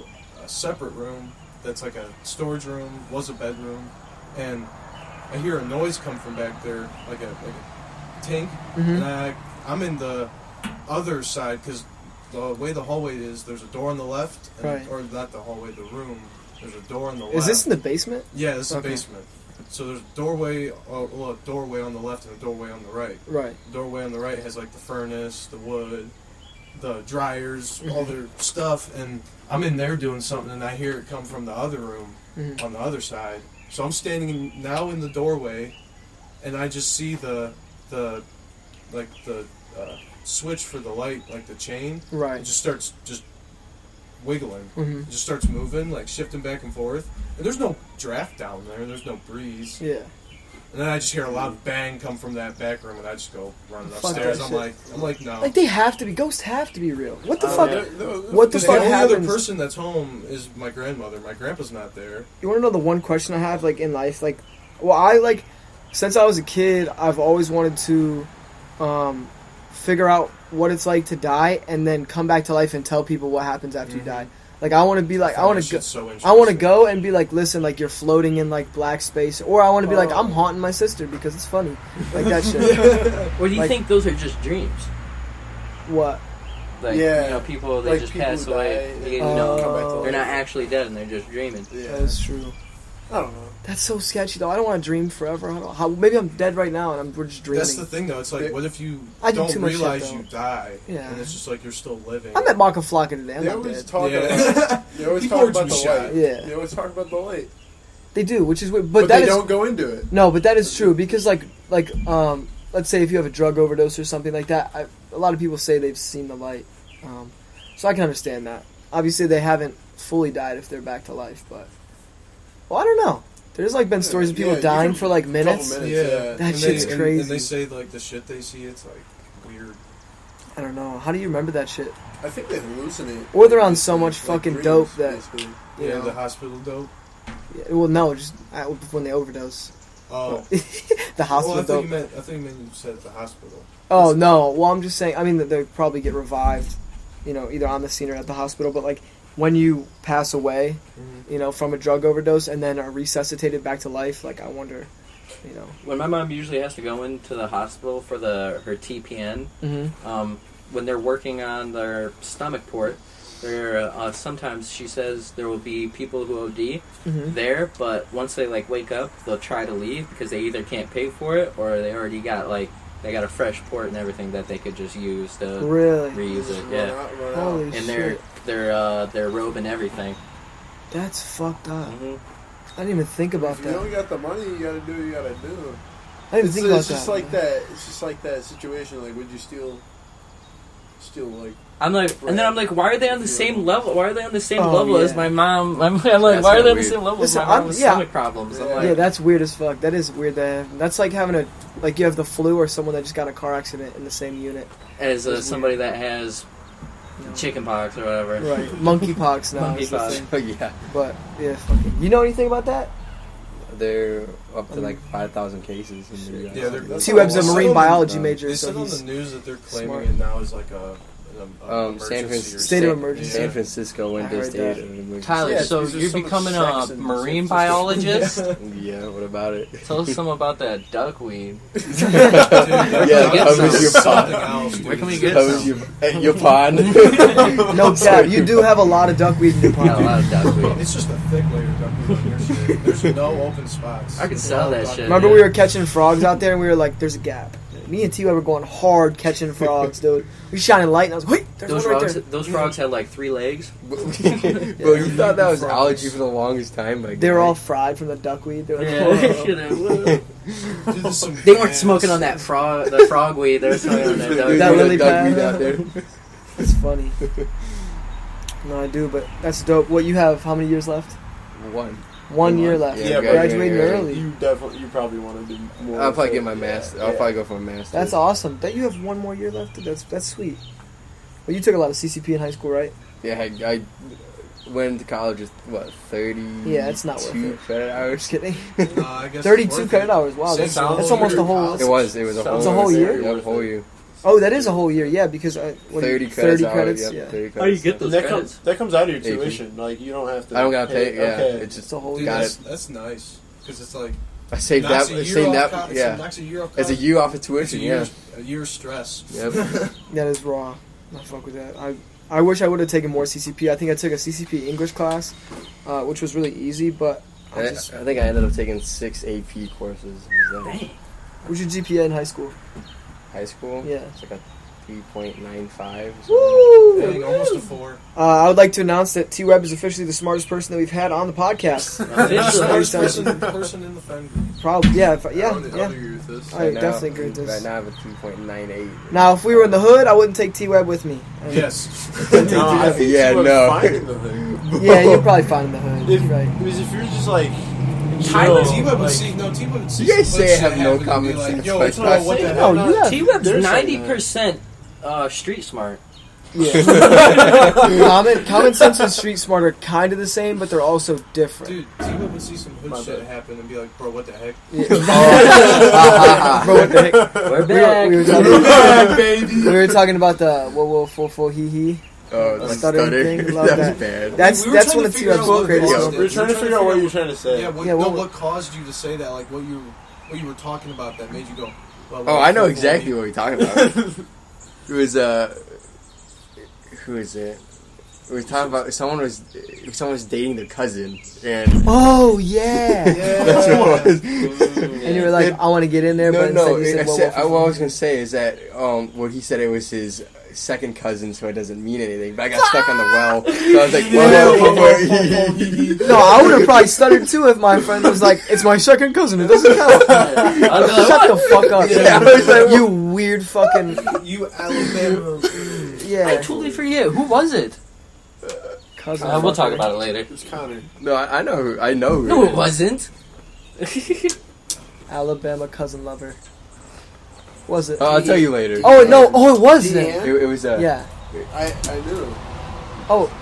[SPEAKER 3] a separate room that's like a storage room, was a bedroom, and I hear a noise come from back there, like a like a tank,
[SPEAKER 1] Mhm.
[SPEAKER 3] and I I'm in the other side because the way the hallway is, there's a door on the left, and,
[SPEAKER 1] Right.
[SPEAKER 3] or not the hallway, the room. There's a door on the left.
[SPEAKER 1] Mm-hmm. Is this in the basement?
[SPEAKER 3] Yeah, this is
[SPEAKER 1] Okay.
[SPEAKER 3] the basement. So there's a doorway, uh, well, a doorway on the left and a doorway on the right
[SPEAKER 1] Right.
[SPEAKER 3] doorway on the right has like the furnace, the wood, the dryers, all their stuff, and I'm in there doing something, and I hear it come from the other room
[SPEAKER 1] Mhm.
[SPEAKER 3] on the other side. So I'm standing in- now in the doorway, and I just see the the like the uh, switch for the light, like the chain, it
[SPEAKER 1] Right.
[SPEAKER 3] just starts just wiggling.
[SPEAKER 1] hmm
[SPEAKER 3] It just starts moving, like shifting back and forth. And there's no draft down there. There's no breeze.
[SPEAKER 1] Yeah.
[SPEAKER 3] And then I just hear a loud bang come from that back room, and I just go running
[SPEAKER 1] Fuck
[SPEAKER 3] upstairs.
[SPEAKER 1] that
[SPEAKER 3] I'm
[SPEAKER 1] shit.
[SPEAKER 3] like, I'm like, no.
[SPEAKER 1] Like they have to be. Ghosts have to be real. What the
[SPEAKER 4] Uh,
[SPEAKER 1] fuck?
[SPEAKER 4] there- there-
[SPEAKER 1] What the
[SPEAKER 3] the
[SPEAKER 1] fuck
[SPEAKER 3] only other
[SPEAKER 1] happens?
[SPEAKER 3] person that's home is my grandmother. My grandpa's not there.
[SPEAKER 1] you want to know the one question I have like in life? Like, well, I like since I was a kid, I've always wanted to um, figure out what it's like to die and then come back to life and tell people what happens after you
[SPEAKER 3] Mhm.
[SPEAKER 1] die.
[SPEAKER 4] Mm-hmm.
[SPEAKER 1] Like I want to be like I
[SPEAKER 3] That
[SPEAKER 1] want to go.
[SPEAKER 3] shit's so
[SPEAKER 1] I want to
[SPEAKER 3] interesting.
[SPEAKER 1] go and be like, listen, like you're floating in like black space, or I want to be like,
[SPEAKER 4] Oh.
[SPEAKER 1] I'm haunting my sister because it's funny, like that shit.
[SPEAKER 5] Or do you
[SPEAKER 1] Like-
[SPEAKER 5] think those are just dreams?
[SPEAKER 1] what?
[SPEAKER 5] Like,
[SPEAKER 4] Yeah.
[SPEAKER 5] you know, people, they
[SPEAKER 4] Like
[SPEAKER 5] just
[SPEAKER 4] people
[SPEAKER 5] pass
[SPEAKER 4] who
[SPEAKER 5] away.
[SPEAKER 4] die, Oh.
[SPEAKER 5] They,
[SPEAKER 4] they
[SPEAKER 5] you
[SPEAKER 1] don't
[SPEAKER 5] know,
[SPEAKER 1] come back to
[SPEAKER 5] they're
[SPEAKER 1] life.
[SPEAKER 5] not actually dead and they're just dreaming.
[SPEAKER 1] That
[SPEAKER 4] Yeah.
[SPEAKER 1] is true.
[SPEAKER 4] I don't know.
[SPEAKER 1] That's so sketchy though. I don't want to dream forever. I don't, how, maybe I'm dead right now and I'm we're just dreaming.
[SPEAKER 3] That's the thing, though. It's like, what if you
[SPEAKER 1] I do
[SPEAKER 3] don't
[SPEAKER 1] too much shit,
[SPEAKER 3] realize
[SPEAKER 1] though.
[SPEAKER 3] you die,
[SPEAKER 1] Yeah.
[SPEAKER 3] and it's just like you're still living?
[SPEAKER 1] I'm at Maka Flocka today. I'm
[SPEAKER 4] They
[SPEAKER 1] not
[SPEAKER 4] always
[SPEAKER 1] dead.
[SPEAKER 4] talk. About,
[SPEAKER 3] yeah.
[SPEAKER 4] they always
[SPEAKER 3] He
[SPEAKER 4] talk
[SPEAKER 3] forged
[SPEAKER 4] about
[SPEAKER 3] me
[SPEAKER 4] the
[SPEAKER 3] shot.
[SPEAKER 4] light.
[SPEAKER 1] Yeah.
[SPEAKER 4] They always talk about the light,
[SPEAKER 1] They do, which is weird.
[SPEAKER 4] but,
[SPEAKER 1] But, that
[SPEAKER 4] they
[SPEAKER 1] is
[SPEAKER 4] don't go into it.
[SPEAKER 1] no, but that is true because like like um, let's say if you have a drug overdose or something like that, I, a lot of people say they've seen the light. Um, so I can understand that. Obviously, they haven't fully died if they're back to life, but well, I don't know. There's like been stories of people
[SPEAKER 4] Yeah, you
[SPEAKER 1] dying
[SPEAKER 4] can-
[SPEAKER 1] for like
[SPEAKER 4] couple
[SPEAKER 1] minutes.
[SPEAKER 4] minutes.
[SPEAKER 3] yeah.
[SPEAKER 4] Yeah.
[SPEAKER 1] That
[SPEAKER 3] and
[SPEAKER 1] shit's
[SPEAKER 3] they, and- And,
[SPEAKER 1] crazy.
[SPEAKER 3] they say like the shit they see, it's like weird.
[SPEAKER 1] I don't know. How do you remember that shit?
[SPEAKER 4] I think they hallucinate.
[SPEAKER 1] Or they're on so much
[SPEAKER 4] Like
[SPEAKER 1] fucking
[SPEAKER 4] dreams,
[SPEAKER 1] dope that-
[SPEAKER 4] basically.
[SPEAKER 1] You
[SPEAKER 3] yeah,
[SPEAKER 1] know?
[SPEAKER 3] the hospital dope.
[SPEAKER 1] Yeah, well, no, just uh, when they overdose.
[SPEAKER 3] Oh,
[SPEAKER 1] The hospital.
[SPEAKER 3] Well, I
[SPEAKER 1] dope.
[SPEAKER 3] thought you meant. I think you meant you said the hospital.
[SPEAKER 1] Oh no! Well, I'm just saying. I mean, that they probably get revived, you know, either on the scene or at the hospital. But like when you pass away, you know, from a drug overdose and then are resuscitated back to life, like I wonder, you know.
[SPEAKER 5] When my mom usually has to go into the hospital for the her TPN,
[SPEAKER 1] Mm-hmm.
[SPEAKER 5] um, when they're working on their stomach port, or uh, sometimes she says there will be people who OD
[SPEAKER 4] Mm-hmm.
[SPEAKER 1] hmm
[SPEAKER 5] there, but once they like wake up, they'll try to leave because they either can't pay for it or they already got like they got a fresh port and everything that they could just use to
[SPEAKER 1] Really?
[SPEAKER 5] reuse it.
[SPEAKER 4] Run
[SPEAKER 5] Yeah,
[SPEAKER 4] out, run out.
[SPEAKER 1] Holy
[SPEAKER 5] and their
[SPEAKER 1] shit.
[SPEAKER 5] their uh, their robe and everything.
[SPEAKER 1] That's fucked up.
[SPEAKER 5] Mhm.
[SPEAKER 1] I didn't even think about
[SPEAKER 4] If you
[SPEAKER 1] that.
[SPEAKER 4] don't got the money, you gotta do what you gotta do.
[SPEAKER 1] I didn't
[SPEAKER 4] It's,
[SPEAKER 1] think about
[SPEAKER 4] it's just
[SPEAKER 1] that.
[SPEAKER 4] like that. It's just like that situation. Like, would you steal, steal like?
[SPEAKER 5] I'm like, and then I'm like, why are they on the same level? Why are they on the same
[SPEAKER 1] Oh,
[SPEAKER 5] level as
[SPEAKER 1] yeah.
[SPEAKER 5] my mom? I'm, I'm like,
[SPEAKER 10] That's
[SPEAKER 5] why are
[SPEAKER 10] kinda
[SPEAKER 5] they on the
[SPEAKER 10] weird.
[SPEAKER 5] same level as
[SPEAKER 1] Listen,
[SPEAKER 5] my mom
[SPEAKER 1] I'm-
[SPEAKER 5] with
[SPEAKER 1] yeah.
[SPEAKER 5] stomach problems? I'm like,
[SPEAKER 1] Yeah, that's weird as fuck. That is weird. That that's like having a like you have the flu or someone that just got in a car accident in the same unit.
[SPEAKER 5] as uh,
[SPEAKER 1] That's
[SPEAKER 5] somebody that has
[SPEAKER 1] You know?
[SPEAKER 5] chickenpox or whatever.
[SPEAKER 1] Right, monkeypox now. is the
[SPEAKER 5] Monkeypox.
[SPEAKER 1] thing.
[SPEAKER 10] Oh yeah,
[SPEAKER 1] But yeah, fucking. You know anything about that?
[SPEAKER 10] they're up to
[SPEAKER 1] Um,
[SPEAKER 10] like five thousand cases in the U.S.
[SPEAKER 3] Yeah, they're- Oh,
[SPEAKER 1] T Web's a
[SPEAKER 3] Well,
[SPEAKER 1] marine
[SPEAKER 3] some-
[SPEAKER 1] biology
[SPEAKER 10] um,
[SPEAKER 1] major,
[SPEAKER 3] They
[SPEAKER 1] so
[SPEAKER 3] said on the
[SPEAKER 1] he's
[SPEAKER 3] news that they're claiming
[SPEAKER 1] smart.
[SPEAKER 3] it now is like a, a, a
[SPEAKER 10] um, San
[SPEAKER 3] emergency
[SPEAKER 10] Francisco
[SPEAKER 3] or
[SPEAKER 1] State of emergency.
[SPEAKER 10] San
[SPEAKER 3] Yeah.
[SPEAKER 10] Francisco
[SPEAKER 1] I
[SPEAKER 10] went
[SPEAKER 1] heard
[SPEAKER 10] to state
[SPEAKER 1] that.
[SPEAKER 10] of emergency.
[SPEAKER 5] Tyler,
[SPEAKER 4] Yeah,
[SPEAKER 5] so
[SPEAKER 4] these are
[SPEAKER 5] you're
[SPEAKER 4] some of the
[SPEAKER 5] becoming a
[SPEAKER 4] sex and-
[SPEAKER 5] marine biologist?
[SPEAKER 10] Yeah, what about it?
[SPEAKER 5] Tell us some about that duckweed.
[SPEAKER 3] Dude, that-
[SPEAKER 10] Yeah,
[SPEAKER 3] that
[SPEAKER 10] that was
[SPEAKER 3] sounds
[SPEAKER 10] your
[SPEAKER 3] something
[SPEAKER 10] pond.
[SPEAKER 3] else, dude.
[SPEAKER 5] Where can we
[SPEAKER 10] That
[SPEAKER 5] get
[SPEAKER 10] was
[SPEAKER 5] some?
[SPEAKER 10] your, at your pond.
[SPEAKER 1] no doubt. You do have a lot of duckweed in your
[SPEAKER 5] Got a
[SPEAKER 1] pocket.
[SPEAKER 5] lot of duckweed.
[SPEAKER 3] It's just a thick layer of duckweed on your shit. There's no open spots.
[SPEAKER 5] I could
[SPEAKER 3] It's
[SPEAKER 5] sell
[SPEAKER 3] all
[SPEAKER 5] that
[SPEAKER 3] duck-
[SPEAKER 5] shit.
[SPEAKER 1] Remember we were catching frogs out there and we were like, "There's a gap." Me and T Web were going hard catching frogs, dude. We shining light and I was, "Wait, there's
[SPEAKER 5] Those
[SPEAKER 1] one right
[SPEAKER 5] frogs,
[SPEAKER 1] there."
[SPEAKER 5] those frogs had like three legs.
[SPEAKER 10] Bro, you thought that was allergy for the longest time. Like
[SPEAKER 1] They were all fried from the duckweed. They were like,
[SPEAKER 5] Yeah.
[SPEAKER 3] Dude, there's some
[SPEAKER 5] they weren't
[SPEAKER 3] ants.
[SPEAKER 5] smoking on that frog, the frog weed. They were smoking on that
[SPEAKER 10] There's
[SPEAKER 5] duck.
[SPEAKER 1] That
[SPEAKER 10] no
[SPEAKER 1] lily
[SPEAKER 10] duckweed
[SPEAKER 1] pad.
[SPEAKER 10] out there.
[SPEAKER 1] It's funny. No, I do, but that's dope. What you have? How many years left?
[SPEAKER 10] One.
[SPEAKER 1] One year left.
[SPEAKER 10] Yeah,
[SPEAKER 1] You're graduating early.
[SPEAKER 11] You definitely, you probably want to do more.
[SPEAKER 10] I'll
[SPEAKER 11] of
[SPEAKER 10] probably
[SPEAKER 11] it.
[SPEAKER 10] get my master. I'll
[SPEAKER 11] Yeah.
[SPEAKER 10] probably go for a master.
[SPEAKER 1] That's awesome. That you have one more year left. That's that's sweet. Well, you took a lot of CCP in high school, right?
[SPEAKER 10] Yeah, I, I went to college with what thirty.
[SPEAKER 1] Yeah, it's not worth it.
[SPEAKER 10] Credit
[SPEAKER 1] Just
[SPEAKER 10] hours.
[SPEAKER 1] kidding.
[SPEAKER 3] Nah, Uh, I guess it's worth
[SPEAKER 1] Thirty-two
[SPEAKER 3] it.
[SPEAKER 1] credit hours. Wow,
[SPEAKER 3] Same
[SPEAKER 1] that's,
[SPEAKER 3] time.
[SPEAKER 1] that's almost the whole.
[SPEAKER 10] It was. It was a
[SPEAKER 5] It's
[SPEAKER 10] whole.
[SPEAKER 1] a whole year?
[SPEAKER 10] Yeah, whole year.
[SPEAKER 1] Oh, that is a whole year. Yeah, because I, what do you-
[SPEAKER 10] Thirty credits.
[SPEAKER 1] Thirty
[SPEAKER 10] hours,
[SPEAKER 1] credits.
[SPEAKER 10] yep,
[SPEAKER 1] yeah.
[SPEAKER 10] Thirty credits.
[SPEAKER 5] Oh, you get those
[SPEAKER 11] That
[SPEAKER 5] credits.
[SPEAKER 11] comes, that comes out of your
[SPEAKER 10] AP.
[SPEAKER 11] tuition. Like you don't have to.
[SPEAKER 10] I don't gotta pay. Yeah,
[SPEAKER 11] okay.
[SPEAKER 10] it's just.
[SPEAKER 1] It's a whole
[SPEAKER 3] Dude,
[SPEAKER 1] year.
[SPEAKER 10] Got
[SPEAKER 3] that's,
[SPEAKER 10] it.
[SPEAKER 3] that's nice because it's like
[SPEAKER 10] I saved that.
[SPEAKER 3] knocks a
[SPEAKER 10] I
[SPEAKER 3] year
[SPEAKER 10] saved
[SPEAKER 3] off
[SPEAKER 10] that.
[SPEAKER 3] co- it's-
[SPEAKER 10] yeah,
[SPEAKER 3] knocks a year off
[SPEAKER 10] as a
[SPEAKER 3] college.
[SPEAKER 10] year off of
[SPEAKER 3] It's a
[SPEAKER 10] tuition.
[SPEAKER 3] year,
[SPEAKER 10] Yeah.
[SPEAKER 3] a year stress.
[SPEAKER 10] Yep.
[SPEAKER 1] That is raw. I fuck with that. I I wish I would have taken more CCP. I think I took a CCP English class, uh, which was really easy. But
[SPEAKER 10] I,
[SPEAKER 1] I just,
[SPEAKER 10] I think I ended up taking six AP courses. Is that
[SPEAKER 1] what's your GPA in high school?
[SPEAKER 10] High school.
[SPEAKER 1] Yeah.
[SPEAKER 10] It's like a three point nine five.
[SPEAKER 3] Dang, almost a four.
[SPEAKER 1] Uh, I would like to announce that T Web is officially the smartest person that we've had on the podcast.
[SPEAKER 3] Smartest
[SPEAKER 1] Every
[SPEAKER 3] person, person in the friend group.
[SPEAKER 1] Probably, yeah, if,
[SPEAKER 4] I
[SPEAKER 1] yeah,
[SPEAKER 4] don't, I
[SPEAKER 1] yeah.
[SPEAKER 4] don't agree with this.
[SPEAKER 1] I definitely agree with
[SPEAKER 10] Right
[SPEAKER 1] this.
[SPEAKER 10] now I have a three point nine eight.
[SPEAKER 1] Now, if we were in the hood, I wouldn't take T Web with me. I mean,
[SPEAKER 3] Yes.
[SPEAKER 11] No, I think
[SPEAKER 10] Yeah,
[SPEAKER 11] you would
[SPEAKER 10] no.
[SPEAKER 11] Find the thing.
[SPEAKER 1] yeah, you'd probably find the hood.
[SPEAKER 11] If,
[SPEAKER 1] right.
[SPEAKER 11] Because if you're just like.
[SPEAKER 3] Tyler
[SPEAKER 11] yo,
[SPEAKER 3] T Web would
[SPEAKER 11] like-
[SPEAKER 3] see no T Web would see.
[SPEAKER 10] You guys
[SPEAKER 3] some
[SPEAKER 10] say I
[SPEAKER 3] shit
[SPEAKER 10] have
[SPEAKER 3] happen
[SPEAKER 10] no
[SPEAKER 3] and be
[SPEAKER 10] common
[SPEAKER 3] like,
[SPEAKER 10] sense,
[SPEAKER 3] Yo,
[SPEAKER 10] but
[SPEAKER 3] it's not
[SPEAKER 10] I
[SPEAKER 3] what
[SPEAKER 10] say
[SPEAKER 3] the
[SPEAKER 1] no,
[SPEAKER 3] hell.
[SPEAKER 1] Oh, you have-
[SPEAKER 5] T Web's
[SPEAKER 11] They're saying
[SPEAKER 5] ninety percent uh, street smart.
[SPEAKER 1] Yeah. common, common sense and street smart are kind of the same, but they're also different.
[SPEAKER 3] Dude, T Web would see some
[SPEAKER 11] My
[SPEAKER 3] hood shit
[SPEAKER 11] bad.
[SPEAKER 3] happen and be like, bro, what the heck?
[SPEAKER 1] Bro, what the heck?
[SPEAKER 5] We're
[SPEAKER 1] We were,
[SPEAKER 5] back.
[SPEAKER 1] we, were talking, we were talking about the whoa whoa full full hee hee.
[SPEAKER 10] Oh, the
[SPEAKER 1] Stuttering thing,
[SPEAKER 10] stutter. That
[SPEAKER 1] love
[SPEAKER 10] was
[SPEAKER 1] that.
[SPEAKER 10] bad.
[SPEAKER 1] That's
[SPEAKER 3] We were
[SPEAKER 1] that's
[SPEAKER 3] trying
[SPEAKER 1] one
[SPEAKER 3] to
[SPEAKER 1] of T
[SPEAKER 3] figure out
[SPEAKER 1] Web's
[SPEAKER 3] what
[SPEAKER 1] greatest.
[SPEAKER 3] caused
[SPEAKER 1] moments.
[SPEAKER 3] it.
[SPEAKER 11] We're trying to figure out what you're trying to say.
[SPEAKER 3] Yeah, what,
[SPEAKER 1] Yeah,
[SPEAKER 3] no,
[SPEAKER 1] what
[SPEAKER 3] what,
[SPEAKER 1] were-
[SPEAKER 3] caused you to say that? Like, what you what you were talking about that made you go? Well,
[SPEAKER 10] Oh, I know exactly what we're talking about. it was uh, who is it? We were talking about someone was someone was dating their cousin, and
[SPEAKER 1] Oh yeah.
[SPEAKER 10] that's what it was.
[SPEAKER 1] And you were like,
[SPEAKER 10] It-
[SPEAKER 1] I want to get in there,
[SPEAKER 10] no,
[SPEAKER 1] but
[SPEAKER 10] no.
[SPEAKER 1] instead you said
[SPEAKER 10] it- I
[SPEAKER 1] whoa
[SPEAKER 10] said, I,
[SPEAKER 1] whoa.
[SPEAKER 10] what I was gonna say is that um, what he said it was his second cousin, so it doesn't mean anything. But I got stuck on the well, so I was like, well,
[SPEAKER 1] No, I would have probably stuttered too if my friend was like, "It's my second cousin. It doesn't count." Shut the fuck up,
[SPEAKER 10] Yeah, I was like,
[SPEAKER 1] you weird fucking
[SPEAKER 3] You Alabama.
[SPEAKER 5] I
[SPEAKER 4] mm,
[SPEAKER 1] yeah.
[SPEAKER 5] totally forget. Who was it?
[SPEAKER 1] Cousin,
[SPEAKER 5] Uh, we'll talk
[SPEAKER 1] fucker.
[SPEAKER 5] about it later.
[SPEAKER 11] It's Connor.
[SPEAKER 10] no, I, I know, who, I know. Who
[SPEAKER 5] No,
[SPEAKER 10] it
[SPEAKER 5] it
[SPEAKER 10] is.
[SPEAKER 5] wasn't.
[SPEAKER 1] Alabama cousin lover. Was it?
[SPEAKER 10] Oh, I'll tell you later.
[SPEAKER 1] oh no! Oh, it was then.
[SPEAKER 10] it, it was uh,
[SPEAKER 1] Yeah.
[SPEAKER 4] I, I knew.
[SPEAKER 1] Oh.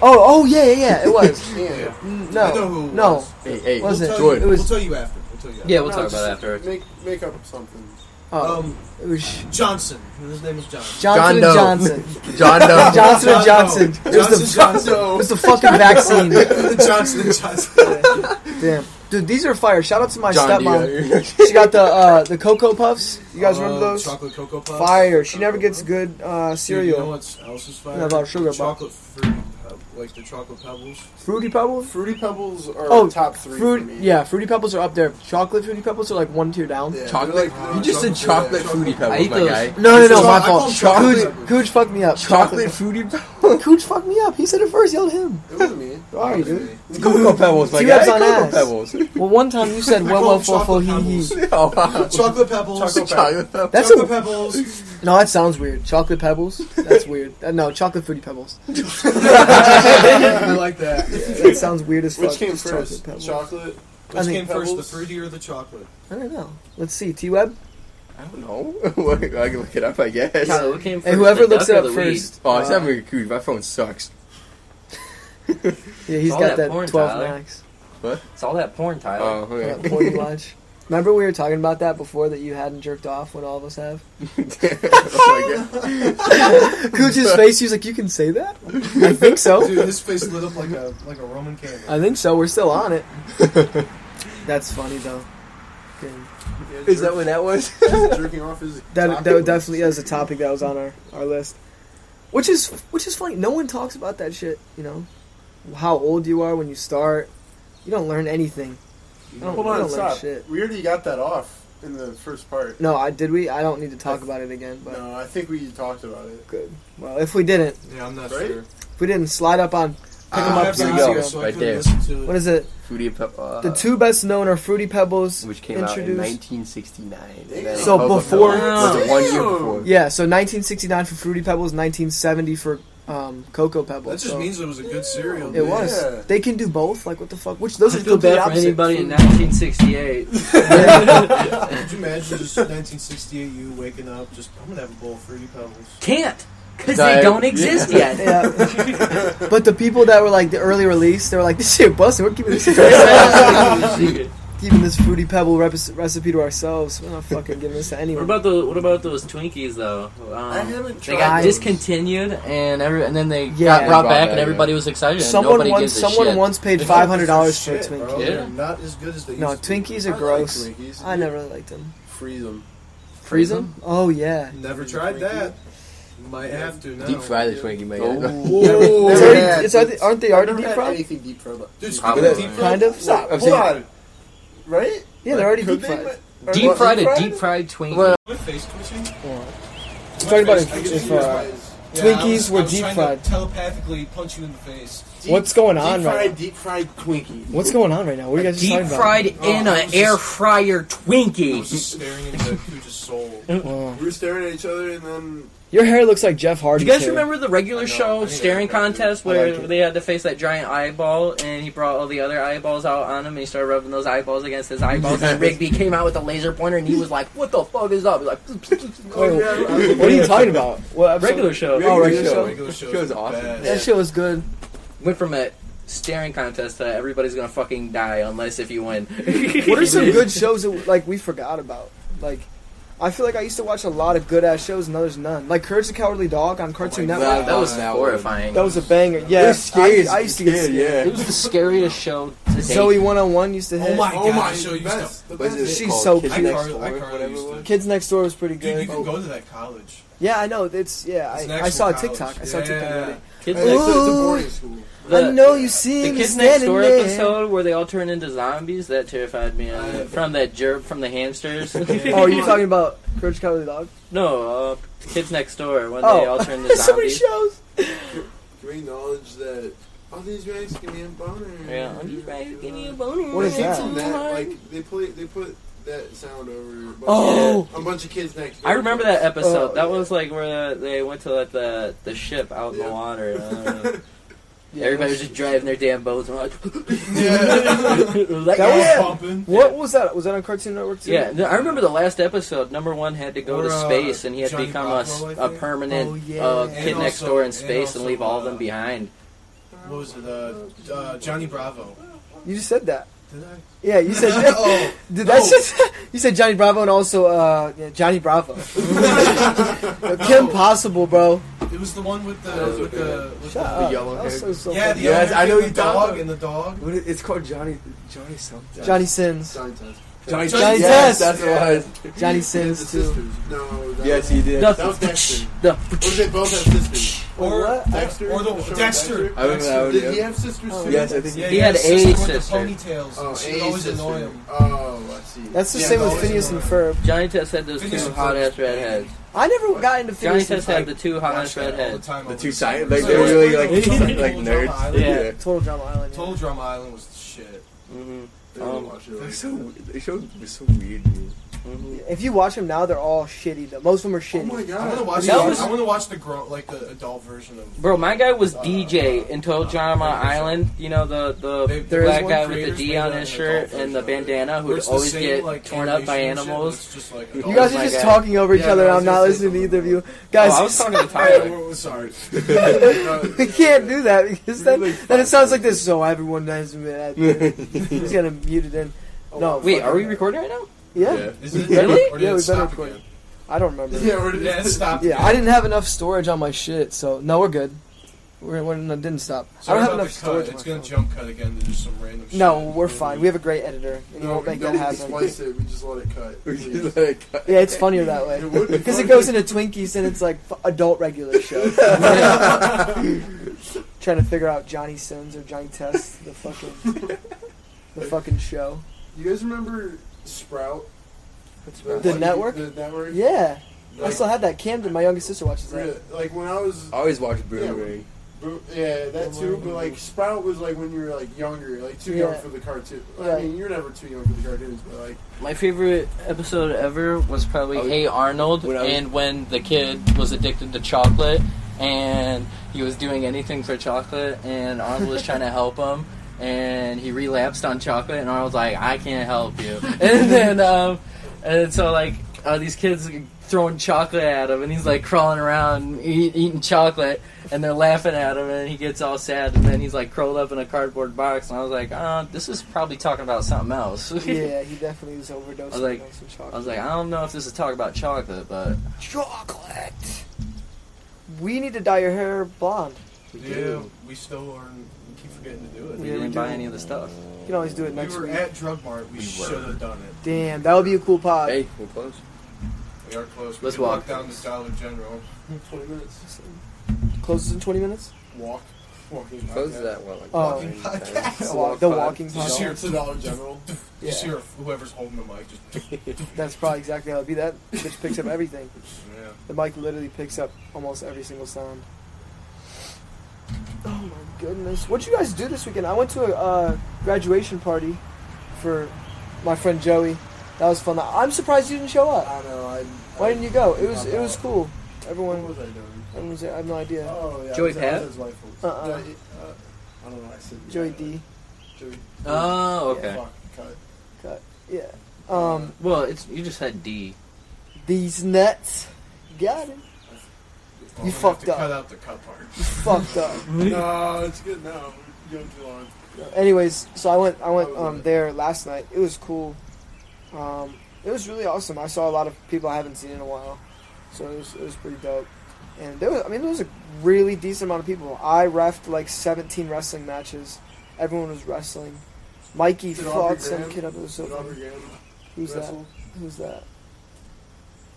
[SPEAKER 1] Oh. Oh yeah. Yeah. yeah, It was.
[SPEAKER 4] Yeah.
[SPEAKER 1] Mm,
[SPEAKER 3] I know who
[SPEAKER 1] No.
[SPEAKER 3] it
[SPEAKER 1] No.
[SPEAKER 3] was.
[SPEAKER 10] Hey, hey,
[SPEAKER 1] Was
[SPEAKER 3] We'll
[SPEAKER 1] it?
[SPEAKER 3] tell
[SPEAKER 10] Jordan.
[SPEAKER 3] you-
[SPEAKER 1] It was-
[SPEAKER 3] We'll tell you after. We'll tell you. After.
[SPEAKER 5] Yeah, we'll
[SPEAKER 4] No,
[SPEAKER 5] talk
[SPEAKER 4] just
[SPEAKER 5] about it afterwards.
[SPEAKER 4] Make make up something.
[SPEAKER 1] Oh.
[SPEAKER 3] Um,
[SPEAKER 1] it was
[SPEAKER 3] Johnson. His name is Johnson. Uh,
[SPEAKER 1] Johnson
[SPEAKER 10] John Doe.
[SPEAKER 1] and Johnson.
[SPEAKER 10] John Doe.
[SPEAKER 1] Johnson and Johnson.
[SPEAKER 3] Johnson.
[SPEAKER 1] It was the
[SPEAKER 3] Johnson.
[SPEAKER 1] it was the fucking vaccine.
[SPEAKER 3] Johnson. Johnson.
[SPEAKER 1] Damn. Dude, these are fire. Shout out to my
[SPEAKER 10] John
[SPEAKER 1] stepmom.
[SPEAKER 10] Deere.
[SPEAKER 1] She got the uh, the cocoa puffs. You guys
[SPEAKER 3] Uh,
[SPEAKER 1] remember those?
[SPEAKER 3] Chocolate cocoa puffs.
[SPEAKER 1] Fire. She
[SPEAKER 3] Cocoa
[SPEAKER 1] never gets
[SPEAKER 3] puffs.
[SPEAKER 1] good uh,
[SPEAKER 3] Dude, You know
[SPEAKER 1] cereal.
[SPEAKER 3] what else is fire?
[SPEAKER 1] No, about sugar, but-
[SPEAKER 3] Chocolate fruit, uh, like the chocolate pebbles.
[SPEAKER 1] Fruity Pebbles.
[SPEAKER 4] Fruity Pebbles are
[SPEAKER 1] Oh,
[SPEAKER 4] top three for
[SPEAKER 1] Fruit,
[SPEAKER 4] me.
[SPEAKER 1] yeah, fruity pebbles are up there. Chocolate fruity pebbles are like one tier down.
[SPEAKER 4] Yeah, they're
[SPEAKER 10] Chocolate.
[SPEAKER 4] like-
[SPEAKER 10] you just said chocolate
[SPEAKER 5] I
[SPEAKER 10] fruity pebbles,
[SPEAKER 5] eat
[SPEAKER 10] my
[SPEAKER 5] those.
[SPEAKER 10] guy.
[SPEAKER 1] No, no, no,
[SPEAKER 3] Cho-
[SPEAKER 1] my
[SPEAKER 3] I call
[SPEAKER 1] fault.
[SPEAKER 3] them chocolate
[SPEAKER 1] Cooch,
[SPEAKER 3] pebbles.
[SPEAKER 1] Cooch fucked me up.
[SPEAKER 10] Chocolate fruity pebbles.
[SPEAKER 1] Cooch fucked me up. He said it first. Yelled at him.
[SPEAKER 4] It wasn't me.
[SPEAKER 1] Sorry, dude.
[SPEAKER 10] Cocoa pebbles, my
[SPEAKER 1] Two
[SPEAKER 10] guy.
[SPEAKER 1] ups on
[SPEAKER 10] Cocoa
[SPEAKER 1] ass.
[SPEAKER 10] pebbles.
[SPEAKER 1] Well, one time you said well,
[SPEAKER 3] Call
[SPEAKER 1] well,
[SPEAKER 3] them
[SPEAKER 1] fo, fo,
[SPEAKER 3] chocolate
[SPEAKER 1] he,
[SPEAKER 3] pebbles.
[SPEAKER 1] he.
[SPEAKER 10] Oh, wow.
[SPEAKER 3] Chocolate pebbles.
[SPEAKER 10] Chocolate pebbles.
[SPEAKER 1] That's
[SPEAKER 3] chocolate
[SPEAKER 1] a
[SPEAKER 3] pebbles.
[SPEAKER 1] no. That sounds weird. Chocolate pebbles. That's weird. Uh, no, chocolate fruity pebbles.
[SPEAKER 3] I like that.
[SPEAKER 1] That sounds weird as fuck.
[SPEAKER 12] Which came
[SPEAKER 1] just chocolate
[SPEAKER 12] first?
[SPEAKER 1] pebbles.
[SPEAKER 12] Chocolate?
[SPEAKER 1] I
[SPEAKER 12] Which
[SPEAKER 1] think
[SPEAKER 12] came
[SPEAKER 3] First, the
[SPEAKER 12] first?
[SPEAKER 3] fruity or the chocolate?
[SPEAKER 1] I don't know. Let's see. T Web.
[SPEAKER 10] I don't know. Look, I can look it up, I guess.
[SPEAKER 13] God, what came
[SPEAKER 1] Hey,
[SPEAKER 13] first,
[SPEAKER 1] whoever
[SPEAKER 13] the
[SPEAKER 1] looks it
[SPEAKER 13] duck or
[SPEAKER 1] up
[SPEAKER 13] the weed?
[SPEAKER 1] first.
[SPEAKER 10] Oh, it's
[SPEAKER 1] uh,
[SPEAKER 10] not very cool. My phone sucks.
[SPEAKER 1] Yeah, he's
[SPEAKER 13] All
[SPEAKER 1] got
[SPEAKER 13] that
[SPEAKER 1] that
[SPEAKER 13] porn,
[SPEAKER 1] 12
[SPEAKER 13] Tyler.
[SPEAKER 1] max.
[SPEAKER 13] It's all that porn, Tyler.
[SPEAKER 10] Oh,
[SPEAKER 1] That
[SPEAKER 10] okay.
[SPEAKER 1] porn you watch. Remember we were talking about that before that you hadn't jerked off when all of us have.
[SPEAKER 10] oh, my God.
[SPEAKER 1] Cooch's face. He was like, "You can say that." I think so.
[SPEAKER 3] Dude, his face lit up like a like a Roman candle.
[SPEAKER 1] I think so. We're still on it. That's funny though. Okay.
[SPEAKER 10] Is that what that was?
[SPEAKER 4] jerking off is
[SPEAKER 1] That that definitely is a topic that was on our, our list, which is which is funny. No one talks about that shit. You know, how old you are when you start. You don't learn anything. You don't,
[SPEAKER 4] Hold
[SPEAKER 1] you
[SPEAKER 4] on,
[SPEAKER 1] don't learn
[SPEAKER 4] stop.
[SPEAKER 1] shit.
[SPEAKER 4] We already got that off in the first part.
[SPEAKER 1] No, I did we. I don't need to talk about it again. But
[SPEAKER 4] No, I think we talked about it.
[SPEAKER 1] good. Well, if we didn't,
[SPEAKER 3] Yeah, I'm not
[SPEAKER 4] Right?
[SPEAKER 3] sure. Uh,
[SPEAKER 1] if we didn't slide up on Pick
[SPEAKER 3] I
[SPEAKER 1] 'em
[SPEAKER 3] don't
[SPEAKER 1] up
[SPEAKER 3] have
[SPEAKER 1] some
[SPEAKER 3] the
[SPEAKER 1] go.
[SPEAKER 3] audio, so I
[SPEAKER 10] Right
[SPEAKER 3] couldn't
[SPEAKER 10] there.
[SPEAKER 3] listen to it.
[SPEAKER 1] what is it?
[SPEAKER 10] Fruity pebbles. Uh,
[SPEAKER 1] The two best known are Fruity Pebbles.
[SPEAKER 10] Which came out in
[SPEAKER 1] introduced.
[SPEAKER 10] 1969. And then
[SPEAKER 1] So
[SPEAKER 10] Cocoa
[SPEAKER 1] before-
[SPEAKER 10] Pebbles was one year
[SPEAKER 4] Damn.
[SPEAKER 10] before.
[SPEAKER 1] yeah, so 1969 for Fruity Pebbles, 1970 for um, Cocoa Pebbles.
[SPEAKER 3] That just
[SPEAKER 1] so-
[SPEAKER 3] means it was a good cereal.
[SPEAKER 1] It
[SPEAKER 3] dude.
[SPEAKER 1] was.
[SPEAKER 4] Yeah.
[SPEAKER 1] They can do both. Like what the fuck? Which those
[SPEAKER 13] I
[SPEAKER 1] are
[SPEAKER 13] feel
[SPEAKER 1] complete
[SPEAKER 13] bad for
[SPEAKER 1] opposites.
[SPEAKER 13] anybody in 1968.
[SPEAKER 3] Could you imagine just 1968 you waking up, just I'm gonna have a bowl of fruity pebbles.
[SPEAKER 13] Can't, because
[SPEAKER 10] Tyler.
[SPEAKER 13] they don't exist yet.
[SPEAKER 1] Yeah. but the people that were like the early release, they were like, "This shit busted. We're keeping this keeping this fruity pebble rep- recipe to ourselves. We're not fucking giving this to
[SPEAKER 13] What
[SPEAKER 1] anyone."
[SPEAKER 13] about the what about those Twinkies though? Um,
[SPEAKER 4] I haven't
[SPEAKER 13] they
[SPEAKER 4] tried.
[SPEAKER 13] got
[SPEAKER 1] tried those.
[SPEAKER 13] discontinued, and every and then they got
[SPEAKER 1] Yeah.
[SPEAKER 13] brought
[SPEAKER 10] Brought
[SPEAKER 13] back,
[SPEAKER 10] back,
[SPEAKER 13] and everybody was excited. and
[SPEAKER 1] someone
[SPEAKER 13] nobody
[SPEAKER 1] once
[SPEAKER 13] gives a
[SPEAKER 1] someone
[SPEAKER 13] shit.
[SPEAKER 1] once paid five hundred dollars for a
[SPEAKER 3] Shit,
[SPEAKER 1] Twinkie.
[SPEAKER 3] bro.
[SPEAKER 5] Yeah.
[SPEAKER 3] They're not as good as they
[SPEAKER 1] No,
[SPEAKER 3] used to. be.
[SPEAKER 1] Twinkies are
[SPEAKER 4] I
[SPEAKER 1] gross.
[SPEAKER 4] Like Twinkies.
[SPEAKER 1] I never liked them.
[SPEAKER 4] freeze them.
[SPEAKER 1] Freeze them? Oh yeah.
[SPEAKER 3] Never tried that. Might have to now. Oh.
[SPEAKER 10] Deep fry the Twinkie, man.
[SPEAKER 4] Oh,
[SPEAKER 1] It's already, it's already, aren't they already
[SPEAKER 4] never
[SPEAKER 1] deep
[SPEAKER 4] had
[SPEAKER 1] fried?
[SPEAKER 4] Anything deep fried? but-
[SPEAKER 3] Dude, speaking
[SPEAKER 10] Probably.
[SPEAKER 3] of deep fried,
[SPEAKER 1] Kind of.
[SPEAKER 4] Stop.
[SPEAKER 10] I've
[SPEAKER 4] Hold
[SPEAKER 10] seen-
[SPEAKER 4] on. Right?
[SPEAKER 1] Yeah, they're already
[SPEAKER 4] Could
[SPEAKER 1] deep
[SPEAKER 4] they
[SPEAKER 1] fried.
[SPEAKER 4] ma-
[SPEAKER 5] Deep
[SPEAKER 4] or-
[SPEAKER 5] fried a deep fried Twinkie.
[SPEAKER 10] Well,
[SPEAKER 3] my face twitching.
[SPEAKER 1] It's talking about
[SPEAKER 3] I
[SPEAKER 1] if,
[SPEAKER 3] can
[SPEAKER 1] if
[SPEAKER 3] see your
[SPEAKER 1] uh,
[SPEAKER 3] eyes.
[SPEAKER 1] Twinkies
[SPEAKER 3] I was-
[SPEAKER 1] were
[SPEAKER 3] I was
[SPEAKER 1] deep
[SPEAKER 3] trying
[SPEAKER 1] fried.
[SPEAKER 3] To telepathically punch you in the face.
[SPEAKER 4] Deep-
[SPEAKER 1] What's going on
[SPEAKER 4] deep
[SPEAKER 1] right
[SPEAKER 4] fried,
[SPEAKER 1] now?
[SPEAKER 4] Deep fried Twinkie.
[SPEAKER 1] what's going on right now? What are you guys just
[SPEAKER 5] Deep
[SPEAKER 1] talking
[SPEAKER 5] fried in
[SPEAKER 3] Oh,
[SPEAKER 5] an
[SPEAKER 3] it's
[SPEAKER 5] air
[SPEAKER 3] just-
[SPEAKER 5] fryer
[SPEAKER 3] I
[SPEAKER 5] Twinkie.
[SPEAKER 3] was just staring into Cooch's soul.
[SPEAKER 1] about? Wow.
[SPEAKER 4] We were staring at each other and then
[SPEAKER 1] Your hair looks like Jeff Hardy.
[SPEAKER 5] Do you guys remember the regular
[SPEAKER 3] I know. I
[SPEAKER 5] show
[SPEAKER 3] need to
[SPEAKER 5] staring
[SPEAKER 3] look up, dude.
[SPEAKER 5] contest
[SPEAKER 1] I
[SPEAKER 5] where
[SPEAKER 1] like it.
[SPEAKER 5] they had to face that giant eyeball and he brought all the other eyeballs out on him and he started rubbing those eyeballs against his eyeballs and Rigby came out with a laser pointer and he was like, "What the fuck is up?" He was like,
[SPEAKER 1] Wait, Oh,
[SPEAKER 4] Oh,
[SPEAKER 1] what are you talking about? What episode?
[SPEAKER 5] regular show
[SPEAKER 1] Oh, regular
[SPEAKER 10] show.
[SPEAKER 1] show.
[SPEAKER 3] Regular shows
[SPEAKER 10] Show's
[SPEAKER 3] are
[SPEAKER 10] awesome.
[SPEAKER 3] bad.
[SPEAKER 1] That shit was good.
[SPEAKER 5] went from a staring contest to everybody's gonna fucking die unless if you win.
[SPEAKER 1] What are some good shows that like we forgot about? Like, I feel like I used to watch a lot of good ass shows, and now there's none. Like Courage the Cowardly Dog on Cartoon
[SPEAKER 3] Oh my
[SPEAKER 1] Network.
[SPEAKER 3] God.
[SPEAKER 5] That was
[SPEAKER 10] That
[SPEAKER 5] horrifying.
[SPEAKER 1] That was a banger.
[SPEAKER 10] It
[SPEAKER 1] Yeah,
[SPEAKER 10] was scary.
[SPEAKER 1] I, I used to get scared.
[SPEAKER 10] yeah.
[SPEAKER 5] It was the scariest show to date.
[SPEAKER 1] Zoe 101 used to hit.
[SPEAKER 3] Oh my show used to
[SPEAKER 4] best, the
[SPEAKER 10] What is
[SPEAKER 4] best.
[SPEAKER 10] it
[SPEAKER 1] She's
[SPEAKER 10] called?
[SPEAKER 1] so
[SPEAKER 10] Kids
[SPEAKER 3] cute.
[SPEAKER 10] Next
[SPEAKER 3] I
[SPEAKER 10] Door,
[SPEAKER 3] Carly- I Carly
[SPEAKER 10] whatever it
[SPEAKER 3] used to-
[SPEAKER 10] was?
[SPEAKER 1] Kids Next Door was pretty
[SPEAKER 3] Dude, you
[SPEAKER 1] good.
[SPEAKER 3] can
[SPEAKER 1] Oh,
[SPEAKER 3] go to that college.
[SPEAKER 1] yeah, I know. It's yeah.
[SPEAKER 3] It's an
[SPEAKER 1] I, I
[SPEAKER 3] actual
[SPEAKER 1] saw a
[SPEAKER 3] college.
[SPEAKER 1] TikTok. I saw a TikTok.
[SPEAKER 3] Yeah.
[SPEAKER 1] about it.
[SPEAKER 5] Kids
[SPEAKER 4] It's
[SPEAKER 5] Next-
[SPEAKER 4] like the
[SPEAKER 1] Ooh.
[SPEAKER 4] boarding school.
[SPEAKER 1] I know you seen
[SPEAKER 5] The
[SPEAKER 1] me
[SPEAKER 5] Kids Next
[SPEAKER 1] standing
[SPEAKER 5] Door
[SPEAKER 1] there.
[SPEAKER 5] episode where they all turn into zombies, that terrified me. Uh, from that gerb from the hamsters.
[SPEAKER 1] Oh, you're talking about Courage the Cowardly Dog?
[SPEAKER 5] no, uh, Kids Next Door when they
[SPEAKER 1] Oh.
[SPEAKER 5] all turn into
[SPEAKER 1] so many
[SPEAKER 5] zombies.
[SPEAKER 1] shows.
[SPEAKER 4] Can we acknowledge that all these guys give me a boner?
[SPEAKER 5] Yeah, I'm just ready to give you a boner.
[SPEAKER 1] What is
[SPEAKER 4] Kids
[SPEAKER 1] that?
[SPEAKER 4] in that, like they play, they put that sound over. a bunch
[SPEAKER 1] Oh.
[SPEAKER 4] of- a bunch of kids next. door.
[SPEAKER 5] I remember that episode.
[SPEAKER 1] Oh,
[SPEAKER 5] that
[SPEAKER 1] yeah.
[SPEAKER 5] was like where they went to like the the ship out in
[SPEAKER 4] Yeah.
[SPEAKER 5] the water. Uh,
[SPEAKER 1] Yeah,
[SPEAKER 5] everybody was just driving their damn boats. And like, like,
[SPEAKER 1] That was-
[SPEAKER 5] yeah.
[SPEAKER 3] Pumping.
[SPEAKER 1] What was that? Was that on Cartoon Network too?
[SPEAKER 5] Yeah, no, I remember the last episode. Number one had to go
[SPEAKER 3] Or,
[SPEAKER 5] to
[SPEAKER 3] uh,
[SPEAKER 5] space, and he had to
[SPEAKER 3] Johnny
[SPEAKER 5] become a,
[SPEAKER 3] Bravo, I
[SPEAKER 5] a
[SPEAKER 3] think.
[SPEAKER 5] permanent
[SPEAKER 1] Oh, yeah.
[SPEAKER 5] uh,
[SPEAKER 1] And
[SPEAKER 5] kid next
[SPEAKER 3] also-
[SPEAKER 5] door in
[SPEAKER 3] and
[SPEAKER 5] space, and
[SPEAKER 3] also,
[SPEAKER 5] leave all of them
[SPEAKER 3] uh,
[SPEAKER 5] behind.
[SPEAKER 3] What was it? Uh, uh, Johnny Bravo.
[SPEAKER 1] You just said that.
[SPEAKER 3] Did I?
[SPEAKER 1] Yeah, you said
[SPEAKER 3] Oh,
[SPEAKER 1] Dude, that's just you said Johnny Bravo and also uh, yeah, Johnny Bravo. Kim Possible, bro.
[SPEAKER 3] it was the one with the
[SPEAKER 10] That was
[SPEAKER 3] with
[SPEAKER 10] okay.
[SPEAKER 3] the, with
[SPEAKER 10] Shut
[SPEAKER 3] the
[SPEAKER 10] up. yellow
[SPEAKER 1] That was
[SPEAKER 10] hair.
[SPEAKER 1] so- so
[SPEAKER 3] yeah, the
[SPEAKER 1] funny.
[SPEAKER 10] Yes,
[SPEAKER 3] other
[SPEAKER 10] I know
[SPEAKER 3] kid,
[SPEAKER 10] you
[SPEAKER 3] the
[SPEAKER 10] talked
[SPEAKER 3] dog
[SPEAKER 10] about-
[SPEAKER 3] and the dog.
[SPEAKER 10] What is, it's called Johnny Johnny something.
[SPEAKER 1] Johnny Sins.
[SPEAKER 4] Johnny Test.
[SPEAKER 10] Johnny,
[SPEAKER 1] Johnny Test.
[SPEAKER 10] yes, That's what it was.
[SPEAKER 1] Johnny
[SPEAKER 4] The
[SPEAKER 1] Sins too.
[SPEAKER 4] sisters. No. That
[SPEAKER 10] Yes, he did.
[SPEAKER 4] That was Dexter.
[SPEAKER 14] No.
[SPEAKER 4] Or they both have sisters.
[SPEAKER 3] Or
[SPEAKER 1] What?
[SPEAKER 4] Dexter.
[SPEAKER 3] Or the-
[SPEAKER 4] show
[SPEAKER 3] Dexter.
[SPEAKER 10] I remember that one.
[SPEAKER 4] Did he
[SPEAKER 10] yeah.
[SPEAKER 4] have sisters too?
[SPEAKER 10] Yes, I think
[SPEAKER 3] Yeah,
[SPEAKER 10] he
[SPEAKER 3] yeah,
[SPEAKER 10] did.
[SPEAKER 5] He had
[SPEAKER 3] his sister
[SPEAKER 5] a
[SPEAKER 3] with
[SPEAKER 5] sister.
[SPEAKER 3] the ponytails.
[SPEAKER 4] Oh,
[SPEAKER 3] she
[SPEAKER 4] a
[SPEAKER 3] would always
[SPEAKER 4] sister.
[SPEAKER 3] annoy him.
[SPEAKER 4] Oh, I see.
[SPEAKER 1] That's the
[SPEAKER 3] Yeah,
[SPEAKER 1] same
[SPEAKER 3] that
[SPEAKER 1] with
[SPEAKER 3] was
[SPEAKER 1] Phineas and
[SPEAKER 3] another
[SPEAKER 1] Ferb.
[SPEAKER 5] Johnny Test had those
[SPEAKER 3] Phineas
[SPEAKER 5] two
[SPEAKER 3] and
[SPEAKER 5] hot
[SPEAKER 3] Ferb's
[SPEAKER 5] ass redheads.
[SPEAKER 1] I never got into
[SPEAKER 5] Johnny
[SPEAKER 1] Phineas and
[SPEAKER 5] Test
[SPEAKER 1] Ferb.
[SPEAKER 5] had the two hot ass
[SPEAKER 3] Watched that all
[SPEAKER 5] redheads.
[SPEAKER 3] time
[SPEAKER 10] The
[SPEAKER 3] over there.
[SPEAKER 10] two science, like
[SPEAKER 3] So
[SPEAKER 10] they were
[SPEAKER 3] it's
[SPEAKER 10] really like
[SPEAKER 3] pretty much
[SPEAKER 10] like
[SPEAKER 3] Total Drama
[SPEAKER 10] nerds.
[SPEAKER 3] Island.
[SPEAKER 10] Yeah.
[SPEAKER 1] Total Drama Island. yeah.
[SPEAKER 3] Total Drum Island was the shit.
[SPEAKER 5] Mm-hmm.
[SPEAKER 4] They don't watch it. Oh
[SPEAKER 10] They're so the show was so weird. Dude.
[SPEAKER 1] If you watch them now, they're all shitty. Though most of them are
[SPEAKER 4] Oh
[SPEAKER 1] shitty.
[SPEAKER 4] my
[SPEAKER 3] I
[SPEAKER 4] god.
[SPEAKER 3] want to watch.
[SPEAKER 5] That
[SPEAKER 3] the,
[SPEAKER 5] was-
[SPEAKER 3] I want to watch the grown, like the adult version of.
[SPEAKER 5] Bro, my guy was
[SPEAKER 3] Uh,
[SPEAKER 5] DJ in Total Drama Island. You know the the
[SPEAKER 3] They- there
[SPEAKER 5] black
[SPEAKER 3] is
[SPEAKER 5] guy
[SPEAKER 3] one
[SPEAKER 5] with the
[SPEAKER 3] creator's
[SPEAKER 5] D on
[SPEAKER 3] made
[SPEAKER 5] his
[SPEAKER 3] that
[SPEAKER 5] shirt
[SPEAKER 3] adult
[SPEAKER 5] and the
[SPEAKER 3] version of it.
[SPEAKER 5] bandana
[SPEAKER 3] Where
[SPEAKER 5] who'd
[SPEAKER 3] it's the
[SPEAKER 5] always
[SPEAKER 3] same,
[SPEAKER 5] get
[SPEAKER 3] like,
[SPEAKER 5] torn up by
[SPEAKER 3] animation shit, but
[SPEAKER 5] animals.
[SPEAKER 3] it's just, like,
[SPEAKER 1] You
[SPEAKER 3] adult.
[SPEAKER 1] guys
[SPEAKER 5] Oh
[SPEAKER 1] are
[SPEAKER 5] my
[SPEAKER 1] just
[SPEAKER 5] God.
[SPEAKER 1] talking over each
[SPEAKER 4] Yeah,
[SPEAKER 1] other.
[SPEAKER 4] no,
[SPEAKER 1] and
[SPEAKER 4] I
[SPEAKER 1] I'm
[SPEAKER 4] was
[SPEAKER 1] not
[SPEAKER 4] gonna say
[SPEAKER 1] listening to either
[SPEAKER 4] something.
[SPEAKER 1] of you, guys.
[SPEAKER 5] Oh, I was talking to
[SPEAKER 4] Yeah,
[SPEAKER 5] Tyler.
[SPEAKER 4] we're- we're sorry.
[SPEAKER 1] we can't do that because then, then it sounds like this. So everyone knows me. that." He's gonna mute it in. No,
[SPEAKER 5] Wait, are we recording right now?
[SPEAKER 1] Yeah,
[SPEAKER 3] Is it
[SPEAKER 1] Really?
[SPEAKER 3] Or did
[SPEAKER 1] Yeah,
[SPEAKER 3] it
[SPEAKER 1] we better
[SPEAKER 3] stop
[SPEAKER 1] quit.
[SPEAKER 3] again?
[SPEAKER 1] I don't remember.
[SPEAKER 4] Yeah,
[SPEAKER 1] Yeah,
[SPEAKER 4] we're
[SPEAKER 3] Yeah, it stopped.
[SPEAKER 1] I didn't have enough storage on my shit, so no, we're good. We're, we're no, didn't stop. I
[SPEAKER 3] Sorry
[SPEAKER 1] don't have
[SPEAKER 3] about
[SPEAKER 1] enough
[SPEAKER 3] the cut.
[SPEAKER 1] storage. on
[SPEAKER 3] It's
[SPEAKER 1] my
[SPEAKER 3] gonna
[SPEAKER 1] phone.
[SPEAKER 3] jump cut again to just some random.
[SPEAKER 1] No,
[SPEAKER 3] shit.
[SPEAKER 1] we're fine. We have a great editor, and
[SPEAKER 4] No,
[SPEAKER 1] he'll
[SPEAKER 4] we
[SPEAKER 1] make that
[SPEAKER 4] don't
[SPEAKER 1] happen.
[SPEAKER 4] splice it. We just let it cut.
[SPEAKER 10] We
[SPEAKER 4] please.
[SPEAKER 10] just like,
[SPEAKER 1] Yeah, it's funnier that way
[SPEAKER 4] It would be
[SPEAKER 1] because it
[SPEAKER 4] funny.
[SPEAKER 1] goes into Twinkies and it's like f- adult regular show. Trying to figure out Johnny Sins or Johnny Test the fucking the fucking show.
[SPEAKER 4] You guys remember Sprout?
[SPEAKER 1] The network?
[SPEAKER 4] The network?
[SPEAKER 1] Yeah, I
[SPEAKER 4] Like,
[SPEAKER 1] still had that. Camden, my youngest sister, watches that.
[SPEAKER 4] really, like when I was,
[SPEAKER 10] I
[SPEAKER 1] Uh,
[SPEAKER 10] always watched Boomerang.
[SPEAKER 4] bo- yeah, that too. But like Sprout was like when you were like younger, like too young
[SPEAKER 1] Yeah.
[SPEAKER 4] for the cartoon. I
[SPEAKER 1] Right.
[SPEAKER 4] mean, you're never too young for the cartoons, but like
[SPEAKER 5] My favorite episode ever was probably
[SPEAKER 10] Oh,
[SPEAKER 5] Hey Arnold,
[SPEAKER 10] when I was-
[SPEAKER 5] and when the kid was addicted to chocolate, and he was doing anything for chocolate, and Arnold was trying to help him, and he relapsed on chocolate, and Arnold's like, "I can't help you," and then, um, and so like uh, these kids throwing chocolate at him, and he's like crawling around and eat, eating chocolate, and they're laughing at him, and he gets all sad, and then he's like curled up in a cardboard box, and I was like, "Uh, this is probably talking about something else."
[SPEAKER 1] Yeah, he definitely was overdosing
[SPEAKER 5] I was like-
[SPEAKER 1] on some chocolate.
[SPEAKER 5] I was like, I don't know if this is talk about chocolate, but
[SPEAKER 1] chocolate. We need to dye your hair blonde.
[SPEAKER 3] Yeah, we still are. We keep forgetting to do it.
[SPEAKER 5] we
[SPEAKER 1] Yeah, we
[SPEAKER 5] didn't
[SPEAKER 1] do.
[SPEAKER 5] buy any of the stuff.
[SPEAKER 1] You can always do it
[SPEAKER 3] We
[SPEAKER 1] next
[SPEAKER 3] were
[SPEAKER 1] week.
[SPEAKER 3] at Drug Mart. We, should have done it.
[SPEAKER 1] Damn, that would be a cool pod.
[SPEAKER 10] Hey, we're close.
[SPEAKER 3] We are close. We
[SPEAKER 5] Let's
[SPEAKER 3] could
[SPEAKER 5] walk.
[SPEAKER 3] walk down to Dollar General.
[SPEAKER 4] 20 minutes
[SPEAKER 1] Closes in 20 minutes.
[SPEAKER 4] walk, walking.
[SPEAKER 10] Close
[SPEAKER 4] podcast.
[SPEAKER 10] that one. Like,
[SPEAKER 1] Oh.
[SPEAKER 10] fucking
[SPEAKER 3] Podcast.
[SPEAKER 10] time.
[SPEAKER 1] The, wa- the
[SPEAKER 10] Pod.
[SPEAKER 1] walking
[SPEAKER 4] Just
[SPEAKER 1] pod.
[SPEAKER 4] here to Dollar General.
[SPEAKER 1] Yeah,
[SPEAKER 3] Just hear whoever's holding the mic. Just
[SPEAKER 1] that's probably exactly how it'd be. That bitch picks up everything.
[SPEAKER 3] yeah.
[SPEAKER 1] The mic literally picks up almost every single sound. Oh my goodness. What'd you guys do this weekend? I went to a uh, graduation party for my friend Joey. That was fun. I'm surprised you didn't show up.
[SPEAKER 4] I know. I,
[SPEAKER 1] Why didn't you go? It was it was cool.
[SPEAKER 4] What
[SPEAKER 1] Everyone was,
[SPEAKER 4] was I doing?
[SPEAKER 1] everyone was there. I have no idea.
[SPEAKER 4] Oh yeah,
[SPEAKER 5] Joey
[SPEAKER 4] I was- I was
[SPEAKER 5] Pat?
[SPEAKER 4] his wife.
[SPEAKER 1] Uh-uh.
[SPEAKER 4] Yeah, it- uh, I don't know. I said
[SPEAKER 1] Joey D.
[SPEAKER 4] Joey.
[SPEAKER 5] Oh, okay.
[SPEAKER 4] Fuck, cut.
[SPEAKER 1] Yeah. Um,
[SPEAKER 5] Well, it's you just had D.
[SPEAKER 1] these nuts. Got it.
[SPEAKER 3] Well, we have
[SPEAKER 1] fucked
[SPEAKER 3] to
[SPEAKER 1] up.
[SPEAKER 3] Cut out the cut part.
[SPEAKER 1] You fucked up.
[SPEAKER 4] no, it's good now. You're going too long.
[SPEAKER 1] Anyways, so I went I went
[SPEAKER 4] Oh,
[SPEAKER 1] um,
[SPEAKER 4] yeah.
[SPEAKER 1] there last night. It was cool. Um, it was really awesome. I saw a lot of people I haven't seen in a while, so it was it was pretty dope. And there was I mean there was a really decent amount of people. I refed like 17 wrestling matches. Everyone was wrestling. Mikey
[SPEAKER 4] Did Aubrey
[SPEAKER 1] fucked some
[SPEAKER 4] Graham-
[SPEAKER 1] kid up. It was so
[SPEAKER 4] Did Aubrey
[SPEAKER 1] funny.
[SPEAKER 4] Graham
[SPEAKER 1] Who's that?
[SPEAKER 4] wrestle?
[SPEAKER 1] Who's that?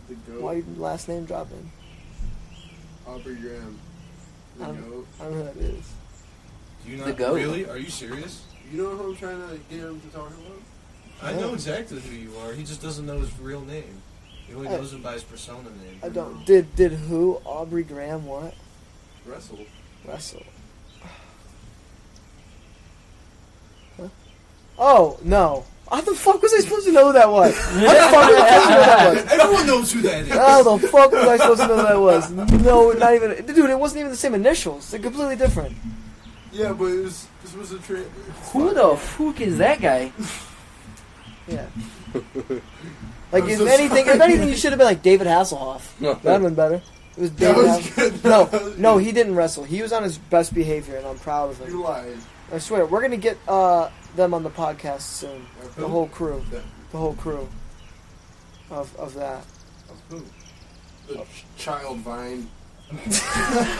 [SPEAKER 4] The goat.
[SPEAKER 1] Why your last name dropping?
[SPEAKER 4] Aubrey Graham. The
[SPEAKER 1] Um,
[SPEAKER 4] goat.
[SPEAKER 1] I don't know who that is.
[SPEAKER 3] Do you not
[SPEAKER 5] The goat.
[SPEAKER 3] really? Are you serious?
[SPEAKER 4] You know who I'm trying to get him to talk about?
[SPEAKER 3] I
[SPEAKER 1] Yeah.
[SPEAKER 3] know exactly who you are. He just doesn't know his real name. He only
[SPEAKER 1] I-
[SPEAKER 3] knows him by his persona name.
[SPEAKER 1] I don't. Did did who Aubrey Graham what
[SPEAKER 4] Wrestle.
[SPEAKER 1] wrestle? Huh? Oh no! How the fuck was I supposed to know who that was? How the fuck was I supposed to know that was?
[SPEAKER 3] Everyone knows who that is.
[SPEAKER 1] How the fuck was I supposed to know that was? No, not even, dude. It wasn't even the same initials. They're completely different.
[SPEAKER 4] Yeah, but it was, this was a trip.
[SPEAKER 5] Who the fuck is that guy?
[SPEAKER 1] Yeah. Like
[SPEAKER 4] I'm
[SPEAKER 1] if
[SPEAKER 4] so
[SPEAKER 1] anything, if
[SPEAKER 4] sorry.
[SPEAKER 1] anything, you should have been like David Hasselhoff.
[SPEAKER 10] No.
[SPEAKER 1] That'd been better. It was
[SPEAKER 4] That
[SPEAKER 1] David.
[SPEAKER 4] was
[SPEAKER 1] Hasselhoff.
[SPEAKER 4] good.
[SPEAKER 1] No, no, he didn't wrestle. He was on his best behavior, and I'm proud of him.
[SPEAKER 4] You lied.
[SPEAKER 1] I swear, we're gonna get uh, them on the podcast soon.
[SPEAKER 4] Of
[SPEAKER 1] The
[SPEAKER 4] who?
[SPEAKER 1] whole crew,
[SPEAKER 4] The,
[SPEAKER 1] the whole crew of of that.
[SPEAKER 4] of who? The ch- child vine.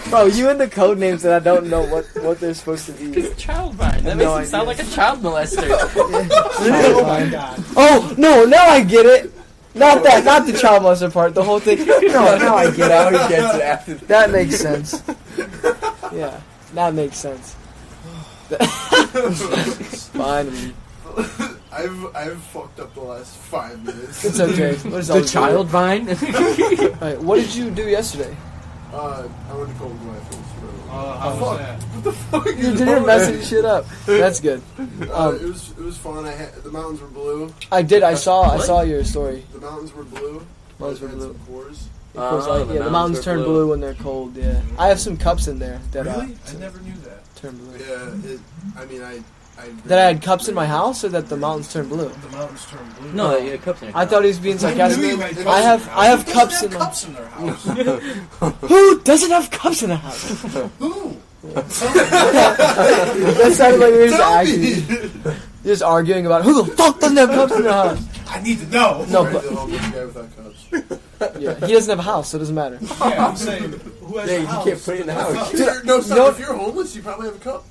[SPEAKER 1] Bro, you and the code names that I don't know what, what they're supposed to be.
[SPEAKER 5] It's child vine. That makes
[SPEAKER 1] No
[SPEAKER 5] him sound like
[SPEAKER 1] idea.
[SPEAKER 5] a child molester.
[SPEAKER 3] oh my god.
[SPEAKER 1] Oh no, now I get it. Not that, not the child molester part. The whole thing. No, now I get
[SPEAKER 10] Now
[SPEAKER 1] it.
[SPEAKER 10] he gets it after the
[SPEAKER 1] That makes sense. Yeah, that makes sense. Fine,
[SPEAKER 4] I've I've fucked up the last five minutes.
[SPEAKER 1] it's okay. What is all
[SPEAKER 5] the
[SPEAKER 1] this?
[SPEAKER 5] child vine.
[SPEAKER 1] Alright, what did you do yesterday?
[SPEAKER 4] Uh, I went to Golden Rifles. For,
[SPEAKER 3] Uh, how was that?
[SPEAKER 4] what the fuck?
[SPEAKER 1] You didn't mess any shit up. That's good. Um,
[SPEAKER 4] Uh, it was it was fun. I had, the mountains were blue.
[SPEAKER 1] I did. I saw. I saw your story.
[SPEAKER 4] The mountains were blue.
[SPEAKER 1] Mountains were
[SPEAKER 4] Had
[SPEAKER 1] blue.
[SPEAKER 4] Some cores.
[SPEAKER 1] Of course,
[SPEAKER 5] Oh,
[SPEAKER 1] I-
[SPEAKER 5] the
[SPEAKER 1] yeah, the
[SPEAKER 5] mountains
[SPEAKER 1] mountains
[SPEAKER 5] were
[SPEAKER 1] turn blue.
[SPEAKER 5] blue.
[SPEAKER 1] when they're cold. Yeah, I have some cups in there that uh,
[SPEAKER 3] Really? I never knew that.
[SPEAKER 1] turn blue.
[SPEAKER 4] Yeah. It, I mean, I. I
[SPEAKER 1] That I had cups in my house, or that the mountains turned blue.
[SPEAKER 3] The mountains turned blue.
[SPEAKER 5] no, yeah, cups in your
[SPEAKER 1] I
[SPEAKER 5] mouth.
[SPEAKER 1] thought he was being sarcastic.
[SPEAKER 3] knew you had cups
[SPEAKER 1] I have.
[SPEAKER 3] in your
[SPEAKER 1] I have
[SPEAKER 3] house. Who
[SPEAKER 1] cups
[SPEAKER 3] doesn't
[SPEAKER 1] in
[SPEAKER 3] have
[SPEAKER 1] my.
[SPEAKER 3] cups in their house.
[SPEAKER 1] Who doesn't have cups in the house?
[SPEAKER 4] Who?
[SPEAKER 1] That sounded like we were just arguing. Just arguing about who the fuck doesn't have cups in their house.
[SPEAKER 3] I need to know.
[SPEAKER 1] No,
[SPEAKER 4] Right,
[SPEAKER 1] but
[SPEAKER 4] the homeless guy without cups.
[SPEAKER 1] yeah, he doesn't have a house, so it doesn't matter.
[SPEAKER 3] Yeah, I'm saying, who has
[SPEAKER 10] Yeah,
[SPEAKER 3] the
[SPEAKER 10] you
[SPEAKER 3] house?
[SPEAKER 10] can't put it in the house.
[SPEAKER 4] If you're- no,
[SPEAKER 1] no-
[SPEAKER 4] son, if you're homeless, you probably have a cup.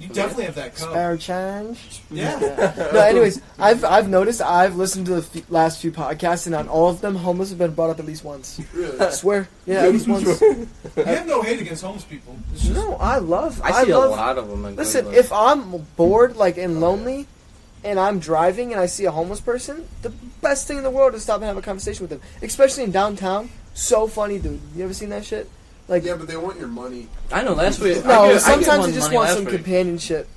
[SPEAKER 3] You definitely have that cup.
[SPEAKER 1] Spare change.
[SPEAKER 3] Yeah.
[SPEAKER 1] No, anyways, I've I've noticed I've listened to the f- last few podcasts, and on all of them, homeless have been brought up at least once.
[SPEAKER 4] Really.
[SPEAKER 1] swear, yeah, at least once.
[SPEAKER 3] You have no hate against homeless people. It's just
[SPEAKER 1] No, I love. I,
[SPEAKER 5] I see
[SPEAKER 1] love,
[SPEAKER 5] a lot of them. In
[SPEAKER 1] Listen,
[SPEAKER 5] Cleveland.
[SPEAKER 1] if I'm bored, like and lonely, and I'm driving and I see a homeless person, the best thing in the world is stop and have a conversation with them, especially in downtown. So funny, dude. You ever seen that shit? Like,
[SPEAKER 4] Yeah, but they want your money.
[SPEAKER 5] I know last week.
[SPEAKER 1] no.
[SPEAKER 5] I get, I get
[SPEAKER 1] sometimes
[SPEAKER 5] one
[SPEAKER 1] you just
[SPEAKER 5] money
[SPEAKER 1] want
[SPEAKER 5] last
[SPEAKER 1] some
[SPEAKER 5] week.
[SPEAKER 1] companionship.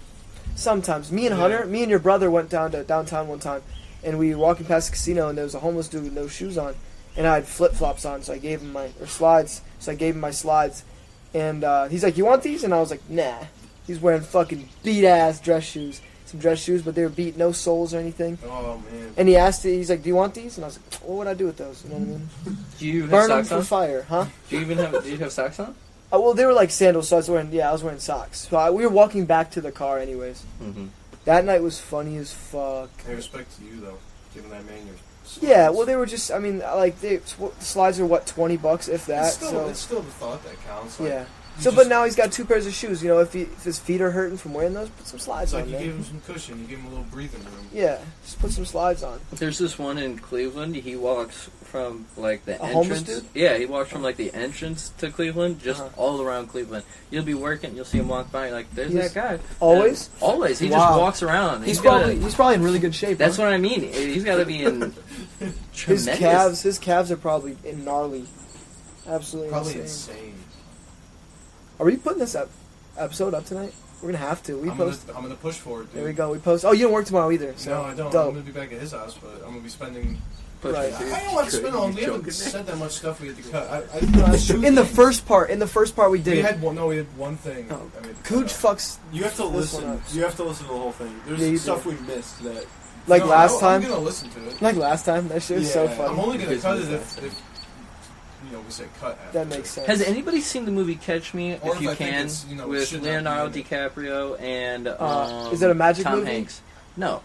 [SPEAKER 1] Sometimes me and Hunter, me and your brother went down to downtown one time, and we were walking past the casino, and there was a homeless dude with no shoes on, and I had flip flops on, so I gave him my or slides, so I gave him my slides, and uh, he's like, "You want these?" And I was like, "Nah." He's wearing fucking beat ass dress shoes, some dress shoes, but they were beat, no soles or anything.
[SPEAKER 3] Oh man.
[SPEAKER 1] And he asked, he's like, "Do you want these?" And I was like, "What would I do with those?" You know what I mean?
[SPEAKER 5] Do you have
[SPEAKER 1] Burn them
[SPEAKER 5] socks
[SPEAKER 1] for
[SPEAKER 5] on?
[SPEAKER 1] fire, huh?
[SPEAKER 5] Do you even have? Do you have socks on?
[SPEAKER 1] Uh, well, they were like sandals, so I was wearing yeah, I was wearing socks. So I, we were walking back to the car, anyways.
[SPEAKER 5] Mhm.
[SPEAKER 1] That night was funny as fuck.
[SPEAKER 3] I respect to you though, given that man. Your
[SPEAKER 1] Yeah, well, they were just. I mean, like they, the slides are what twenty bucks if that.
[SPEAKER 3] it's still,
[SPEAKER 1] so
[SPEAKER 3] it's still the thought that counts. Like,
[SPEAKER 1] yeah.
[SPEAKER 3] you
[SPEAKER 1] So, but
[SPEAKER 3] just-
[SPEAKER 1] now he's got two pairs of shoes. You know, if, he, if his feet are hurting from wearing those, put some slides
[SPEAKER 3] It's like
[SPEAKER 1] on,
[SPEAKER 3] you
[SPEAKER 1] man.
[SPEAKER 3] gave him some cushion, you gave him a little breathing room.
[SPEAKER 1] yeah, just put some slides on.
[SPEAKER 5] There's this one in Cleveland. He walks from like the
[SPEAKER 1] A homeless
[SPEAKER 5] entrance. Yeah, he walks from like the entrance to Cleveland, just
[SPEAKER 1] Uh-huh.
[SPEAKER 5] all around Cleveland. You'll be working, you'll see him walk by. You're like, there's
[SPEAKER 1] He's-
[SPEAKER 5] that guy.
[SPEAKER 1] Always.
[SPEAKER 5] And always. He
[SPEAKER 1] Wow.
[SPEAKER 5] just walks around.
[SPEAKER 1] He's
[SPEAKER 5] got
[SPEAKER 1] probably he's probably in really good shape.
[SPEAKER 5] That's
[SPEAKER 1] huh?
[SPEAKER 5] what I mean. He's got to be in
[SPEAKER 1] his
[SPEAKER 5] tremendous.
[SPEAKER 1] calves. His calves are probably in gnarly. Absolutely
[SPEAKER 3] Probably
[SPEAKER 1] insane.
[SPEAKER 3] insane.
[SPEAKER 1] Are we putting this up, episode up tonight? We're gonna have to. We
[SPEAKER 3] I'm,
[SPEAKER 1] post.
[SPEAKER 3] gonna, I'm gonna push for it, dude.
[SPEAKER 1] There we go. We post. Oh, you don't work tomorrow either. So
[SPEAKER 3] no, I don't. I'm
[SPEAKER 1] Dope.
[SPEAKER 3] gonna be back at his house, but I'm gonna be spending.
[SPEAKER 1] Right.
[SPEAKER 3] I don't want to spend all. We
[SPEAKER 10] joking.
[SPEAKER 3] haven't said that much stuff. We had to cut. I, I, no, that's two
[SPEAKER 1] In the
[SPEAKER 3] things.
[SPEAKER 1] first part, in the first part, we
[SPEAKER 3] we
[SPEAKER 1] did. it.
[SPEAKER 3] had one. No, we had one thing.
[SPEAKER 1] Oh,
[SPEAKER 3] I mean, uh,
[SPEAKER 1] Cooch fucks
[SPEAKER 4] You have to
[SPEAKER 1] This one
[SPEAKER 4] listen.
[SPEAKER 1] up.
[SPEAKER 4] You have to listen to the whole thing. There's
[SPEAKER 1] Yeah, you
[SPEAKER 4] stuff we missed that.
[SPEAKER 1] like
[SPEAKER 3] No,
[SPEAKER 1] last
[SPEAKER 3] no,
[SPEAKER 1] time.
[SPEAKER 3] I'm gonna listen to it.
[SPEAKER 1] Like last time, that shit was so
[SPEAKER 4] Yeah,
[SPEAKER 3] I'm
[SPEAKER 1] funny.
[SPEAKER 3] only gonna
[SPEAKER 5] Because
[SPEAKER 3] cut it
[SPEAKER 5] we
[SPEAKER 3] if, if you know we say cut. After.
[SPEAKER 1] That makes sense.
[SPEAKER 5] Has anybody seen the movie Catch Me
[SPEAKER 3] Or
[SPEAKER 5] If
[SPEAKER 3] if
[SPEAKER 5] You
[SPEAKER 3] I think
[SPEAKER 5] Can
[SPEAKER 3] it's, you know, it
[SPEAKER 5] with
[SPEAKER 3] should not be
[SPEAKER 5] Leonardo
[SPEAKER 3] in it.
[SPEAKER 5] DiCaprio and
[SPEAKER 1] Uh,
[SPEAKER 5] um,
[SPEAKER 1] is it a magic
[SPEAKER 5] Tom
[SPEAKER 1] movie?
[SPEAKER 5] Hanks? No,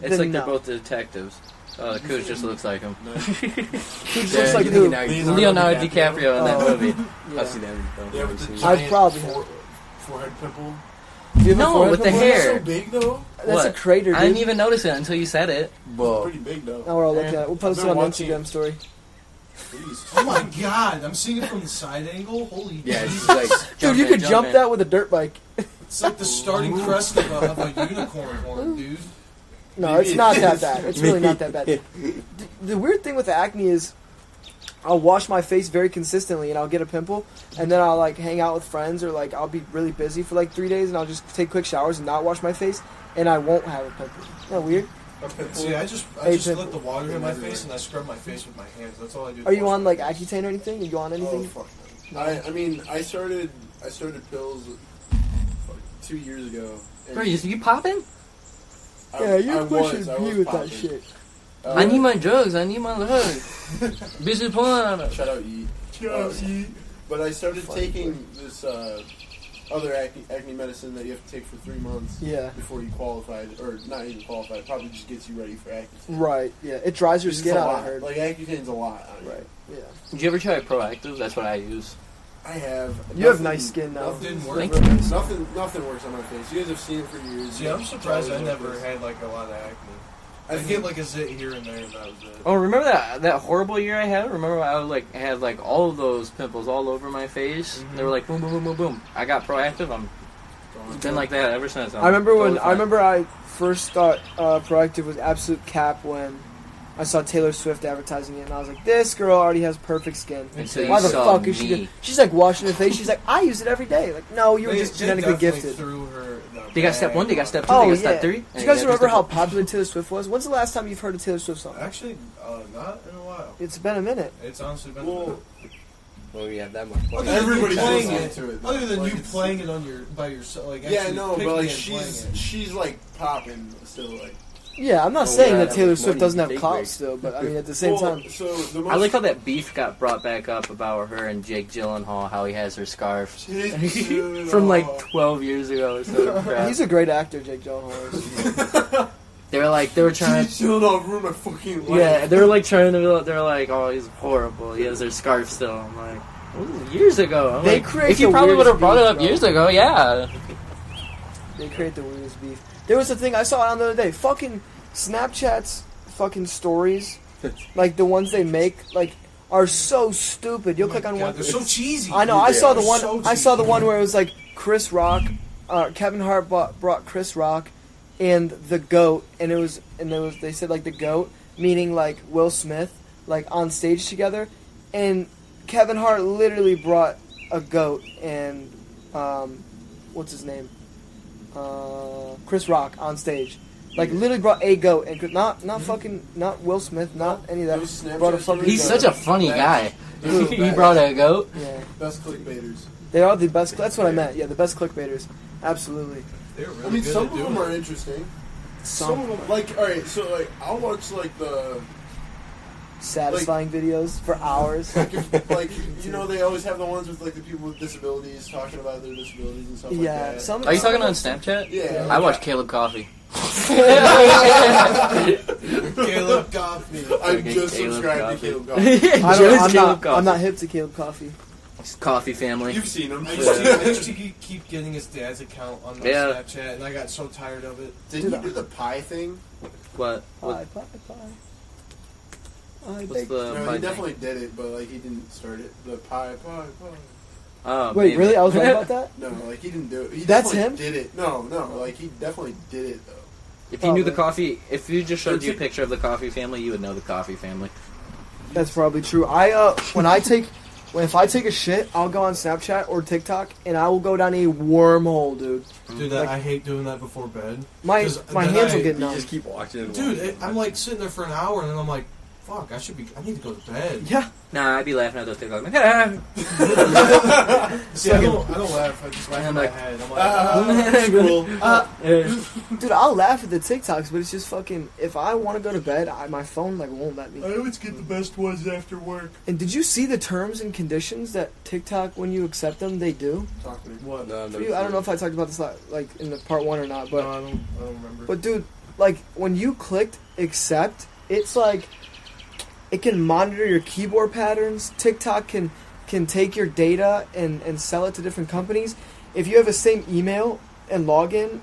[SPEAKER 5] it's
[SPEAKER 1] Then
[SPEAKER 5] like they're
[SPEAKER 1] no.
[SPEAKER 5] both detectives. Uh, Cooch just looks like him.
[SPEAKER 1] Cooch
[SPEAKER 10] Yeah,
[SPEAKER 1] looks like
[SPEAKER 10] you think
[SPEAKER 1] who?
[SPEAKER 10] now you-
[SPEAKER 5] Leonardo DiCaprio in that
[SPEAKER 1] Oh.
[SPEAKER 5] movie.
[SPEAKER 1] Yeah.
[SPEAKER 10] I've seen that. I've
[SPEAKER 4] Yeah,
[SPEAKER 10] never
[SPEAKER 4] with the
[SPEAKER 10] seen it.
[SPEAKER 1] I
[SPEAKER 4] giant
[SPEAKER 1] probably
[SPEAKER 4] fore- forehead pimple.
[SPEAKER 1] Do you have a
[SPEAKER 5] No,
[SPEAKER 1] forehead
[SPEAKER 5] with the
[SPEAKER 1] pimple?
[SPEAKER 5] hair.
[SPEAKER 4] It's so big though.
[SPEAKER 1] That's a
[SPEAKER 5] What?
[SPEAKER 1] crater,
[SPEAKER 5] I didn't
[SPEAKER 1] dude.
[SPEAKER 5] even notice it until you said it.
[SPEAKER 10] Well,
[SPEAKER 1] Oh.
[SPEAKER 4] Pretty big though.
[SPEAKER 1] Now we're all looking at it. We'll post
[SPEAKER 4] I've
[SPEAKER 1] it on
[SPEAKER 4] been
[SPEAKER 1] the
[SPEAKER 4] watching-
[SPEAKER 1] Instagram story.
[SPEAKER 4] Please.
[SPEAKER 3] Oh my god! I'm seeing it from the side angle. Holy
[SPEAKER 10] yeah,
[SPEAKER 3] Jesus.
[SPEAKER 10] it's like
[SPEAKER 1] Dude,
[SPEAKER 5] Jump
[SPEAKER 1] you
[SPEAKER 5] in,
[SPEAKER 1] could
[SPEAKER 5] jump
[SPEAKER 1] jump
[SPEAKER 5] in.
[SPEAKER 1] that with a dirt bike.
[SPEAKER 3] It's like the starting crest of a, of a unicorn horn, dude.
[SPEAKER 1] No, it's not that bad. It's really not that bad. The, the weird thing with acne is, I'll wash my face very consistently and I'll get a pimple, and then I'll like hang out with friends or like I'll be really busy for like three days and I'll just take quick showers and not wash my face, and I won't have a pimple. Isn't that weird?
[SPEAKER 3] See, I just I
[SPEAKER 1] Hey,
[SPEAKER 3] just
[SPEAKER 1] pimple.
[SPEAKER 3] let the water hit my face and I scrub my face with my hands. That's all I do. to
[SPEAKER 1] Are you
[SPEAKER 3] wash
[SPEAKER 1] on
[SPEAKER 3] my
[SPEAKER 1] like
[SPEAKER 3] face.
[SPEAKER 1] Accutane or anything? Are you on
[SPEAKER 4] Oh
[SPEAKER 1] anything?
[SPEAKER 4] fuck. no. I I mean I started I started pills fuck, two years ago. and
[SPEAKER 5] Bro, you, you popping?
[SPEAKER 4] I-
[SPEAKER 1] yeah, you're
[SPEAKER 4] I
[SPEAKER 1] pushing
[SPEAKER 4] was- I
[SPEAKER 1] me
[SPEAKER 4] was
[SPEAKER 1] with
[SPEAKER 4] popping.
[SPEAKER 1] that shit.
[SPEAKER 4] Uh,
[SPEAKER 5] I need my drugs. I need my love. Bitch is pulling on it.
[SPEAKER 4] Shout out E. Uh, But I started taking this uh, other acne, acne medicine that you have to take for three months
[SPEAKER 1] Yeah.
[SPEAKER 4] before you qualify, or not even qualify. It probably just gets you ready for Accutane.
[SPEAKER 1] Right. Yeah. It dries your
[SPEAKER 4] It's
[SPEAKER 1] skin
[SPEAKER 4] a
[SPEAKER 1] out. I
[SPEAKER 4] lot.
[SPEAKER 1] heard.
[SPEAKER 4] Like Accutane's a lot. on you.
[SPEAKER 1] Right. Yeah.
[SPEAKER 5] Did you ever try Proactive? That's what I use.
[SPEAKER 4] I have.
[SPEAKER 1] You have
[SPEAKER 4] nothing-
[SPEAKER 1] nice skin now.
[SPEAKER 4] Nothing
[SPEAKER 5] Thank
[SPEAKER 4] works. on- Nothing, nothing works on my face. You guys have seen it for years.
[SPEAKER 3] See, I'm
[SPEAKER 4] It's
[SPEAKER 3] surprised I
[SPEAKER 4] always
[SPEAKER 3] never
[SPEAKER 4] like
[SPEAKER 3] had like a lot of acne. I
[SPEAKER 4] this. I
[SPEAKER 3] get
[SPEAKER 4] get
[SPEAKER 3] like a zit here and there, and that was it.
[SPEAKER 5] Oh, remember that that horrible year I had? Remember when I would, like had like all of those pimples all over my face?
[SPEAKER 1] Mm-hmm.
[SPEAKER 5] They were like boom, boom, boom, boom, boom. I got proactive. I'm
[SPEAKER 4] like
[SPEAKER 5] been like that ever since. I'm
[SPEAKER 1] I remember when
[SPEAKER 5] totally
[SPEAKER 1] I remember I first thought uh, Proactive was absolute cap when I saw Taylor Swift advertising it, and I was like, "This girl already has perfect skin.
[SPEAKER 5] fine. Until
[SPEAKER 1] Why
[SPEAKER 5] you
[SPEAKER 1] the
[SPEAKER 5] saw
[SPEAKER 1] fuck is she?
[SPEAKER 5] me.
[SPEAKER 1] Good? She's like washing her face. She's like, I use it every day. Like, no, you were just genetically gifted.
[SPEAKER 3] Through her, the
[SPEAKER 5] They got step
[SPEAKER 3] bag
[SPEAKER 5] one. They got step two.
[SPEAKER 1] Oh
[SPEAKER 5] they got
[SPEAKER 1] yeah.
[SPEAKER 5] step three. and
[SPEAKER 1] Do
[SPEAKER 5] they
[SPEAKER 1] you
[SPEAKER 5] got
[SPEAKER 1] guys remember
[SPEAKER 5] step
[SPEAKER 1] how
[SPEAKER 5] four.
[SPEAKER 1] popular Taylor Swift was? When's the last time you've heard a Taylor Swift song?
[SPEAKER 3] Actually, uh, not in a while.
[SPEAKER 1] It's been a minute.
[SPEAKER 3] It's honestly been.
[SPEAKER 4] Well,
[SPEAKER 10] Well, we have that much.
[SPEAKER 3] Other
[SPEAKER 10] money.
[SPEAKER 3] than you
[SPEAKER 4] everybody's
[SPEAKER 3] playing
[SPEAKER 4] listening
[SPEAKER 3] it.
[SPEAKER 4] to it, though.
[SPEAKER 3] Other than
[SPEAKER 4] Like,
[SPEAKER 3] you
[SPEAKER 4] it's-
[SPEAKER 3] playing it on your by yourself, like
[SPEAKER 4] Yeah,
[SPEAKER 3] actually
[SPEAKER 4] no,
[SPEAKER 3] picking
[SPEAKER 4] but like
[SPEAKER 3] and
[SPEAKER 4] she's
[SPEAKER 3] playing it.
[SPEAKER 4] she's like popping still. Like
[SPEAKER 1] Yeah, I'm not
[SPEAKER 10] Oh,
[SPEAKER 1] saying
[SPEAKER 10] yeah,
[SPEAKER 1] that
[SPEAKER 10] that
[SPEAKER 1] Taylor
[SPEAKER 10] was
[SPEAKER 1] Swift
[SPEAKER 10] money
[SPEAKER 1] doesn't have
[SPEAKER 10] big
[SPEAKER 1] cops
[SPEAKER 10] wigs.
[SPEAKER 1] though, but I mean at the same
[SPEAKER 4] Well,
[SPEAKER 1] time,
[SPEAKER 4] So the most
[SPEAKER 5] I like how that beef got brought back up about her and Jake Gyllenhaal. How he has her scarf from like 12 years ago or so. crap.
[SPEAKER 1] he's a great actor, Jake Gyllenhaal. is.
[SPEAKER 5] They were like they were trying.
[SPEAKER 4] Chill out, ruin my fucking life.
[SPEAKER 5] Yeah, they were like trying to. They're like, oh, he's horrible. He has their scarf still. I'm like, "Ooh, years ago. I'm
[SPEAKER 1] They
[SPEAKER 5] like,
[SPEAKER 1] create
[SPEAKER 5] If you
[SPEAKER 1] the
[SPEAKER 5] probably
[SPEAKER 1] weirdest
[SPEAKER 5] would have brought it
[SPEAKER 1] beef,
[SPEAKER 5] up
[SPEAKER 1] bro.
[SPEAKER 5] years ago, yeah.
[SPEAKER 1] They create the weirdest beef. There was a thing I saw on the other day. Fucking Snapchat's fucking stories, like the ones they make, like are so stupid. You'll click on
[SPEAKER 3] God,
[SPEAKER 1] one.
[SPEAKER 3] they're so cheesy.
[SPEAKER 1] I know. I saw the
[SPEAKER 3] They're
[SPEAKER 1] one.
[SPEAKER 3] so
[SPEAKER 1] I saw the
[SPEAKER 3] cheesy.
[SPEAKER 1] one where it was like Chris Rock, uh, Kevin Hart bought, brought Chris Rock, and the goat, and it was and it was they said like the goat, meaning like Will Smith, like on stage together, and Kevin Hart literally brought a goat and um, what's his name, uh, Chris Rock on stage. Like literally brought a goat and could not not fucking not Will Smith not any of that
[SPEAKER 4] Mm-hmm. Those Snapchat
[SPEAKER 1] brought a fucking
[SPEAKER 5] He's
[SPEAKER 1] goat.
[SPEAKER 5] such a funny guy.
[SPEAKER 4] They're the
[SPEAKER 5] he
[SPEAKER 4] best.
[SPEAKER 5] brought a goat.
[SPEAKER 1] yeah
[SPEAKER 4] best clickbaiters.
[SPEAKER 1] they are the best that's what I meant yeah the best clickbaiters absolutely
[SPEAKER 3] They're really
[SPEAKER 4] I mean,
[SPEAKER 3] good
[SPEAKER 4] some
[SPEAKER 3] at
[SPEAKER 4] of
[SPEAKER 3] doing
[SPEAKER 4] them
[SPEAKER 3] it.
[SPEAKER 4] are interesting.
[SPEAKER 1] Some
[SPEAKER 4] Some of them, like, all right, so like, I'll watch like the
[SPEAKER 1] satisfying videos for hours.
[SPEAKER 4] like, if, like you know, they always have the ones with like the people with disabilities talking about their disabilities and stuff like
[SPEAKER 1] yeah,
[SPEAKER 4] that.
[SPEAKER 1] some.
[SPEAKER 5] Are you talking on Snapchat?
[SPEAKER 4] yeah,
[SPEAKER 5] I watch Caleb Coffee.
[SPEAKER 3] Caleb Coffey.
[SPEAKER 4] I
[SPEAKER 5] Okay,
[SPEAKER 4] just
[SPEAKER 5] Caleb
[SPEAKER 4] subscribed
[SPEAKER 5] Coffee.
[SPEAKER 4] to Caleb Goff.
[SPEAKER 1] I
[SPEAKER 5] Joe's
[SPEAKER 1] don't, I'm,
[SPEAKER 5] Caleb
[SPEAKER 1] not,
[SPEAKER 5] Coffee.
[SPEAKER 1] I'm not hip to Caleb Coffee.
[SPEAKER 5] Coffee family.
[SPEAKER 4] You've seen him.
[SPEAKER 3] I used, to, I used to keep- keep getting his dad's account on my
[SPEAKER 5] Yeah.
[SPEAKER 3] Snapchat, and I got so tired of it.
[SPEAKER 4] Did
[SPEAKER 1] Dude,
[SPEAKER 4] he
[SPEAKER 1] I-
[SPEAKER 4] do the pie thing?
[SPEAKER 5] What?
[SPEAKER 1] Pie,
[SPEAKER 5] what
[SPEAKER 1] pie, pie. I
[SPEAKER 5] what's
[SPEAKER 1] beg-
[SPEAKER 5] the?
[SPEAKER 4] no,
[SPEAKER 5] pie
[SPEAKER 4] he
[SPEAKER 5] thing?
[SPEAKER 4] definitely did it, but like he didn't start it. The pie, pie, pie.
[SPEAKER 5] Oh,
[SPEAKER 1] Wait,
[SPEAKER 5] baby.
[SPEAKER 1] really? I was right about that.
[SPEAKER 4] No, like he didn't do it. He
[SPEAKER 1] That's
[SPEAKER 4] definitely
[SPEAKER 1] him?
[SPEAKER 4] Did it? No, no. Like he definitely did it though.
[SPEAKER 5] If you knew the
[SPEAKER 1] Probably.
[SPEAKER 5] coffee, if you just showed you a
[SPEAKER 4] Thirteen-
[SPEAKER 5] picture of the coffee family, you would know the coffee family.
[SPEAKER 1] That's probably true. I uh, when I take, when if I take a shit, I'll go on Snapchat or TikTok, and I will go down a wormhole, dude.
[SPEAKER 3] Dude, that, I hate doing that before bed.
[SPEAKER 1] My
[SPEAKER 3] 'Cause
[SPEAKER 1] my
[SPEAKER 3] then
[SPEAKER 1] hands
[SPEAKER 3] I-
[SPEAKER 1] will get
[SPEAKER 10] You
[SPEAKER 1] numb.
[SPEAKER 10] just keep watching. and
[SPEAKER 3] Dude,
[SPEAKER 10] watching.
[SPEAKER 3] it, I'm like sitting there for an hour, and then I'm like, fuck, I should be, I need to go to bed.
[SPEAKER 1] Yeah,
[SPEAKER 5] Nah, I'd be laughing at those things. Like, "Ah."
[SPEAKER 3] See, I don't, I don't laugh. I just laugh in my
[SPEAKER 5] like,
[SPEAKER 3] head. I'm like,
[SPEAKER 4] Ah. cool.
[SPEAKER 1] dude, I'll laugh at the TikToks, but it's just fucking. If I want to go to bed, I, my phone like won't let me.
[SPEAKER 4] always get the best ones after work.
[SPEAKER 1] And did you see the terms and conditions that TikTok, when you accept them, they do?
[SPEAKER 4] Talk to me.
[SPEAKER 3] what?
[SPEAKER 10] No, I've
[SPEAKER 1] For
[SPEAKER 10] never
[SPEAKER 1] you, I don't
[SPEAKER 10] seen
[SPEAKER 1] know
[SPEAKER 10] it.
[SPEAKER 1] if I talked about this li- like in the part one or not,
[SPEAKER 3] No,
[SPEAKER 1] but
[SPEAKER 3] I don't, I don't remember.
[SPEAKER 1] but dude, like when you clicked accept, it's like it can monitor your keyboard patterns. TikTok can can take your data and and sell it to different companies. If you have the same email and login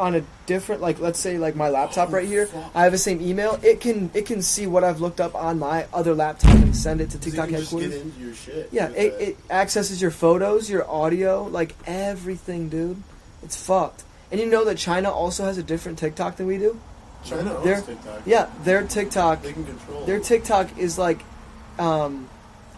[SPEAKER 1] on a different like let's say like my laptop right here, I have the same email. It can it can see what I've looked up on my other laptop and send it to TikTok
[SPEAKER 4] you can just get
[SPEAKER 1] headquarters.
[SPEAKER 4] into your shit.
[SPEAKER 1] Yeah,
[SPEAKER 4] with
[SPEAKER 1] it,
[SPEAKER 4] that.
[SPEAKER 1] it accesses your photos, your audio, like everything, dude. It's fucked. And you know that China also has a different TikTok than we do?
[SPEAKER 4] China owns
[SPEAKER 1] They're-
[SPEAKER 4] TikTok.
[SPEAKER 1] Yeah, their TikTok,
[SPEAKER 4] They can control.
[SPEAKER 1] their TikTok is like um,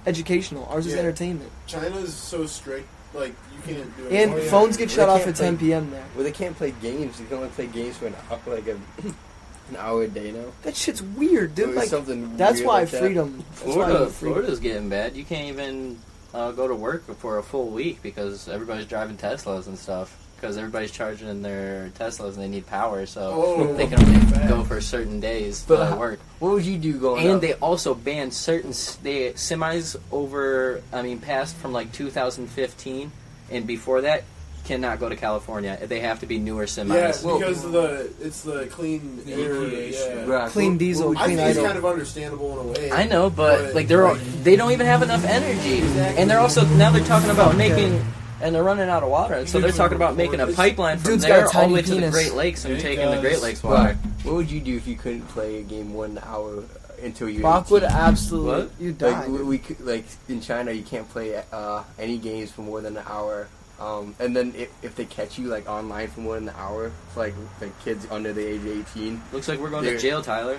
[SPEAKER 1] educational. Ours is
[SPEAKER 4] Yeah.
[SPEAKER 1] entertainment.
[SPEAKER 4] China's so strict. Like you can't do it.
[SPEAKER 1] And
[SPEAKER 4] Oh, yeah.
[SPEAKER 1] phones get
[SPEAKER 10] They
[SPEAKER 1] shut off
[SPEAKER 10] can't
[SPEAKER 1] at 10
[SPEAKER 10] play-
[SPEAKER 1] p.m. there.
[SPEAKER 10] Well, they can't play games. They can only play games for an hour, like a, an hour a day now.
[SPEAKER 1] That shit's weird, dude.
[SPEAKER 10] Doing
[SPEAKER 1] Like
[SPEAKER 10] something
[SPEAKER 1] that's
[SPEAKER 10] weird
[SPEAKER 1] why
[SPEAKER 10] like that.
[SPEAKER 1] freedom. That's why I
[SPEAKER 5] Florida,
[SPEAKER 1] need freedom.
[SPEAKER 5] Florida's getting bad. You can't even uh, go to work for a full week because everybody's driving Teslas and stuff. Because everybody's charging their Teslas and they need power, so
[SPEAKER 4] Oh,
[SPEAKER 5] they can only
[SPEAKER 4] bad.
[SPEAKER 5] go for certain days
[SPEAKER 10] But
[SPEAKER 5] to
[SPEAKER 10] how-
[SPEAKER 5] work.
[SPEAKER 10] What would you do going?
[SPEAKER 5] and
[SPEAKER 10] up?
[SPEAKER 5] they also banned certain s- they semis over. I mean, passed from like 2015 and before that, cannot go to California. They have to be newer semis.
[SPEAKER 4] Yeah,
[SPEAKER 3] Well-
[SPEAKER 4] because of the it's the clean
[SPEAKER 3] The
[SPEAKER 4] air.
[SPEAKER 3] EPA.
[SPEAKER 4] Yeah.
[SPEAKER 10] Right.
[SPEAKER 1] Clean diesel,
[SPEAKER 4] I
[SPEAKER 1] clean
[SPEAKER 4] think it's
[SPEAKER 1] idle.
[SPEAKER 4] kind of understandable in a way.
[SPEAKER 5] I know, but
[SPEAKER 4] But-
[SPEAKER 5] like they're all, they don't even have enough energy, and they're also now they're talking about making and they're running out of water, and so they're talking about making a pipeline from
[SPEAKER 1] Dude's got a
[SPEAKER 5] there all
[SPEAKER 1] tiny
[SPEAKER 5] the way to the
[SPEAKER 1] penis.
[SPEAKER 5] Great Lakes and
[SPEAKER 15] Yeah, he
[SPEAKER 5] taking the
[SPEAKER 15] does.
[SPEAKER 5] Great Lakes
[SPEAKER 10] Right.
[SPEAKER 5] water.
[SPEAKER 10] What would you do if you couldn't play a game one hour until you?
[SPEAKER 1] Bach would absolutely.
[SPEAKER 10] What?
[SPEAKER 1] You die.
[SPEAKER 10] Like we, we could, like in China, you can't play uh, any games for more than an hour. Um, and then if, if they catch you like online for more than an hour, it's like like kids under the age of eighteen,
[SPEAKER 5] Looks like we're going to
[SPEAKER 10] Dude.
[SPEAKER 5] jail, Tyler.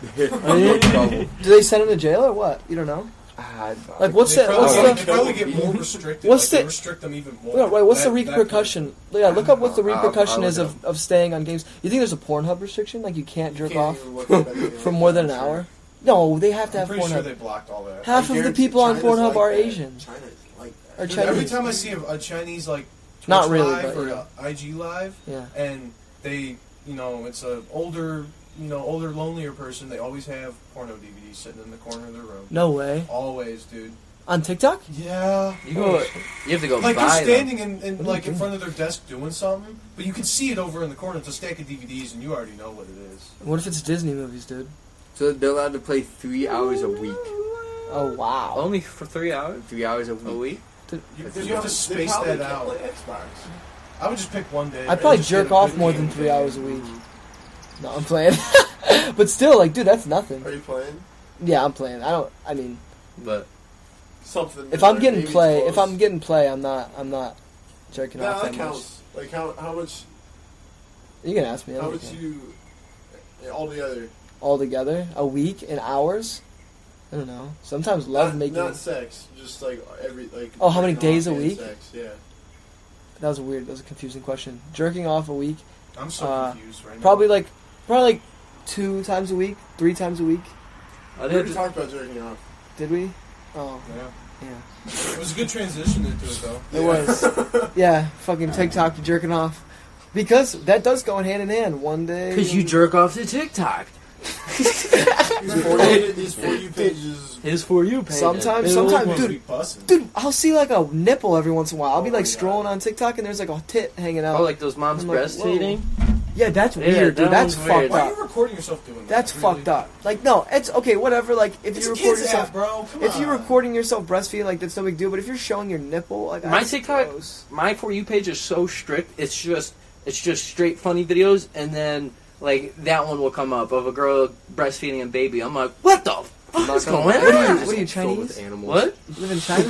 [SPEAKER 10] trouble.
[SPEAKER 1] Do they send him to jail or what? You don't know.
[SPEAKER 10] Ah,
[SPEAKER 1] Like what's
[SPEAKER 3] they
[SPEAKER 1] the
[SPEAKER 3] probably,
[SPEAKER 1] what's
[SPEAKER 10] the-
[SPEAKER 3] they probably get more restricted.
[SPEAKER 1] What's
[SPEAKER 3] like, they
[SPEAKER 1] the-
[SPEAKER 3] restrict them even more.
[SPEAKER 1] No, Oh, right, what's
[SPEAKER 3] That-
[SPEAKER 1] the
[SPEAKER 3] that
[SPEAKER 1] repercussion? Yeah, look up what the
[SPEAKER 10] I'll- I'll
[SPEAKER 1] repercussion is
[SPEAKER 10] look it
[SPEAKER 1] of, of staying on games. You think there's a Pornhub restriction? Like you can't jerk
[SPEAKER 4] Can't
[SPEAKER 1] off
[SPEAKER 4] even look at that video.
[SPEAKER 1] for more than an hour? No, they have to have
[SPEAKER 3] kind of- I'm pretty sure
[SPEAKER 1] Pornhub.
[SPEAKER 3] they blocked all that.
[SPEAKER 1] Half
[SPEAKER 4] I
[SPEAKER 1] of the
[SPEAKER 4] guarantee
[SPEAKER 1] people on
[SPEAKER 4] China's
[SPEAKER 1] Pornhub
[SPEAKER 4] like
[SPEAKER 1] are
[SPEAKER 4] that.
[SPEAKER 1] Asian
[SPEAKER 4] China's like that.
[SPEAKER 1] or
[SPEAKER 3] Dude, every
[SPEAKER 1] Chinese.
[SPEAKER 3] time I see a, a Chinese like Twitch
[SPEAKER 1] Not really,
[SPEAKER 3] live
[SPEAKER 1] but,
[SPEAKER 3] or
[SPEAKER 1] yeah.
[SPEAKER 3] a IG live,
[SPEAKER 1] Yeah.
[SPEAKER 3] and they, you know, it's a older, you know, older lonelier person. They always have porno DVDs sitting in the corner of their room.
[SPEAKER 1] No way.
[SPEAKER 3] Always, dude.
[SPEAKER 1] On TikTok?
[SPEAKER 3] Yeah.
[SPEAKER 5] You go. You have to go
[SPEAKER 3] Like they're
[SPEAKER 5] buy them.
[SPEAKER 3] standing in, in
[SPEAKER 1] What are
[SPEAKER 3] like
[SPEAKER 1] you doing?
[SPEAKER 3] in front of their desk doing something, but you can see it over in the corner. It's a stack of DVDs, and you already know what it is.
[SPEAKER 1] What if it's Disney movies, dude?
[SPEAKER 10] so they're allowed to play three hours a week.
[SPEAKER 1] Oh wow.
[SPEAKER 5] Only for three hours
[SPEAKER 10] Three hours a week.
[SPEAKER 5] a week.
[SPEAKER 3] You,
[SPEAKER 10] That's
[SPEAKER 3] you have to
[SPEAKER 4] They
[SPEAKER 3] space
[SPEAKER 4] probably
[SPEAKER 3] that
[SPEAKER 4] can't
[SPEAKER 3] out.
[SPEAKER 4] play Xbox.
[SPEAKER 3] I would just pick one day.
[SPEAKER 1] I'd probably
[SPEAKER 3] and just get
[SPEAKER 1] jerk
[SPEAKER 3] a
[SPEAKER 1] off
[SPEAKER 3] good
[SPEAKER 1] more
[SPEAKER 3] game
[SPEAKER 1] than three
[SPEAKER 3] day.
[SPEAKER 1] hours a week. No, I'm playing. but still, like, dude, that's nothing.
[SPEAKER 4] Are you playing
[SPEAKER 1] Yeah, I'm playing. I don't. I mean,
[SPEAKER 5] But
[SPEAKER 4] something?
[SPEAKER 1] if I'm
[SPEAKER 4] or
[SPEAKER 1] getting
[SPEAKER 4] maybe
[SPEAKER 1] play,
[SPEAKER 4] close?
[SPEAKER 1] if I'm getting play, I'm not. I'm not jerking
[SPEAKER 4] no,
[SPEAKER 1] off
[SPEAKER 4] that
[SPEAKER 1] that much.
[SPEAKER 4] counts. Like how how much
[SPEAKER 1] You can ask me. I
[SPEAKER 4] how
[SPEAKER 1] don't
[SPEAKER 4] much
[SPEAKER 1] care.
[SPEAKER 4] you uh, all together?
[SPEAKER 1] all together a week in hours. I don't know. Sometimes love
[SPEAKER 4] not,
[SPEAKER 1] making.
[SPEAKER 4] not sex, just like every like.
[SPEAKER 1] Oh, how many
[SPEAKER 4] jerking off
[SPEAKER 1] days a
[SPEAKER 4] and
[SPEAKER 1] week?
[SPEAKER 4] Sex, yeah.
[SPEAKER 1] that was a weird. That was a confusing question. Jerking off a week,
[SPEAKER 3] I'm so
[SPEAKER 1] Uh,
[SPEAKER 3] confused right now.
[SPEAKER 1] probably like, probably like two times a week, three times a week.
[SPEAKER 5] I
[SPEAKER 4] We already
[SPEAKER 5] did.
[SPEAKER 4] talked about jerking off.
[SPEAKER 1] Did we? Oh,
[SPEAKER 3] Yeah.
[SPEAKER 1] Yeah.
[SPEAKER 3] It was a good transition into it though.
[SPEAKER 1] it was. yeah, fucking TikTok to jerking off, because that does go in hand in hand. One day,
[SPEAKER 16] Because you jerk off to TikTok.
[SPEAKER 4] These for you, these for you pages.
[SPEAKER 16] His for you page.
[SPEAKER 1] sometimes,
[SPEAKER 3] Supposed
[SPEAKER 1] sometimes,
[SPEAKER 3] to
[SPEAKER 1] dude,
[SPEAKER 3] be bussin'.
[SPEAKER 1] dude, I'll see like a nipple every once in a while. I'll be
[SPEAKER 4] Oh
[SPEAKER 1] like
[SPEAKER 4] my
[SPEAKER 1] scrolling
[SPEAKER 4] God.
[SPEAKER 1] on TikTok and there's like a tit hanging out.
[SPEAKER 5] Oh, like those moms
[SPEAKER 1] I'm like,
[SPEAKER 5] breastfeeding.
[SPEAKER 1] yeah, that's
[SPEAKER 5] Yeah,
[SPEAKER 1] weird, dude.
[SPEAKER 5] that
[SPEAKER 1] that's
[SPEAKER 5] one's
[SPEAKER 1] fucked
[SPEAKER 5] weird.
[SPEAKER 3] Why are
[SPEAKER 1] up.
[SPEAKER 3] you recording yourself doing that?
[SPEAKER 1] That's
[SPEAKER 3] really?
[SPEAKER 1] fucked up. Like, no, it's okay, whatever. Like, if
[SPEAKER 3] It's
[SPEAKER 1] you
[SPEAKER 3] a
[SPEAKER 1] record
[SPEAKER 3] kid's
[SPEAKER 1] yourself,
[SPEAKER 3] app, bro. Come
[SPEAKER 1] if you're
[SPEAKER 3] on.
[SPEAKER 1] recording yourself breastfeeding, like that's no big deal. But if you're showing your nipple, like
[SPEAKER 5] My
[SPEAKER 1] that's
[SPEAKER 5] TikTok-
[SPEAKER 1] gross.
[SPEAKER 5] my for you page is so strict. It's just it's just straight funny videos, and then like that one will come up of a girl breastfeeding a baby. I'm like, what the fuck is going
[SPEAKER 10] What
[SPEAKER 5] on?
[SPEAKER 10] are you,
[SPEAKER 1] What are you, Chinese?
[SPEAKER 10] With animals.
[SPEAKER 5] What?
[SPEAKER 1] You live in China.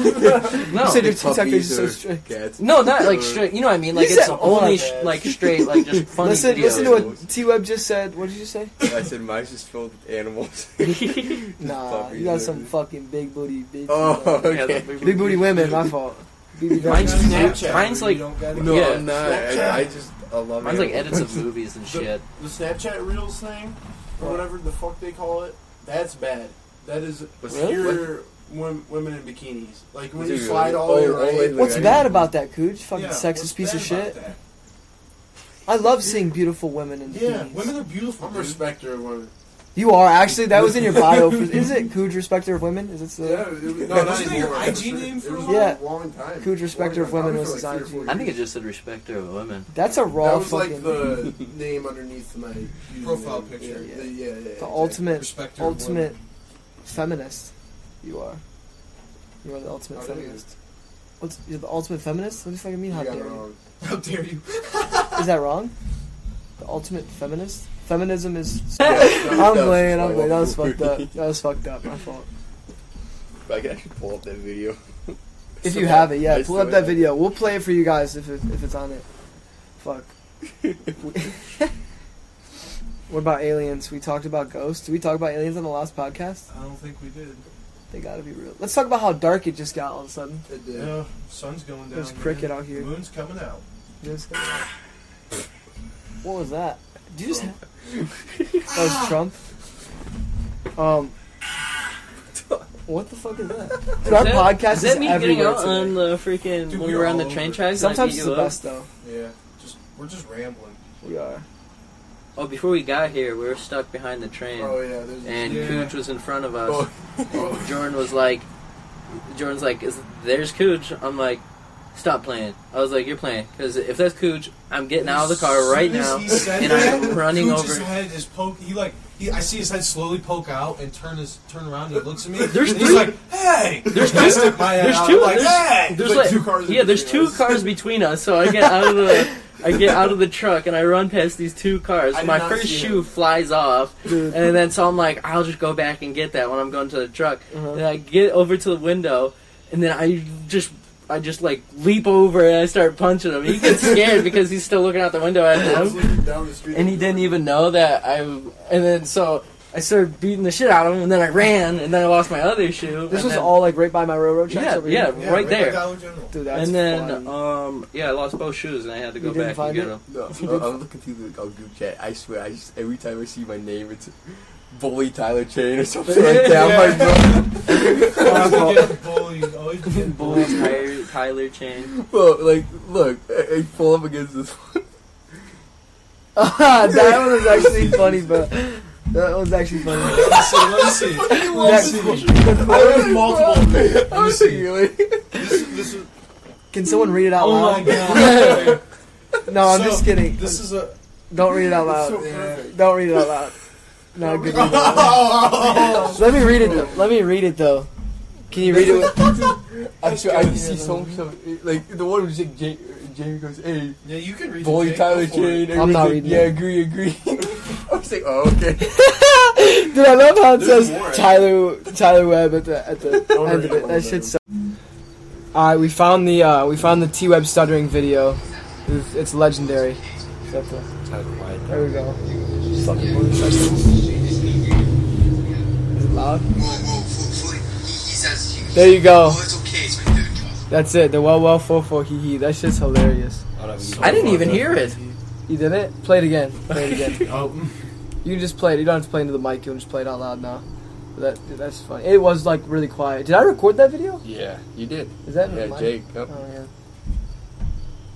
[SPEAKER 1] you
[SPEAKER 5] No,
[SPEAKER 1] said your TikTok page
[SPEAKER 10] Puppies
[SPEAKER 1] is so
[SPEAKER 10] or
[SPEAKER 1] strict.
[SPEAKER 10] cats.
[SPEAKER 5] no, not like straight. You know what I mean? Like
[SPEAKER 1] You
[SPEAKER 5] it's
[SPEAKER 1] said-
[SPEAKER 5] only sh-
[SPEAKER 4] Oh,
[SPEAKER 5] like straight, like just funny
[SPEAKER 1] Listen,
[SPEAKER 5] videos.
[SPEAKER 1] listen to what T Web just said. What did you say?
[SPEAKER 10] I said mine's just filled with animals.
[SPEAKER 1] Nah,
[SPEAKER 10] puppies
[SPEAKER 1] you got
[SPEAKER 10] or-
[SPEAKER 1] some fucking big booty bitches.
[SPEAKER 10] Oh,
[SPEAKER 1] man.
[SPEAKER 5] Yeah,
[SPEAKER 10] okay.
[SPEAKER 5] the-
[SPEAKER 1] big booty women. My fault.
[SPEAKER 5] Mine's
[SPEAKER 1] BBW.
[SPEAKER 5] Snapchat. Mine's
[SPEAKER 3] where you
[SPEAKER 5] like
[SPEAKER 3] don't gotta
[SPEAKER 10] No,
[SPEAKER 5] Yeah.
[SPEAKER 10] I'm not. I, I just I love
[SPEAKER 5] mine's like
[SPEAKER 10] animals.
[SPEAKER 5] edits of movies and shit.
[SPEAKER 4] The Snapchat Reels thing, or whatever the fuck they call it, that's bad. That is
[SPEAKER 1] Really?
[SPEAKER 4] pure wom- women in bikinis. Like when you
[SPEAKER 10] Dude,
[SPEAKER 4] slide all the way
[SPEAKER 10] oh,
[SPEAKER 4] right.
[SPEAKER 10] oh, wait, look,
[SPEAKER 1] What's
[SPEAKER 10] I-
[SPEAKER 1] bad about that, Cooch? Fucking
[SPEAKER 3] Yeah, what's
[SPEAKER 1] sexist piece of
[SPEAKER 3] bad about
[SPEAKER 1] shit.
[SPEAKER 3] that?
[SPEAKER 1] I love seeing beautiful women in
[SPEAKER 4] Yeah,
[SPEAKER 1] bikinis.
[SPEAKER 3] Women are beautiful.
[SPEAKER 4] I'm a
[SPEAKER 3] dude.
[SPEAKER 4] respecter of women.
[SPEAKER 1] You are actually. That was in your bio. Is it Cooge Respecter of Women? Is it still?
[SPEAKER 4] Yeah, it, was- no,
[SPEAKER 3] Wasn't
[SPEAKER 4] not
[SPEAKER 3] that
[SPEAKER 4] anymore.
[SPEAKER 3] your
[SPEAKER 4] for
[SPEAKER 3] IG
[SPEAKER 4] sure.
[SPEAKER 3] name for
[SPEAKER 4] it
[SPEAKER 3] a
[SPEAKER 4] was
[SPEAKER 1] while?
[SPEAKER 4] a long time.
[SPEAKER 1] Cooge Respector of
[SPEAKER 4] Long time.
[SPEAKER 1] Women was his
[SPEAKER 4] Probably for like
[SPEAKER 1] IG.
[SPEAKER 4] three or four
[SPEAKER 5] I think it
[SPEAKER 4] years.
[SPEAKER 5] just said respect of women.
[SPEAKER 1] That's a raw
[SPEAKER 4] that was
[SPEAKER 1] fucking.
[SPEAKER 4] like the name underneath my username.
[SPEAKER 3] Profile picture.
[SPEAKER 4] Yeah, the- yeah, yeah,
[SPEAKER 1] the ultimate
[SPEAKER 3] Respect your
[SPEAKER 1] ultimate
[SPEAKER 3] woman.
[SPEAKER 1] feminist. You are. You are the ultimate
[SPEAKER 4] How dare you.
[SPEAKER 1] feminist. What's, you're the ultimate feminist? What do you fucking mean?
[SPEAKER 4] You
[SPEAKER 1] How
[SPEAKER 4] got
[SPEAKER 1] dare
[SPEAKER 4] it
[SPEAKER 1] you?
[SPEAKER 4] wrong.
[SPEAKER 3] How dare you?
[SPEAKER 1] Is that wrong? The ultimate feminist? Feminism is.
[SPEAKER 10] That
[SPEAKER 1] I'm
[SPEAKER 10] was
[SPEAKER 1] playing. I'm playing. That was
[SPEAKER 10] funny.
[SPEAKER 1] fucked up. That was fucked up. My fault.
[SPEAKER 10] I can actually pull up that video.
[SPEAKER 1] If you have it, yeah,
[SPEAKER 10] I
[SPEAKER 1] pull up
[SPEAKER 10] still
[SPEAKER 1] that
[SPEAKER 10] have it.
[SPEAKER 1] video. We'll play it for you guys if it, if it's on it. Fuck. what about aliens? We talked about ghosts. Did we talk about aliens on the last podcast?
[SPEAKER 3] I don't think we did.
[SPEAKER 1] They gotta be real. Let's talk about how dark it just got all of a sudden.
[SPEAKER 4] It
[SPEAKER 3] Yeah.
[SPEAKER 4] did.
[SPEAKER 3] sun's going down.
[SPEAKER 1] There's
[SPEAKER 3] man.
[SPEAKER 1] cricket out here.
[SPEAKER 3] The moon's coming out.
[SPEAKER 1] Just- What was that? Did you just? that was Trump. Um. What the fuck is that? Dude, our
[SPEAKER 5] Is that-
[SPEAKER 1] podcast
[SPEAKER 5] Is that me getting
[SPEAKER 1] everywhere
[SPEAKER 5] out
[SPEAKER 1] today.
[SPEAKER 5] on the freaking
[SPEAKER 3] Dude,
[SPEAKER 5] when we
[SPEAKER 3] we're
[SPEAKER 5] were on
[SPEAKER 3] all
[SPEAKER 5] the
[SPEAKER 3] over
[SPEAKER 5] train
[SPEAKER 3] it.
[SPEAKER 5] tracks? and I
[SPEAKER 1] Sometimes
[SPEAKER 5] beat
[SPEAKER 1] it's
[SPEAKER 5] you uh,
[SPEAKER 1] the
[SPEAKER 5] up?
[SPEAKER 1] best though.
[SPEAKER 3] Yeah. Just we're just rambling.
[SPEAKER 1] We are.
[SPEAKER 5] Oh, before we got here, we were stuck behind the train.
[SPEAKER 4] Oh yeah, there's
[SPEAKER 5] and
[SPEAKER 3] Yeah. Oh.
[SPEAKER 5] Cooch was in front of us. And Jordan was like, Jordan's like, is, "There's Cooch." I'm like, stop playing. I was like, you're playing. Because if that's Cooch, I'm getting out of the car right
[SPEAKER 3] As
[SPEAKER 5] now.
[SPEAKER 3] soon as he said
[SPEAKER 5] and I'm
[SPEAKER 3] that,
[SPEAKER 5] running
[SPEAKER 3] Cooch's
[SPEAKER 5] over-
[SPEAKER 3] head is poke. He like he, I see his head slowly poke out and turn his turn around. and He looks at me.
[SPEAKER 5] There's
[SPEAKER 3] and he's
[SPEAKER 5] three-
[SPEAKER 3] like, "Hey!"
[SPEAKER 5] there's
[SPEAKER 3] I
[SPEAKER 5] two-
[SPEAKER 3] stick my head
[SPEAKER 5] there's
[SPEAKER 3] out,
[SPEAKER 5] two-
[SPEAKER 3] Like, hey!
[SPEAKER 5] There's
[SPEAKER 4] Like
[SPEAKER 5] like,
[SPEAKER 4] two cars
[SPEAKER 5] yeah,
[SPEAKER 4] in
[SPEAKER 5] there's
[SPEAKER 4] between
[SPEAKER 5] two
[SPEAKER 4] us.
[SPEAKER 5] cars between us. So I get out of the I get out of the truck and I run past these two cars.
[SPEAKER 4] I did
[SPEAKER 5] My
[SPEAKER 4] not
[SPEAKER 5] first
[SPEAKER 4] see
[SPEAKER 5] shoe
[SPEAKER 4] him.
[SPEAKER 5] flies off,
[SPEAKER 1] Dude.
[SPEAKER 5] and then so I'm like, I'll just go back and get that when I'm going to the truck.
[SPEAKER 1] Uh-huh.
[SPEAKER 5] And I get over to the window, and then I just. I just like leap over and I start punching him. He gets scared because he's still looking out the window at
[SPEAKER 4] I was
[SPEAKER 5] him,
[SPEAKER 4] looking down the street.
[SPEAKER 5] and he didn't even know that I. And then so I started beating the shit out of him, and then I ran, and then I lost my other shoe.
[SPEAKER 1] This was
[SPEAKER 5] and then-
[SPEAKER 1] all like right by my railroad tracks.
[SPEAKER 5] Yeah,
[SPEAKER 1] over
[SPEAKER 5] yeah,
[SPEAKER 1] Here.
[SPEAKER 3] Yeah,
[SPEAKER 5] right
[SPEAKER 3] by
[SPEAKER 5] there.
[SPEAKER 3] Dollar General.
[SPEAKER 1] Dude, that's
[SPEAKER 5] and then,
[SPEAKER 1] funny.
[SPEAKER 5] um, yeah, I lost both shoes and I had to go
[SPEAKER 1] You didn't
[SPEAKER 5] back and
[SPEAKER 1] find
[SPEAKER 5] get
[SPEAKER 1] it?
[SPEAKER 5] them.
[SPEAKER 10] No, I- I'm looking through the oh, group chat. I swear, I just, every time I see my name, it's bully Tyler Chain or something like that. I'm
[SPEAKER 3] Always be getting bullied. Always be getting bullied.
[SPEAKER 5] Tyler, Tyler Chain.
[SPEAKER 10] like, bro, bro, like, look, I, I pull up against this one.
[SPEAKER 5] uh,
[SPEAKER 1] that one was actually funny, bro. That was actually funny.
[SPEAKER 3] Let me see. Let me see. Let me see. I have multiple. Let me see.
[SPEAKER 10] Really?
[SPEAKER 1] Can someone read it out
[SPEAKER 3] Oh my
[SPEAKER 1] loud?
[SPEAKER 3] god.
[SPEAKER 1] No, I'm
[SPEAKER 3] So,
[SPEAKER 1] just kidding.
[SPEAKER 3] This is a.
[SPEAKER 1] Don't read it out loud. Don't read it out loud. No,
[SPEAKER 5] Oh
[SPEAKER 1] good. Let me read it. Though. Let me read it though. Can you read it? With-
[SPEAKER 10] I swear, I just see so much of like the one who's like, Ja- Jamie goes, hey,
[SPEAKER 3] Yeah, you can read.
[SPEAKER 10] bully
[SPEAKER 3] the Jake
[SPEAKER 10] Tyler
[SPEAKER 3] before.
[SPEAKER 10] Chain.
[SPEAKER 1] I'm not
[SPEAKER 10] Everyone's like,
[SPEAKER 1] reading
[SPEAKER 10] Yeah,
[SPEAKER 1] it.
[SPEAKER 10] agree, agree. I was like, oh, okay.
[SPEAKER 1] Dude, I love how it
[SPEAKER 3] There's
[SPEAKER 1] says
[SPEAKER 3] more.
[SPEAKER 1] Tyler Tyler Webb at the at the
[SPEAKER 4] Don't
[SPEAKER 1] end
[SPEAKER 4] read
[SPEAKER 1] of
[SPEAKER 4] it.
[SPEAKER 1] it. That shit's so. All right, we found the uh, we found the T Web stuttering video. It was- it's legendary. Except the- There we go. Is it loud? There you go. That's it. The well well four four hee hee. That shit's hilarious.
[SPEAKER 5] I didn't even hear it.
[SPEAKER 1] You did it. Play it again. Play it again.
[SPEAKER 3] Oh,
[SPEAKER 1] You can just play it. You don't have to play into the mic. You can just play it out loud now. But that that's funny. It was like really quiet. Did I record that video?
[SPEAKER 10] Yeah, you did.
[SPEAKER 1] Is that in the
[SPEAKER 10] Yeah,
[SPEAKER 1] mic?
[SPEAKER 10] Jake. Yep.
[SPEAKER 1] Oh yeah.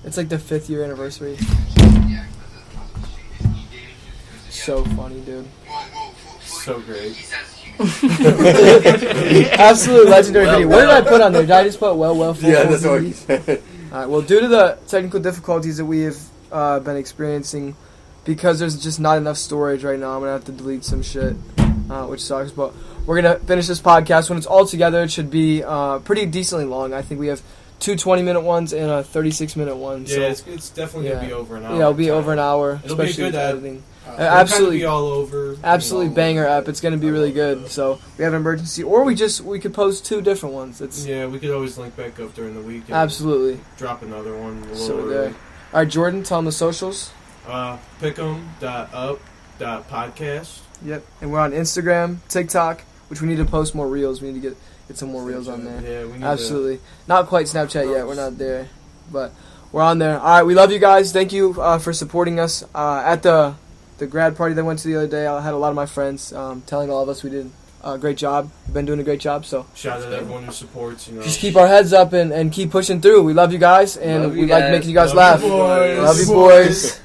[SPEAKER 1] It's like the fifth year anniversary. So funny, dude.
[SPEAKER 3] so great.
[SPEAKER 1] Absolute legendary video. What did I put on there? Did I just put well, well,
[SPEAKER 10] Yeah, that's what he
[SPEAKER 1] All
[SPEAKER 10] said.
[SPEAKER 1] right. Well, due to the technical difficulties that we have uh, been experiencing, because there's just not enough storage right now, I'm gonna have to delete some shit, uh, which sucks. But we're gonna finish this podcast when it's all together. It should be uh, pretty decently long. I think we have two 20 minute ones and a 36 minute one.
[SPEAKER 3] Yeah,
[SPEAKER 1] so
[SPEAKER 3] it's, it's definitely
[SPEAKER 1] Yeah.
[SPEAKER 3] gonna be over an hour.
[SPEAKER 1] yeah, it'll be over an hour,
[SPEAKER 3] It'll be a
[SPEAKER 1] especially
[SPEAKER 3] good
[SPEAKER 1] with
[SPEAKER 3] ad.
[SPEAKER 1] editing.
[SPEAKER 4] Uh,
[SPEAKER 3] It'll kinda
[SPEAKER 1] absolutely-
[SPEAKER 3] be all over.
[SPEAKER 1] absolutely
[SPEAKER 3] All
[SPEAKER 1] banger
[SPEAKER 3] over.
[SPEAKER 1] up. It's going to be really good. So we have an emergency, or we just we could post two different ones. It's
[SPEAKER 3] Yeah, we could always link back up during the week. and
[SPEAKER 1] absolutely
[SPEAKER 3] Drop another one. A little
[SPEAKER 1] so we're
[SPEAKER 3] early.
[SPEAKER 1] there. All right, Jordan, tell them the socials.
[SPEAKER 3] Uh, pick'em dot up dot podcast.
[SPEAKER 1] Yep, and we're on Instagram, TikTok, which we need to post more reels. We need to get get some more reels on there.
[SPEAKER 3] Yeah, we need
[SPEAKER 1] Absolutely, not quite Snapchat yet. We're not there, but we're on there. All right, we love you guys. Thank you uh, for supporting us uh, at the the grad party that I went to the other day. I had a lot of my friends um, telling all of us we did a great job. We've been doing a great job, so.
[SPEAKER 3] To shout out to everyone who supports. You know,
[SPEAKER 1] just keep our heads up and, and keep pushing through. We love you guys, and
[SPEAKER 5] Love you
[SPEAKER 1] we like
[SPEAKER 5] guys.
[SPEAKER 1] making you guys laugh.
[SPEAKER 3] Love you boys.
[SPEAKER 1] Love you, boys.